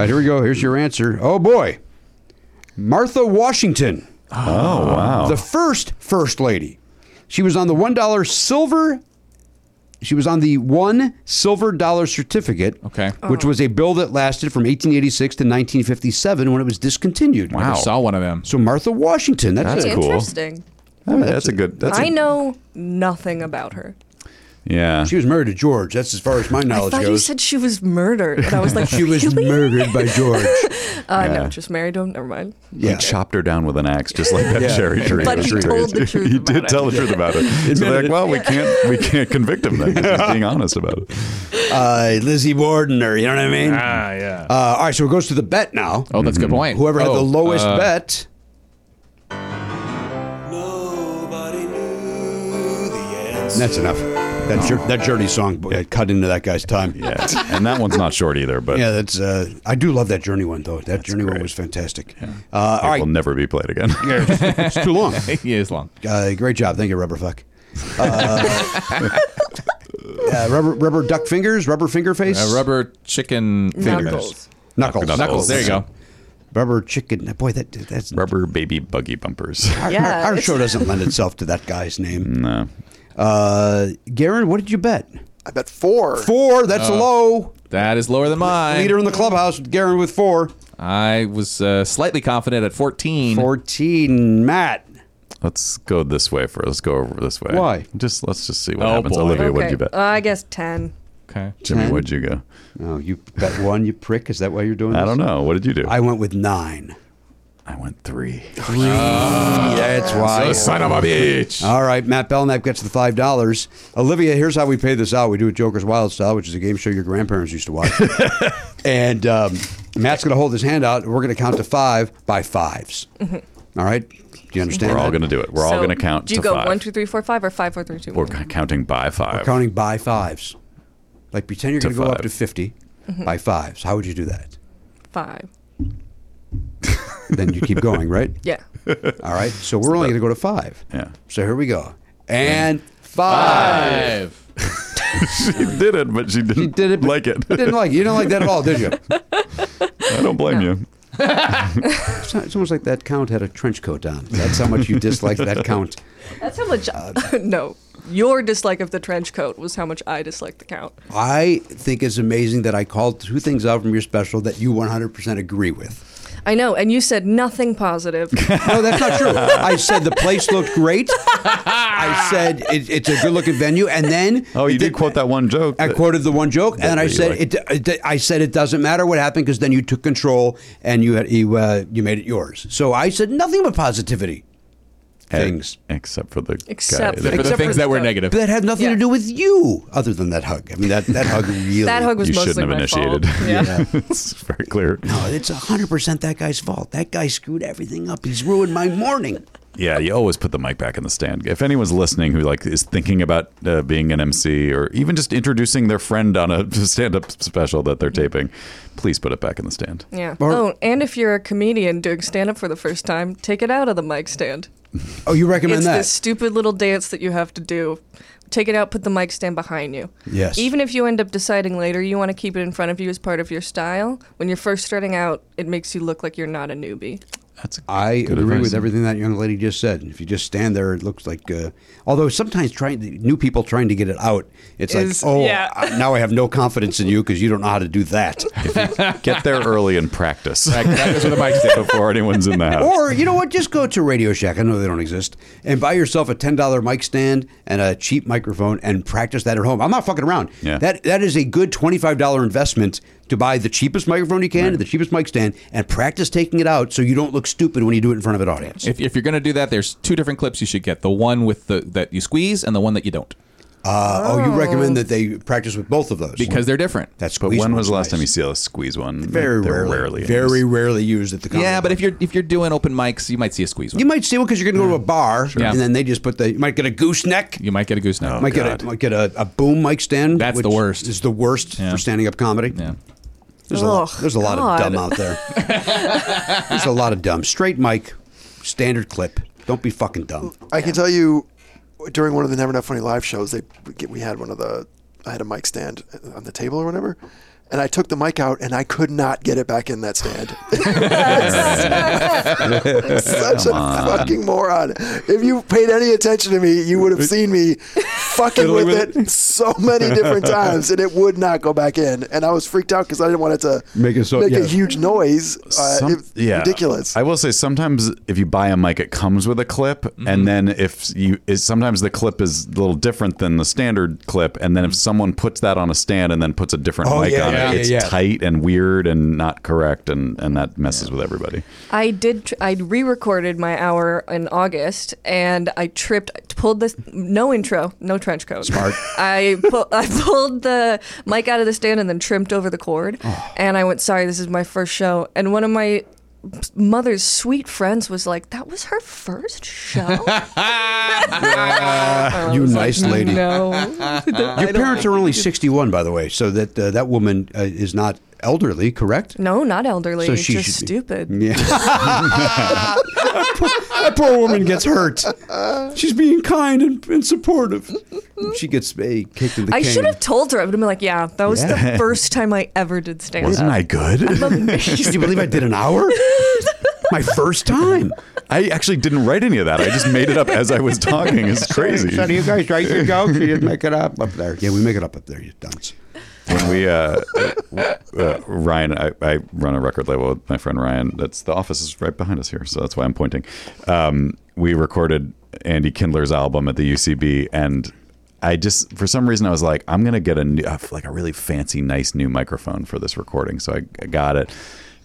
S2: right, here we go. Here's your answer. Oh boy, Martha Washington,
S1: Oh wow!
S2: the first first lady. She was on the one dollar silver. She was on the one silver dollar certificate.
S4: Okay.
S2: Which was a bill that lasted from 1886 to 1957 when it was discontinued.
S1: Wow.
S4: I saw one of them.
S2: So Martha Washington. That's,
S1: That's
S2: it.
S9: Hey,
S1: cool.
S9: Interesting.
S1: Oh, that's a good. That's
S9: I
S1: a,
S9: know nothing about her.
S1: Yeah.
S2: She was married to George. That's as far as my
S9: I
S2: knowledge
S9: thought
S2: goes.
S9: you said she was murdered. And I was like,
S2: she was
S9: really?
S2: murdered by George.
S9: Uh, No, just married to him. Never mind.
S1: He chopped her down with an axe, just like that cherry tree.
S9: But he
S1: Tree.
S9: told the truth
S1: he
S9: about
S1: did
S9: it.
S1: tell the truth about it. so they're like, well, we can't, we can't convict him then 'cause he's being honest about it.
S2: uh, Lizzie Borden, or you know what I mean?
S4: Ah, yeah.
S2: Uh, all right, so it goes to the bet now.
S4: oh, that's a good point.
S2: Mm-hmm. Whoever had
S4: Oh,
S2: the lowest
S4: uh,
S2: bet.
S11: Nobody knew the answer.
S2: That's enough. That jer- that Journey song boy, cut into that guy's time. Yeah,
S1: Yeah. And that one's not short either, but
S2: yeah. That's uh, I do love that Journey one though. That Journey one
S1: great.
S2: was fantastic. Uh, all
S1: it
S2: right,
S1: will never be played again.
S2: it's too long.
S4: yeah, it's long.
S2: Uh, great job, thank you, Rubber Fuck. Uh, uh, rubber rubber duck fingers, rubber finger face,
S4: Uh, rubber chicken fingers.
S9: Knuckles.
S2: knuckles,
S1: Knuckles.
S4: Knuckles, There you go.
S2: Rubber chicken. Boy, that that's
S1: Rubber baby buggy bumpers.
S2: Our,
S9: Yeah,
S2: our- our
S9: it's-
S2: show doesn't lend itself to that guy's name.
S1: No.
S2: Uh, Garen, what did you bet?
S7: I bet four.
S2: Four. That's
S1: Uh,
S2: low.
S4: That is lower than mine.
S2: Leader in the clubhouse, Garen with four.
S4: I was uh, slightly confident at 14.
S2: 14, Matt.
S1: Let's go this way for. Let's go over this way.
S2: Why?
S1: Just let's just see what
S4: Oh,
S1: happens.
S4: boy.
S1: Olivia, what'd
S9: Okay,
S1: you bet?
S9: uh, I guess 10.
S4: Okay.
S1: Jimmy,
S2: Ten?
S1: what'd you go?
S2: No, you bet one, you prick. Is that why you're doing
S1: I
S2: this?
S1: don't know. What did you do?
S2: I went with nine.
S1: I went three.
S2: That's why.
S4: Son of a bitch.
S2: All right, Matt Belknap gets the five dollars. Olivia, here's how we pay this out. We do it Joker's Wild Style, which is a game show your grandparents used to watch. and um, Matt's going to hold his hand out. and We're going to count to five by 5s All right, do you understand?
S1: We're all
S2: that?
S1: going to do it. We're all
S9: So,
S1: going to count
S9: Do you
S1: to
S9: go
S1: five.
S9: one, two, three, four, five, or five, four, three, two,
S1: We're
S9: one?
S1: c- counting by 5
S2: counting by fives. Like pretend you're
S1: To
S2: going to go up
S1: five.
S2: to 50 by fives. How would you do that?
S9: Five.
S2: Then you keep going, right?
S9: Yeah.
S2: All right. So we're only going to go to five.
S1: Yeah.
S2: So here we go. And five.
S4: Five.
S1: she did it, but she didn't
S2: You did it. but
S1: like it.
S2: you Didn't like it. You didn't like that at all, did you?
S1: I don't blame you.
S2: It's, not- it's almost like that count had a trench coat on. That's how much you disliked that count.
S9: That's how much. no. Your dislike of the trench coat was how much I disliked the count.
S2: I think it's amazing that I called two things out from your special that you 100% agree with.
S9: I know, and you said nothing positive.
S2: No, that's not true. I said the place looked great. I said it, it's a good looking venue, and then
S1: Oh, you did quote that one joke.
S2: I
S1: that-
S2: quoted the one joke, and I
S1: you
S2: said
S1: liked.
S2: it, it- I said it doesn't matter what happened because then you took control and you had, you uh, you made it yours. So I said nothing but positivity. Things
S1: Except for the
S9: Except
S1: guy
S9: for
S1: that-
S4: For the
S9: Except
S4: things
S9: for
S4: that were
S9: the-
S4: negative.
S2: that had nothing to
S9: Yeah.
S2: do with you, other than that hug. I mean, that that hug really.
S9: that hug was
S1: you
S9: mostly
S1: shouldn't have
S9: my
S1: initiated.
S9: fault. Yeah.
S1: it's very clear.
S2: No, it's 100% that guy's fault. That guy screwed everything up. He's ruined my morning.
S1: Yeah, you always put the mic back in the stand. If anyone's listening who like is thinking about uh, being an MC or even just introducing their friend on a stand-up special that they're taping, please put it back in the stand.
S9: Yeah.
S2: Or-
S9: oh, and if you're a comedian doing stand up for the first time, take it out of the mic stand.
S2: Oh, you recommend
S9: It's
S2: that?
S9: this stupid little dance that you have to do. Take it out, put the mic stand behind you.
S2: Yes.
S9: Even if you end up deciding later you want to keep it in front of you as part of your style, when you're first starting out, it makes you look like you're not a newbie.
S1: That's a
S2: I
S1: good
S2: agree
S1: advice.
S2: with everything that young lady just said. If you just stand there, it looks like. Uh, although sometimes trying to, new people trying to get it out, it's
S9: Is-
S2: like, oh,
S9: yeah.
S2: I- now I have no confidence in you because you don't know how to do that.
S1: Get there early and practice
S4: Practice with a mic stand.
S1: before anyone's in the house.
S2: or you know what? Just go to Radio Shack. I know they don't exist, and buy yourself a ten dollar mic stand and a cheap microphone and practice that at home. I'm not fucking around.
S1: Yeah.
S2: That that is a good twenty five dollar investment to buy the cheapest microphone you can and the cheapest mic stand and practice taking it out so you don't look stupid when you do it in front of an audience.
S4: If, if you're going to do that, there's two different clips you should get the one with the that you squeeze and the one that you don't
S2: Uh, oh. you recommend that they practice with both of those
S4: because they're different.
S2: that's
S1: But when was the last time you see a squeeze one?
S2: very
S1: They're
S2: rarely,
S1: rarely
S2: very
S1: used.
S2: rarely used at the comedy
S4: yeah, but
S2: club.
S4: if you're if you're doing open mics, you might see a squeeze one.
S2: you might see one because you're going to go to
S1: Mm.
S2: a bar
S4: Yeah.
S2: and then they just put the you might get a gooseneck.
S4: You might get a gooseneck.
S2: might get a might get a, a boom mic stand.
S4: Oh, That's the
S2: which
S4: worst.
S2: Is the worst
S4: Yeah.
S2: for standing up comedy.
S4: Yeah.
S2: There's a lot,
S9: Ugh,
S2: there's a lot
S9: God.
S2: of dumb out there. there's a lot of dumb. Straight mic, standard clip. Don't be fucking dumb.
S7: I can tell you, during one of the Never Not Funny live shows, they we had one of the I had a mic stand on the table or whatever, and I took the mic out and I could not get it back in that stand. I'm such a fucking moron. If you paid any attention to me, you would have seen me fucking with, it so many different times, and it would not go back in. And I was freaked out because I didn't want it to
S2: Make it so-
S7: make
S2: yeah.
S7: a huge noise. Uh,
S1: Some-
S7: it- ridiculous.
S1: I will say sometimes if you buy a mic, it comes with a clip,
S2: Mm-hmm.
S1: and then if you is sometimes the clip is a little different than the standard clip, and then if someone puts that on a stand and then puts a different
S2: Mm-hmm. Oh,
S1: mic
S2: yeah,
S1: on
S2: yeah,
S1: it,
S2: yeah,
S1: it's
S2: yeah.
S1: tight and weird and not correct, and and that messes with everybody.
S9: I did. Tr- I re-recorded my hour in August, and I tripped. Pulled this no intro, no trench coat. Smart. I pu- I pulled the mic out of the stand and then trimped over the cord,
S2: Oh.
S9: and I went. Sorry, this is my first show. And one of my mother's sweet friends was like, "That was her first show."
S2: you nice lady.
S9: Oh, no.
S2: Your parents are only 61, by the way, so that uh, that woman uh, is not elderly, correct?
S9: No, not elderly.
S2: So she
S9: just
S2: should be-
S9: stupid.
S2: Yeah. that, poor, that poor woman gets hurt. She's being kind and, and supportive. She gets a kicked in the
S9: I
S2: cane.
S9: should have told her. I would have been like, "Yeah, that was
S2: Yeah.
S9: the first time I ever did stand
S1: Wasn't
S9: up."
S1: I good?
S2: Can you believe I did an hour? My first time.
S1: I actually didn't write any of that. I just made it up as I was talking. It's crazy.
S2: you guys write your jokes? You just make it up up there. Yeah, we make it up up there, you dunce.
S1: when we uh, uh, Ryan, I, I run a record label with my friend Ryan. That's the office is right behind us here, so that's why I'm pointing. Um, we recorded Andy Kindler's album at the UCB, and I just for some reason I was like, I'm gonna get a new, uh, like a really fancy, nice new microphone for this recording. So I, I got it,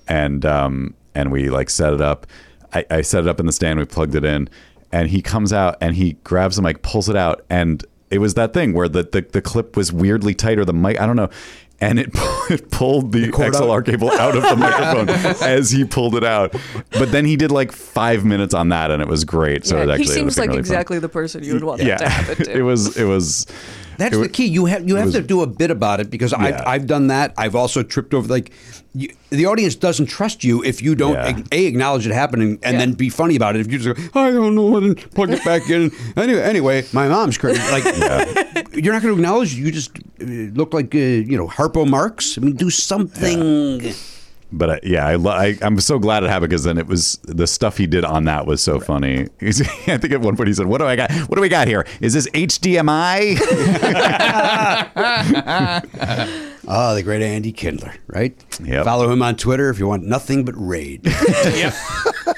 S1: and um, and we like set it up. I, I set it up in the stand. We plugged it in, and he comes out and he grabs the mic, pulls it out, and it was that thing where the, the, the clip was weirdly tighter. The mic, I don't know. And it, it pulled the XLR cable out of the microphone as he pulled it out. But then he did like five minutes on that, and it was great. So
S9: Yeah,
S1: it actually
S9: he
S1: ended
S9: seems
S1: up being
S9: like
S1: really fun.
S9: exactly the person you would want that to happen to.
S1: it was. It was.
S2: That's
S1: It
S2: the key. You have you have to do a bit about it because
S1: Yeah.
S2: I've, I've done that. I've also tripped over like you, the audience doesn't trust you if you don't
S1: Yeah.
S2: a acknowledge it happening and
S9: Yeah.
S2: then be funny about it. If you just go, I don't know what, and plug it back in. Anyway, anyway, my mom's crazy. Like you're not going to acknowledge. You just uh, look like uh, you know Harpo Marx. I mean, do something.
S1: But I, yeah, I, lo- I I'm so glad it happened because then it was the stuff he did on that was so funny. I think at one point he said, "What do I got? What do we got here? Is this HDMI?"
S2: Ah, the great Andy Kindler, right?
S1: Yep.
S2: Follow him on Twitter if you want nothing but rage.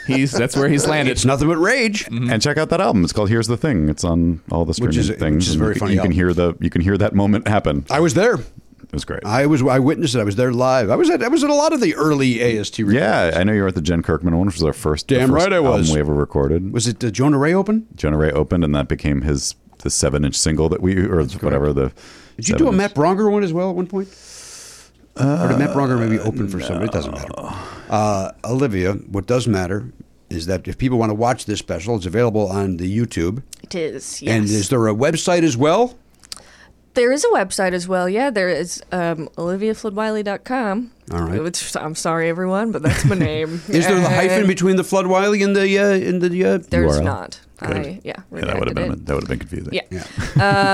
S4: He's that's where he's landed.
S2: it's nothing but rage.
S1: And check out that album. It's called "Here's the Thing." It's on all the streaming
S2: is-
S1: things.
S2: Mm-hmm. which is
S1: and
S2: very
S1: you,
S2: funny
S1: You can
S2: album.
S1: hear the you can hear that moment happen.
S2: I was there.
S1: It was great.
S2: I was I witnessed it. I was there live. I was at I was at a lot of the early AST. Recordings.
S1: yeah, I know you were at the Jen Kirkman one, which was our first the
S2: Damn
S1: first
S2: right I
S1: album
S2: was.
S1: we ever recorded.
S2: Was it the Jonah Ray Open?
S1: Jonah Ray opened, and that became his the seven inch single that we or whatever the.
S2: Did you do a
S1: seven-inch-
S2: Matt Bronger one as well at one point? or did Matt Bronger maybe open for somebody? It doesn't matter. Uh, Olivia, what does matter is that if people want to watch this special, it's available on the YouTube.
S9: It is.
S2: And is there a website as well?
S9: There is a website as well. Yeah, there is um, oliviafloodwiley.com.
S2: All right.
S9: Which, I'm sorry, everyone, but that's my name.
S2: Is there the hyphen
S9: And
S2: between the Flood Wiley and the uh, and the? Uh,
S9: Uh, There's
S1: URL?
S9: not. I, yeah,
S1: Yeah, that would have been that would have been confusing.
S9: Yeah.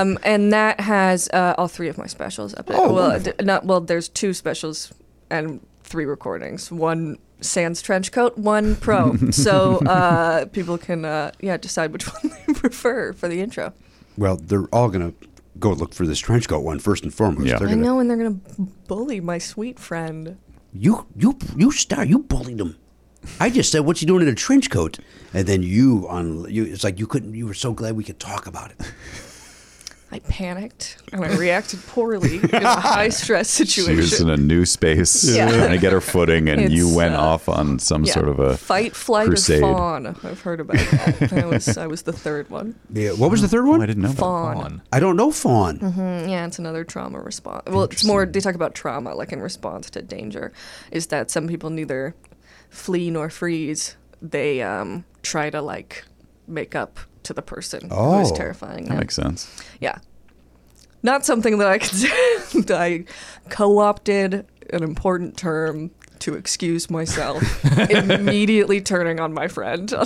S9: um, and that has uh, all three of my specials up there.
S2: Oh,
S9: well,
S2: wonderful.
S9: d- not well. There's two specials and three recordings. One sans trench coat, one pro. so uh, people can uh, yeah decide which one they prefer for the intro.
S2: Well, they're all gonna go look for this trench coat one first and foremost.
S1: Yeah.
S2: They're
S9: I
S2: gonna-
S9: know, and they're gonna bully my sweet friend.
S2: You you you star you bullied him. I just said, "What's he doing in a trench coat?" And then you on you. It's like you couldn't. You were so glad we could talk about it.
S9: I panicked and I reacted poorly in a high stress
S1: She was in
S9: situation.
S1: a new space,
S9: Yeah.
S1: trying to get her footing, and you
S9: It's,
S1: went
S9: uh,
S1: off on some
S9: Yeah.
S1: sort of a
S9: fight, flight,
S1: crusade.
S9: or fawn. I've heard about that. I was I was the third one.
S2: Yeah. What was the third
S9: Oh,
S2: one?
S1: I didn't know. that.
S9: Fawn.
S2: I don't know fawn.
S9: Mm, Yeah, it's another trauma response. Well, it's more they talk about trauma like in response to danger is that some people neither flee nor freeze. They um try to like make up to the person who is
S2: Oh,
S9: terrifying
S1: That
S9: them.
S1: makes sense.
S9: yeah. Not something that I can say that I co-opted an important term to excuse myself immediately turning on my friend.
S2: Yeah.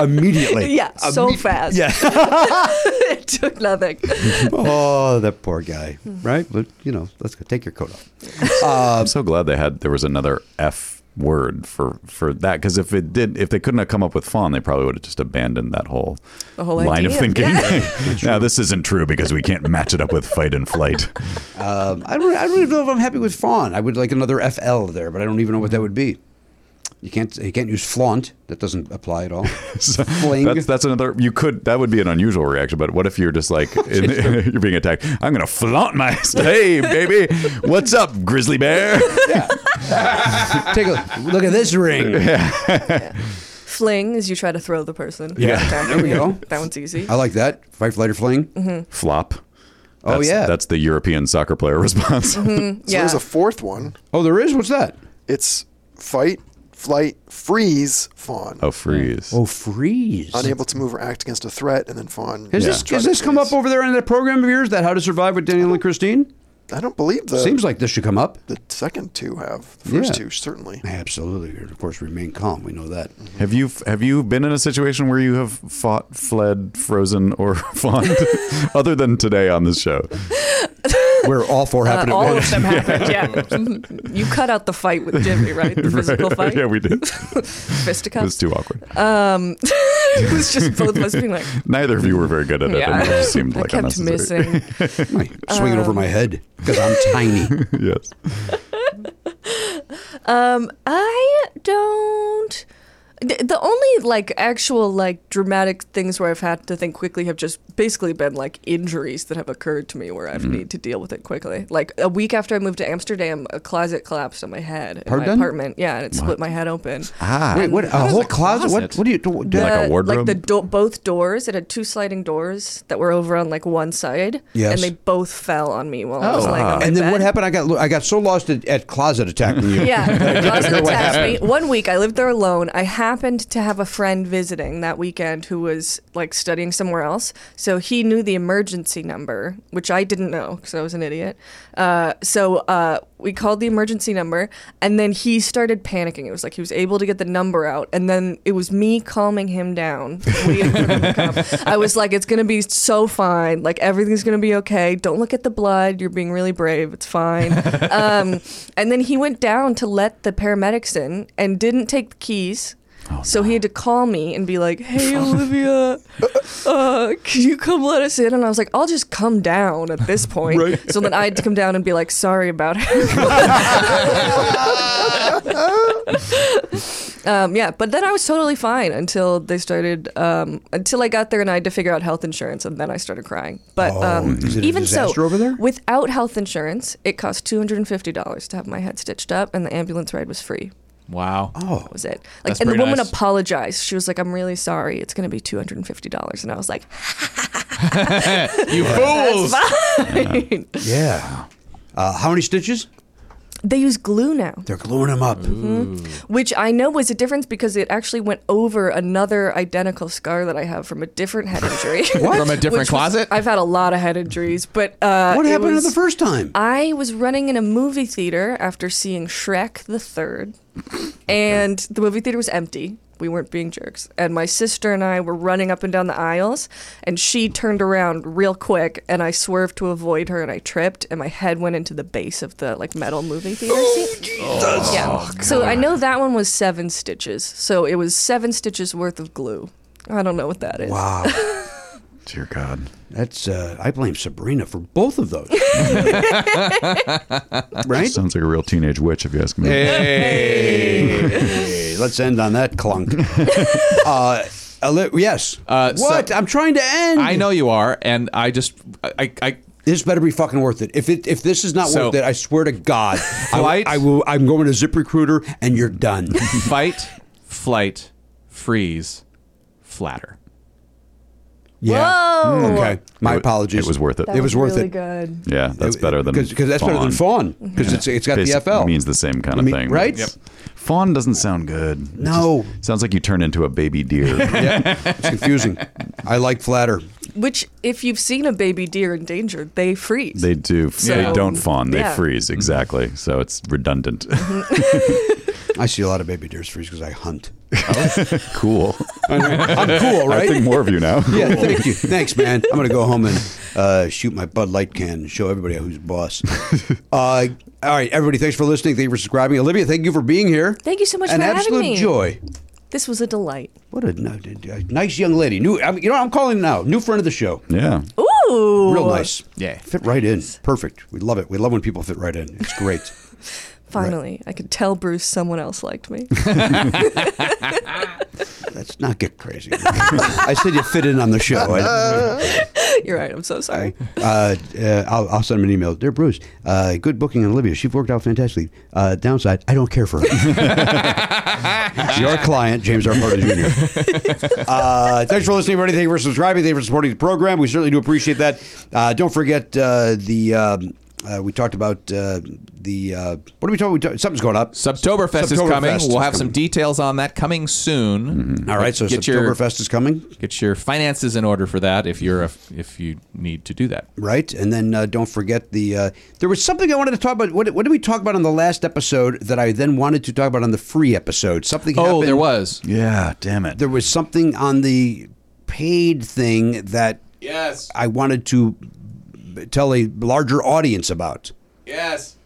S2: Immediately.
S9: yeah, so
S2: Imme-
S9: fast.
S2: Yeah.
S9: it took nothing.
S2: Oh, that poor guy.
S9: Mm-hmm.
S2: Right. But you know, let's go take your coat off.
S1: I'm so glad they had there was another F word for for that because if it did if they couldn't have come up with fawn they probably would have just abandoned that whole,
S9: The whole
S1: line of
S9: idea,
S1: thinking
S9: yeah.
S1: now this isn't true because we can't match it up with fight and flight
S2: Um, I don't. I don't even know if I'm happy with fawn. I would like another FL there, but I don't even know what that would be. You can't. You can't use flaunt. That doesn't apply at all. Fling.
S1: that's that's another you could that would be an unusual reaction but what if you're just like in, you're being attacked i'm gonna flaunt my hey baby what's up grizzly bear
S2: Take a look at this ring.
S9: Fling is you try to throw the person.
S1: Yeah.
S2: There we go. Uh,
S9: That one's easy.
S2: I like that. Fight, flight, or fling.
S1: flop
S2: Oh,
S1: That's-
S2: yeah.
S1: that's the european soccer player response
S4: Mm-hmm.
S7: So there's
S9: Uh,
S7: a fourth one.
S2: Oh, there is. What's that?
S7: It's fight, flight, freeze, fawn.
S1: oh freeze
S2: Oh, freeze.
S7: Unable to move or act against a threat, and then fawn.
S2: Has this, has this come up over there in that program of yours, that How to Survive with Daniel and Christine?
S7: I don't believe the
S2: Seems like this should come up.
S7: the second two have. The first
S2: Yeah.
S7: two certainly.
S2: Absolutely. Of course, remain calm. We know that.
S1: Have you have you been in a situation where you have fought, fled, frozen, or fawned, other than today on this show?
S2: where all four happened
S9: all
S2: at
S9: of
S2: once.
S9: them happened. Yeah, Mhm. you cut out the fight with Jimmy, right? The physical fight,
S1: yeah, we did. It
S9: fisticuffs.
S1: was too awkward.
S9: Um, it was just both of us being like,
S1: Neither of you were very good at it.
S9: yeah,
S1: and it just seemed
S9: I
S1: like
S9: kept
S1: unnecessary.
S9: missing.
S2: Swinging over my head because I'm tiny.
S1: yes.
S9: Um, I don't. The the only like actual like dramatic things where I've had to think quickly have just basically been like injuries that have occurred to me where
S1: Mm-hmm.
S9: I've need to deal with it quickly. Like a week after I moved to Amsterdam, a closet collapsed on my head in my
S2: Pardon?
S9: apartment. Yeah, and it split my head open.
S1: Ah.
S2: Wait, what? A
S4: does
S2: whole
S4: a
S2: closet? What?
S4: closet-
S2: What do you? Do, do-
S1: Like a
S9: Uh,
S1: wardrobe?
S9: Like the do- both doors, it had two sliding doors that were over on like one side,
S2: Yes.
S9: and they both fell on me while I was like.
S1: Ah.
S9: on my
S2: Oh. and then what
S9: bed.
S2: happened? I got lo- I got so lost at, at closet attacking you.
S9: Yeah, Ross
S2: know what
S9: attacked me.
S2: happened.
S9: One week I lived there alone. I happened to have a friend visiting that weekend who was like studying somewhere else. So he knew the emergency number, which I didn't know because I was an idiot. Uh, so uh, we called the emergency number and then he started panicking. It was like he was able to get the number out. And then it was me calming him down. waiting for him to come. I was like, it's going to be so fine. Like everything's going to be okay. Don't look at the blood. You're being really brave. It's fine. Um, and then he went down to let the paramedics in and didn't take the keys. so he had to call me and be like, "Hey, Olivia, uh, can you come let us in?" And I was like, "I'll just come down at this point." So then I had to come down and be like, "Sorry about it." um, yeah, but then I was totally fine until they started. Um, until I got there and I had to figure out health insurance, and then I started crying. But um,
S2: Oh, is it a
S9: even
S2: disaster
S9: so,
S2: over there?
S9: Without health insurance, it cost two hundred and fifty dollars to have my head stitched up, and the ambulance ride was free.
S4: Wow.
S2: Oh,
S9: That was it. Like,
S4: That's
S9: and the
S4: pretty
S9: woman
S4: nice.
S9: apologized. She was like, "I'm really sorry. It's going to be two hundred and fifty dollars." And I was like,
S4: You fools.
S9: "Fine."
S2: Yeah. Uh, how many stitches?
S9: they use glue now,
S2: They're gluing them up.
S9: Uh, which I know was a difference because it actually went over another identical scar that I have from a different head injury.
S4: From a different
S9: Which was-
S4: closet?
S9: I've had a lot of head injuries, but uh,
S2: What
S9: it
S2: happened
S9: was-
S2: to the first time?
S9: I was running in a movie theater after seeing Shrek the Third, and the movie theater was empty. We weren't being jerks. And my sister and I were running up and down the aisles, and she turned around real quick, and I swerved to avoid her, and I tripped, and my head went into the base of the like metal movie theater seat. yeah. so I know that one was seven stitches. So it was seven stitches worth of glue. I don't know what that is.
S2: Wow.
S1: Dear God.
S2: That's uh, I blame Sabrina for both of those. right?
S1: Sounds like a real teenage witch, if you ask me.
S2: Hey, let's end on that clunk. uh, a li- yes.
S4: Uh, so-
S2: what? I'm trying to end.
S4: I know you are, and I just I I
S2: This better be fucking worth it. If it if this is not
S4: So-
S2: worth it, I swear to God, I,
S4: Flight?
S2: I will. I'm going to ZipRecruiter, and you're done.
S4: fight, flight, freeze, flatter.
S2: yeah. Mm,
S9: Whoa!
S2: Okay. My
S1: It wa-
S2: apologies.
S1: it was worth it. That
S2: it was worth
S9: really
S2: it.
S9: good.
S1: Yeah, that's better than
S2: because that's better than fawn because it's it's got
S1: Basic-
S2: the FL.
S1: means the same kind
S2: I
S1: of
S2: mean,
S1: thing,
S2: right?
S1: It's- Fawn doesn't sound good. It
S2: No.
S1: just sounds like you turn into a baby deer.
S2: yeah, it's confusing. I like flatter.
S9: Which, if you've seen a baby deer in danger, they freeze.
S1: they do. they
S9: So-
S1: don't fawn. They
S9: Yeah.
S2: Mm-hmm.
S9: Mm-hmm.
S1: freeze. Exactly. So it's redundant.
S2: I see a lot of baby deers freeze because I hunt.
S1: cool.
S2: I'm cool,
S1: I
S2: right?
S1: think more of you now.
S2: yeah, thank you. Thanks, man. I'm going to go home and uh, shoot my Bud Light can and show everybody who's boss. Uh, all right, everybody, thanks for listening. Thank you for subscribing. Olivia, thank you for being here.
S9: Thank you so much
S2: An
S9: for having
S2: absolute
S9: me.
S2: joy.
S9: This was a delight.
S2: What a, n- a nice young lady. New, I mean, you know, I'm calling now. New friend of the show.
S1: Yeah.
S2: Oh.
S9: Ooh.
S2: Real nice.
S4: Yeah.
S2: Fit right in. Perfect. We love it. We love when people fit right in. It's great.
S9: Finally, I could tell Bruce someone else liked me.
S2: Let's not get crazy. I said you fit in on the show. I-
S9: You're right. I'm so sorry.
S2: uh, uh, I'll, I'll send him an email. Dear Bruce, uh, good booking on Olivia. She worked out fantastically. Uh, downside, I don't care for her. Your client, James R. Martin Jr. uh, thanks for listening, everybody. Thank you for subscribing. Thank you for supporting the program. We certainly do appreciate that. Uh, don't forget uh, the. Um, uh, we talked about uh, the. Uh, what are we talking about? Something's going up.
S4: Subtoberfest is coming.
S2: Subtoberfest
S4: We'll
S2: is
S4: have some
S2: coming.
S4: details on that coming soon.
S6: Mm-hmm.
S2: All right, so
S4: Get your-
S2: Septemberfest is coming.
S4: Get your finances in order for that if you're a, if you need to do that.
S2: Right, and then uh, don't forget the. Uh, there was something I wanted to talk about. What, what did we talk about on the last episode that I then wanted to talk about on the free episode? Something.
S4: Oh,
S2: happened-
S4: there was.
S1: Yeah. Damn it.
S2: There was something on the paid thing that
S4: Yes.
S2: I wanted to tell a larger audience about?
S4: Yes.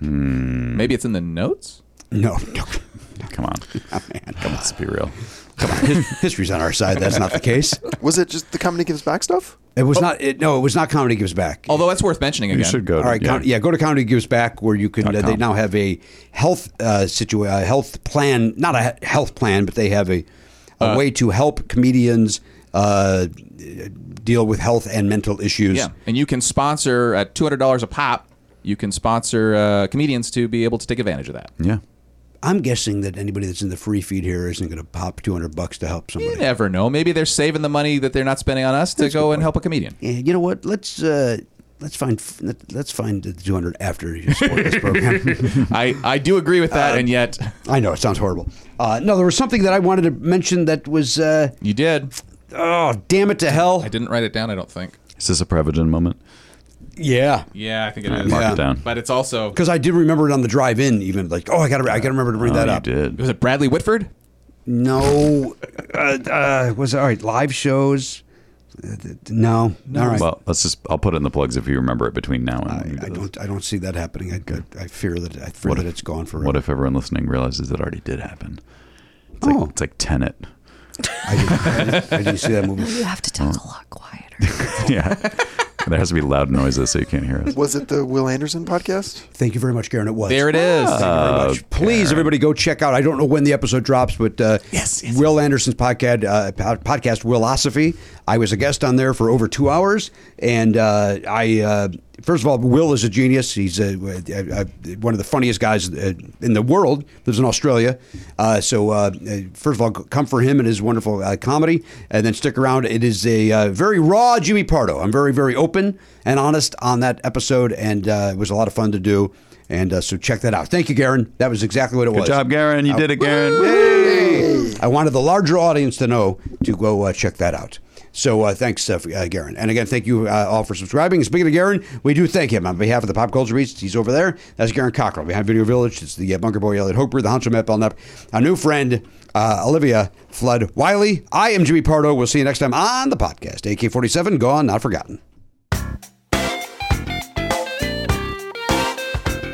S6: Hmm.
S4: Maybe it's in the notes.
S2: No, no,
S6: Come on.
S2: Oh,
S6: Come on. Let's be real.
S2: come on. His, history's on our side. That's not the case.
S7: Was it just the company gives back stuff?
S2: It was not. It, no, it was not. Comedy gives back.
S4: Although that's worth mentioning again.
S6: You should go.
S2: All
S6: To,
S2: right, yeah. yeah, go to Comedy Gives Back where you can. Uh, they
S6: com.
S2: now have a health uh, situ- a health plan, not a he- health plan, but they have a, a way to help comedians uh, deal with health and mental issues.
S4: Yeah, and you can sponsor at two hundred dollars a pop. You can sponsor uh, comedians to be able to take advantage of that.
S6: Yeah.
S2: I'm guessing that anybody that's in the free feed here isn't going to pop 200 bucks to help somebody.
S4: You never know. Maybe they're saving the money that they're not spending on us to go and help a comedian.
S2: Yeah, you know what? Let's uh, let's find let- let's find the 200 after you support this program.
S4: I, I do agree with
S6: Uh,
S4: that, and yet
S2: I know it sounds horrible. Uh, no, there was something that I wanted to mention that was uh,
S4: you did.
S2: oh damn it to hell.
S4: I didn't write it down. I don't think.
S6: Is this a Prevagen moment?
S2: Yeah.
S4: Yeah, I think it
S6: All right,
S4: is.
S6: mark
S2: Yeah.
S6: it down.
S4: But it's also
S2: Because I did remember it on the drive in, even like, oh, I gotta, I gotta remember to bring that
S6: oh,
S2: up.
S6: You did.
S4: was it Bradley Whitford?
S2: No, uh, uh, was all right. Live shows, Uh, th- no, all right.
S6: Well, let's just. I'll put it in the plugs if you remember it between now and. when we do
S2: I
S6: this.
S2: don't, I don't see that happening. I, I, I fear that, I fear
S6: What
S2: that
S6: if-
S2: it's gone forever.
S6: What if everyone listening realizes it already did happen? It's like,
S2: Oh.
S6: it's like Tenet.
S2: I didn't, I, didn't, I didn't see that movie.
S9: You have to talk a lot quieter.
S6: yeah. There has to be loud noises so you can't hear us.
S7: Was it the Will Anderson podcast?
S2: Thank you very much, Garen. It was.
S4: There it is.
S6: Ah.
S2: Thank you very much. Uh, Please, everybody, go check out. I don't know when the episode drops, but uh,
S4: Yes, yes.
S2: Will Anderson's podcast, uh, pod- podcast Willosophy. I was a guest on there for over two hours, and uh, I uh, first of all, Will is a genius. He's uh, uh, uh, one of the funniest guys uh, in the world. Lives in Australia, uh, so uh, uh, first of all, come for him and his wonderful uh, comedy, and then stick around. It is a uh, very raw Jimmy Pardo. I'm very, very open and honest on that episode, and uh, it was a lot of fun to do. And uh, so check that out. Thank you, Garen. That was exactly what it
S6: Good
S2: was.
S6: job, Garen.
S2: Uh,
S6: You did it, Garen.
S2: I wanted the larger audience to know to go uh, check that out. So uh, thanks, uh, for- uh, Garen. And again, thank you uh, all for subscribing. And Speaking of Garen, we do thank him on behalf of the Pop Culture Beast. He's over there. That's Garen Cockrell. Behind Video Village, it's the uh, Bunker Boy, Elliot Hoper, the Honcho Matt Belknap, our new friend, uh, Olivia Flood Wiley. I am Jimmy Pardo. We'll see you next time on the podcast. AK 47, Gone, Not Forgotten.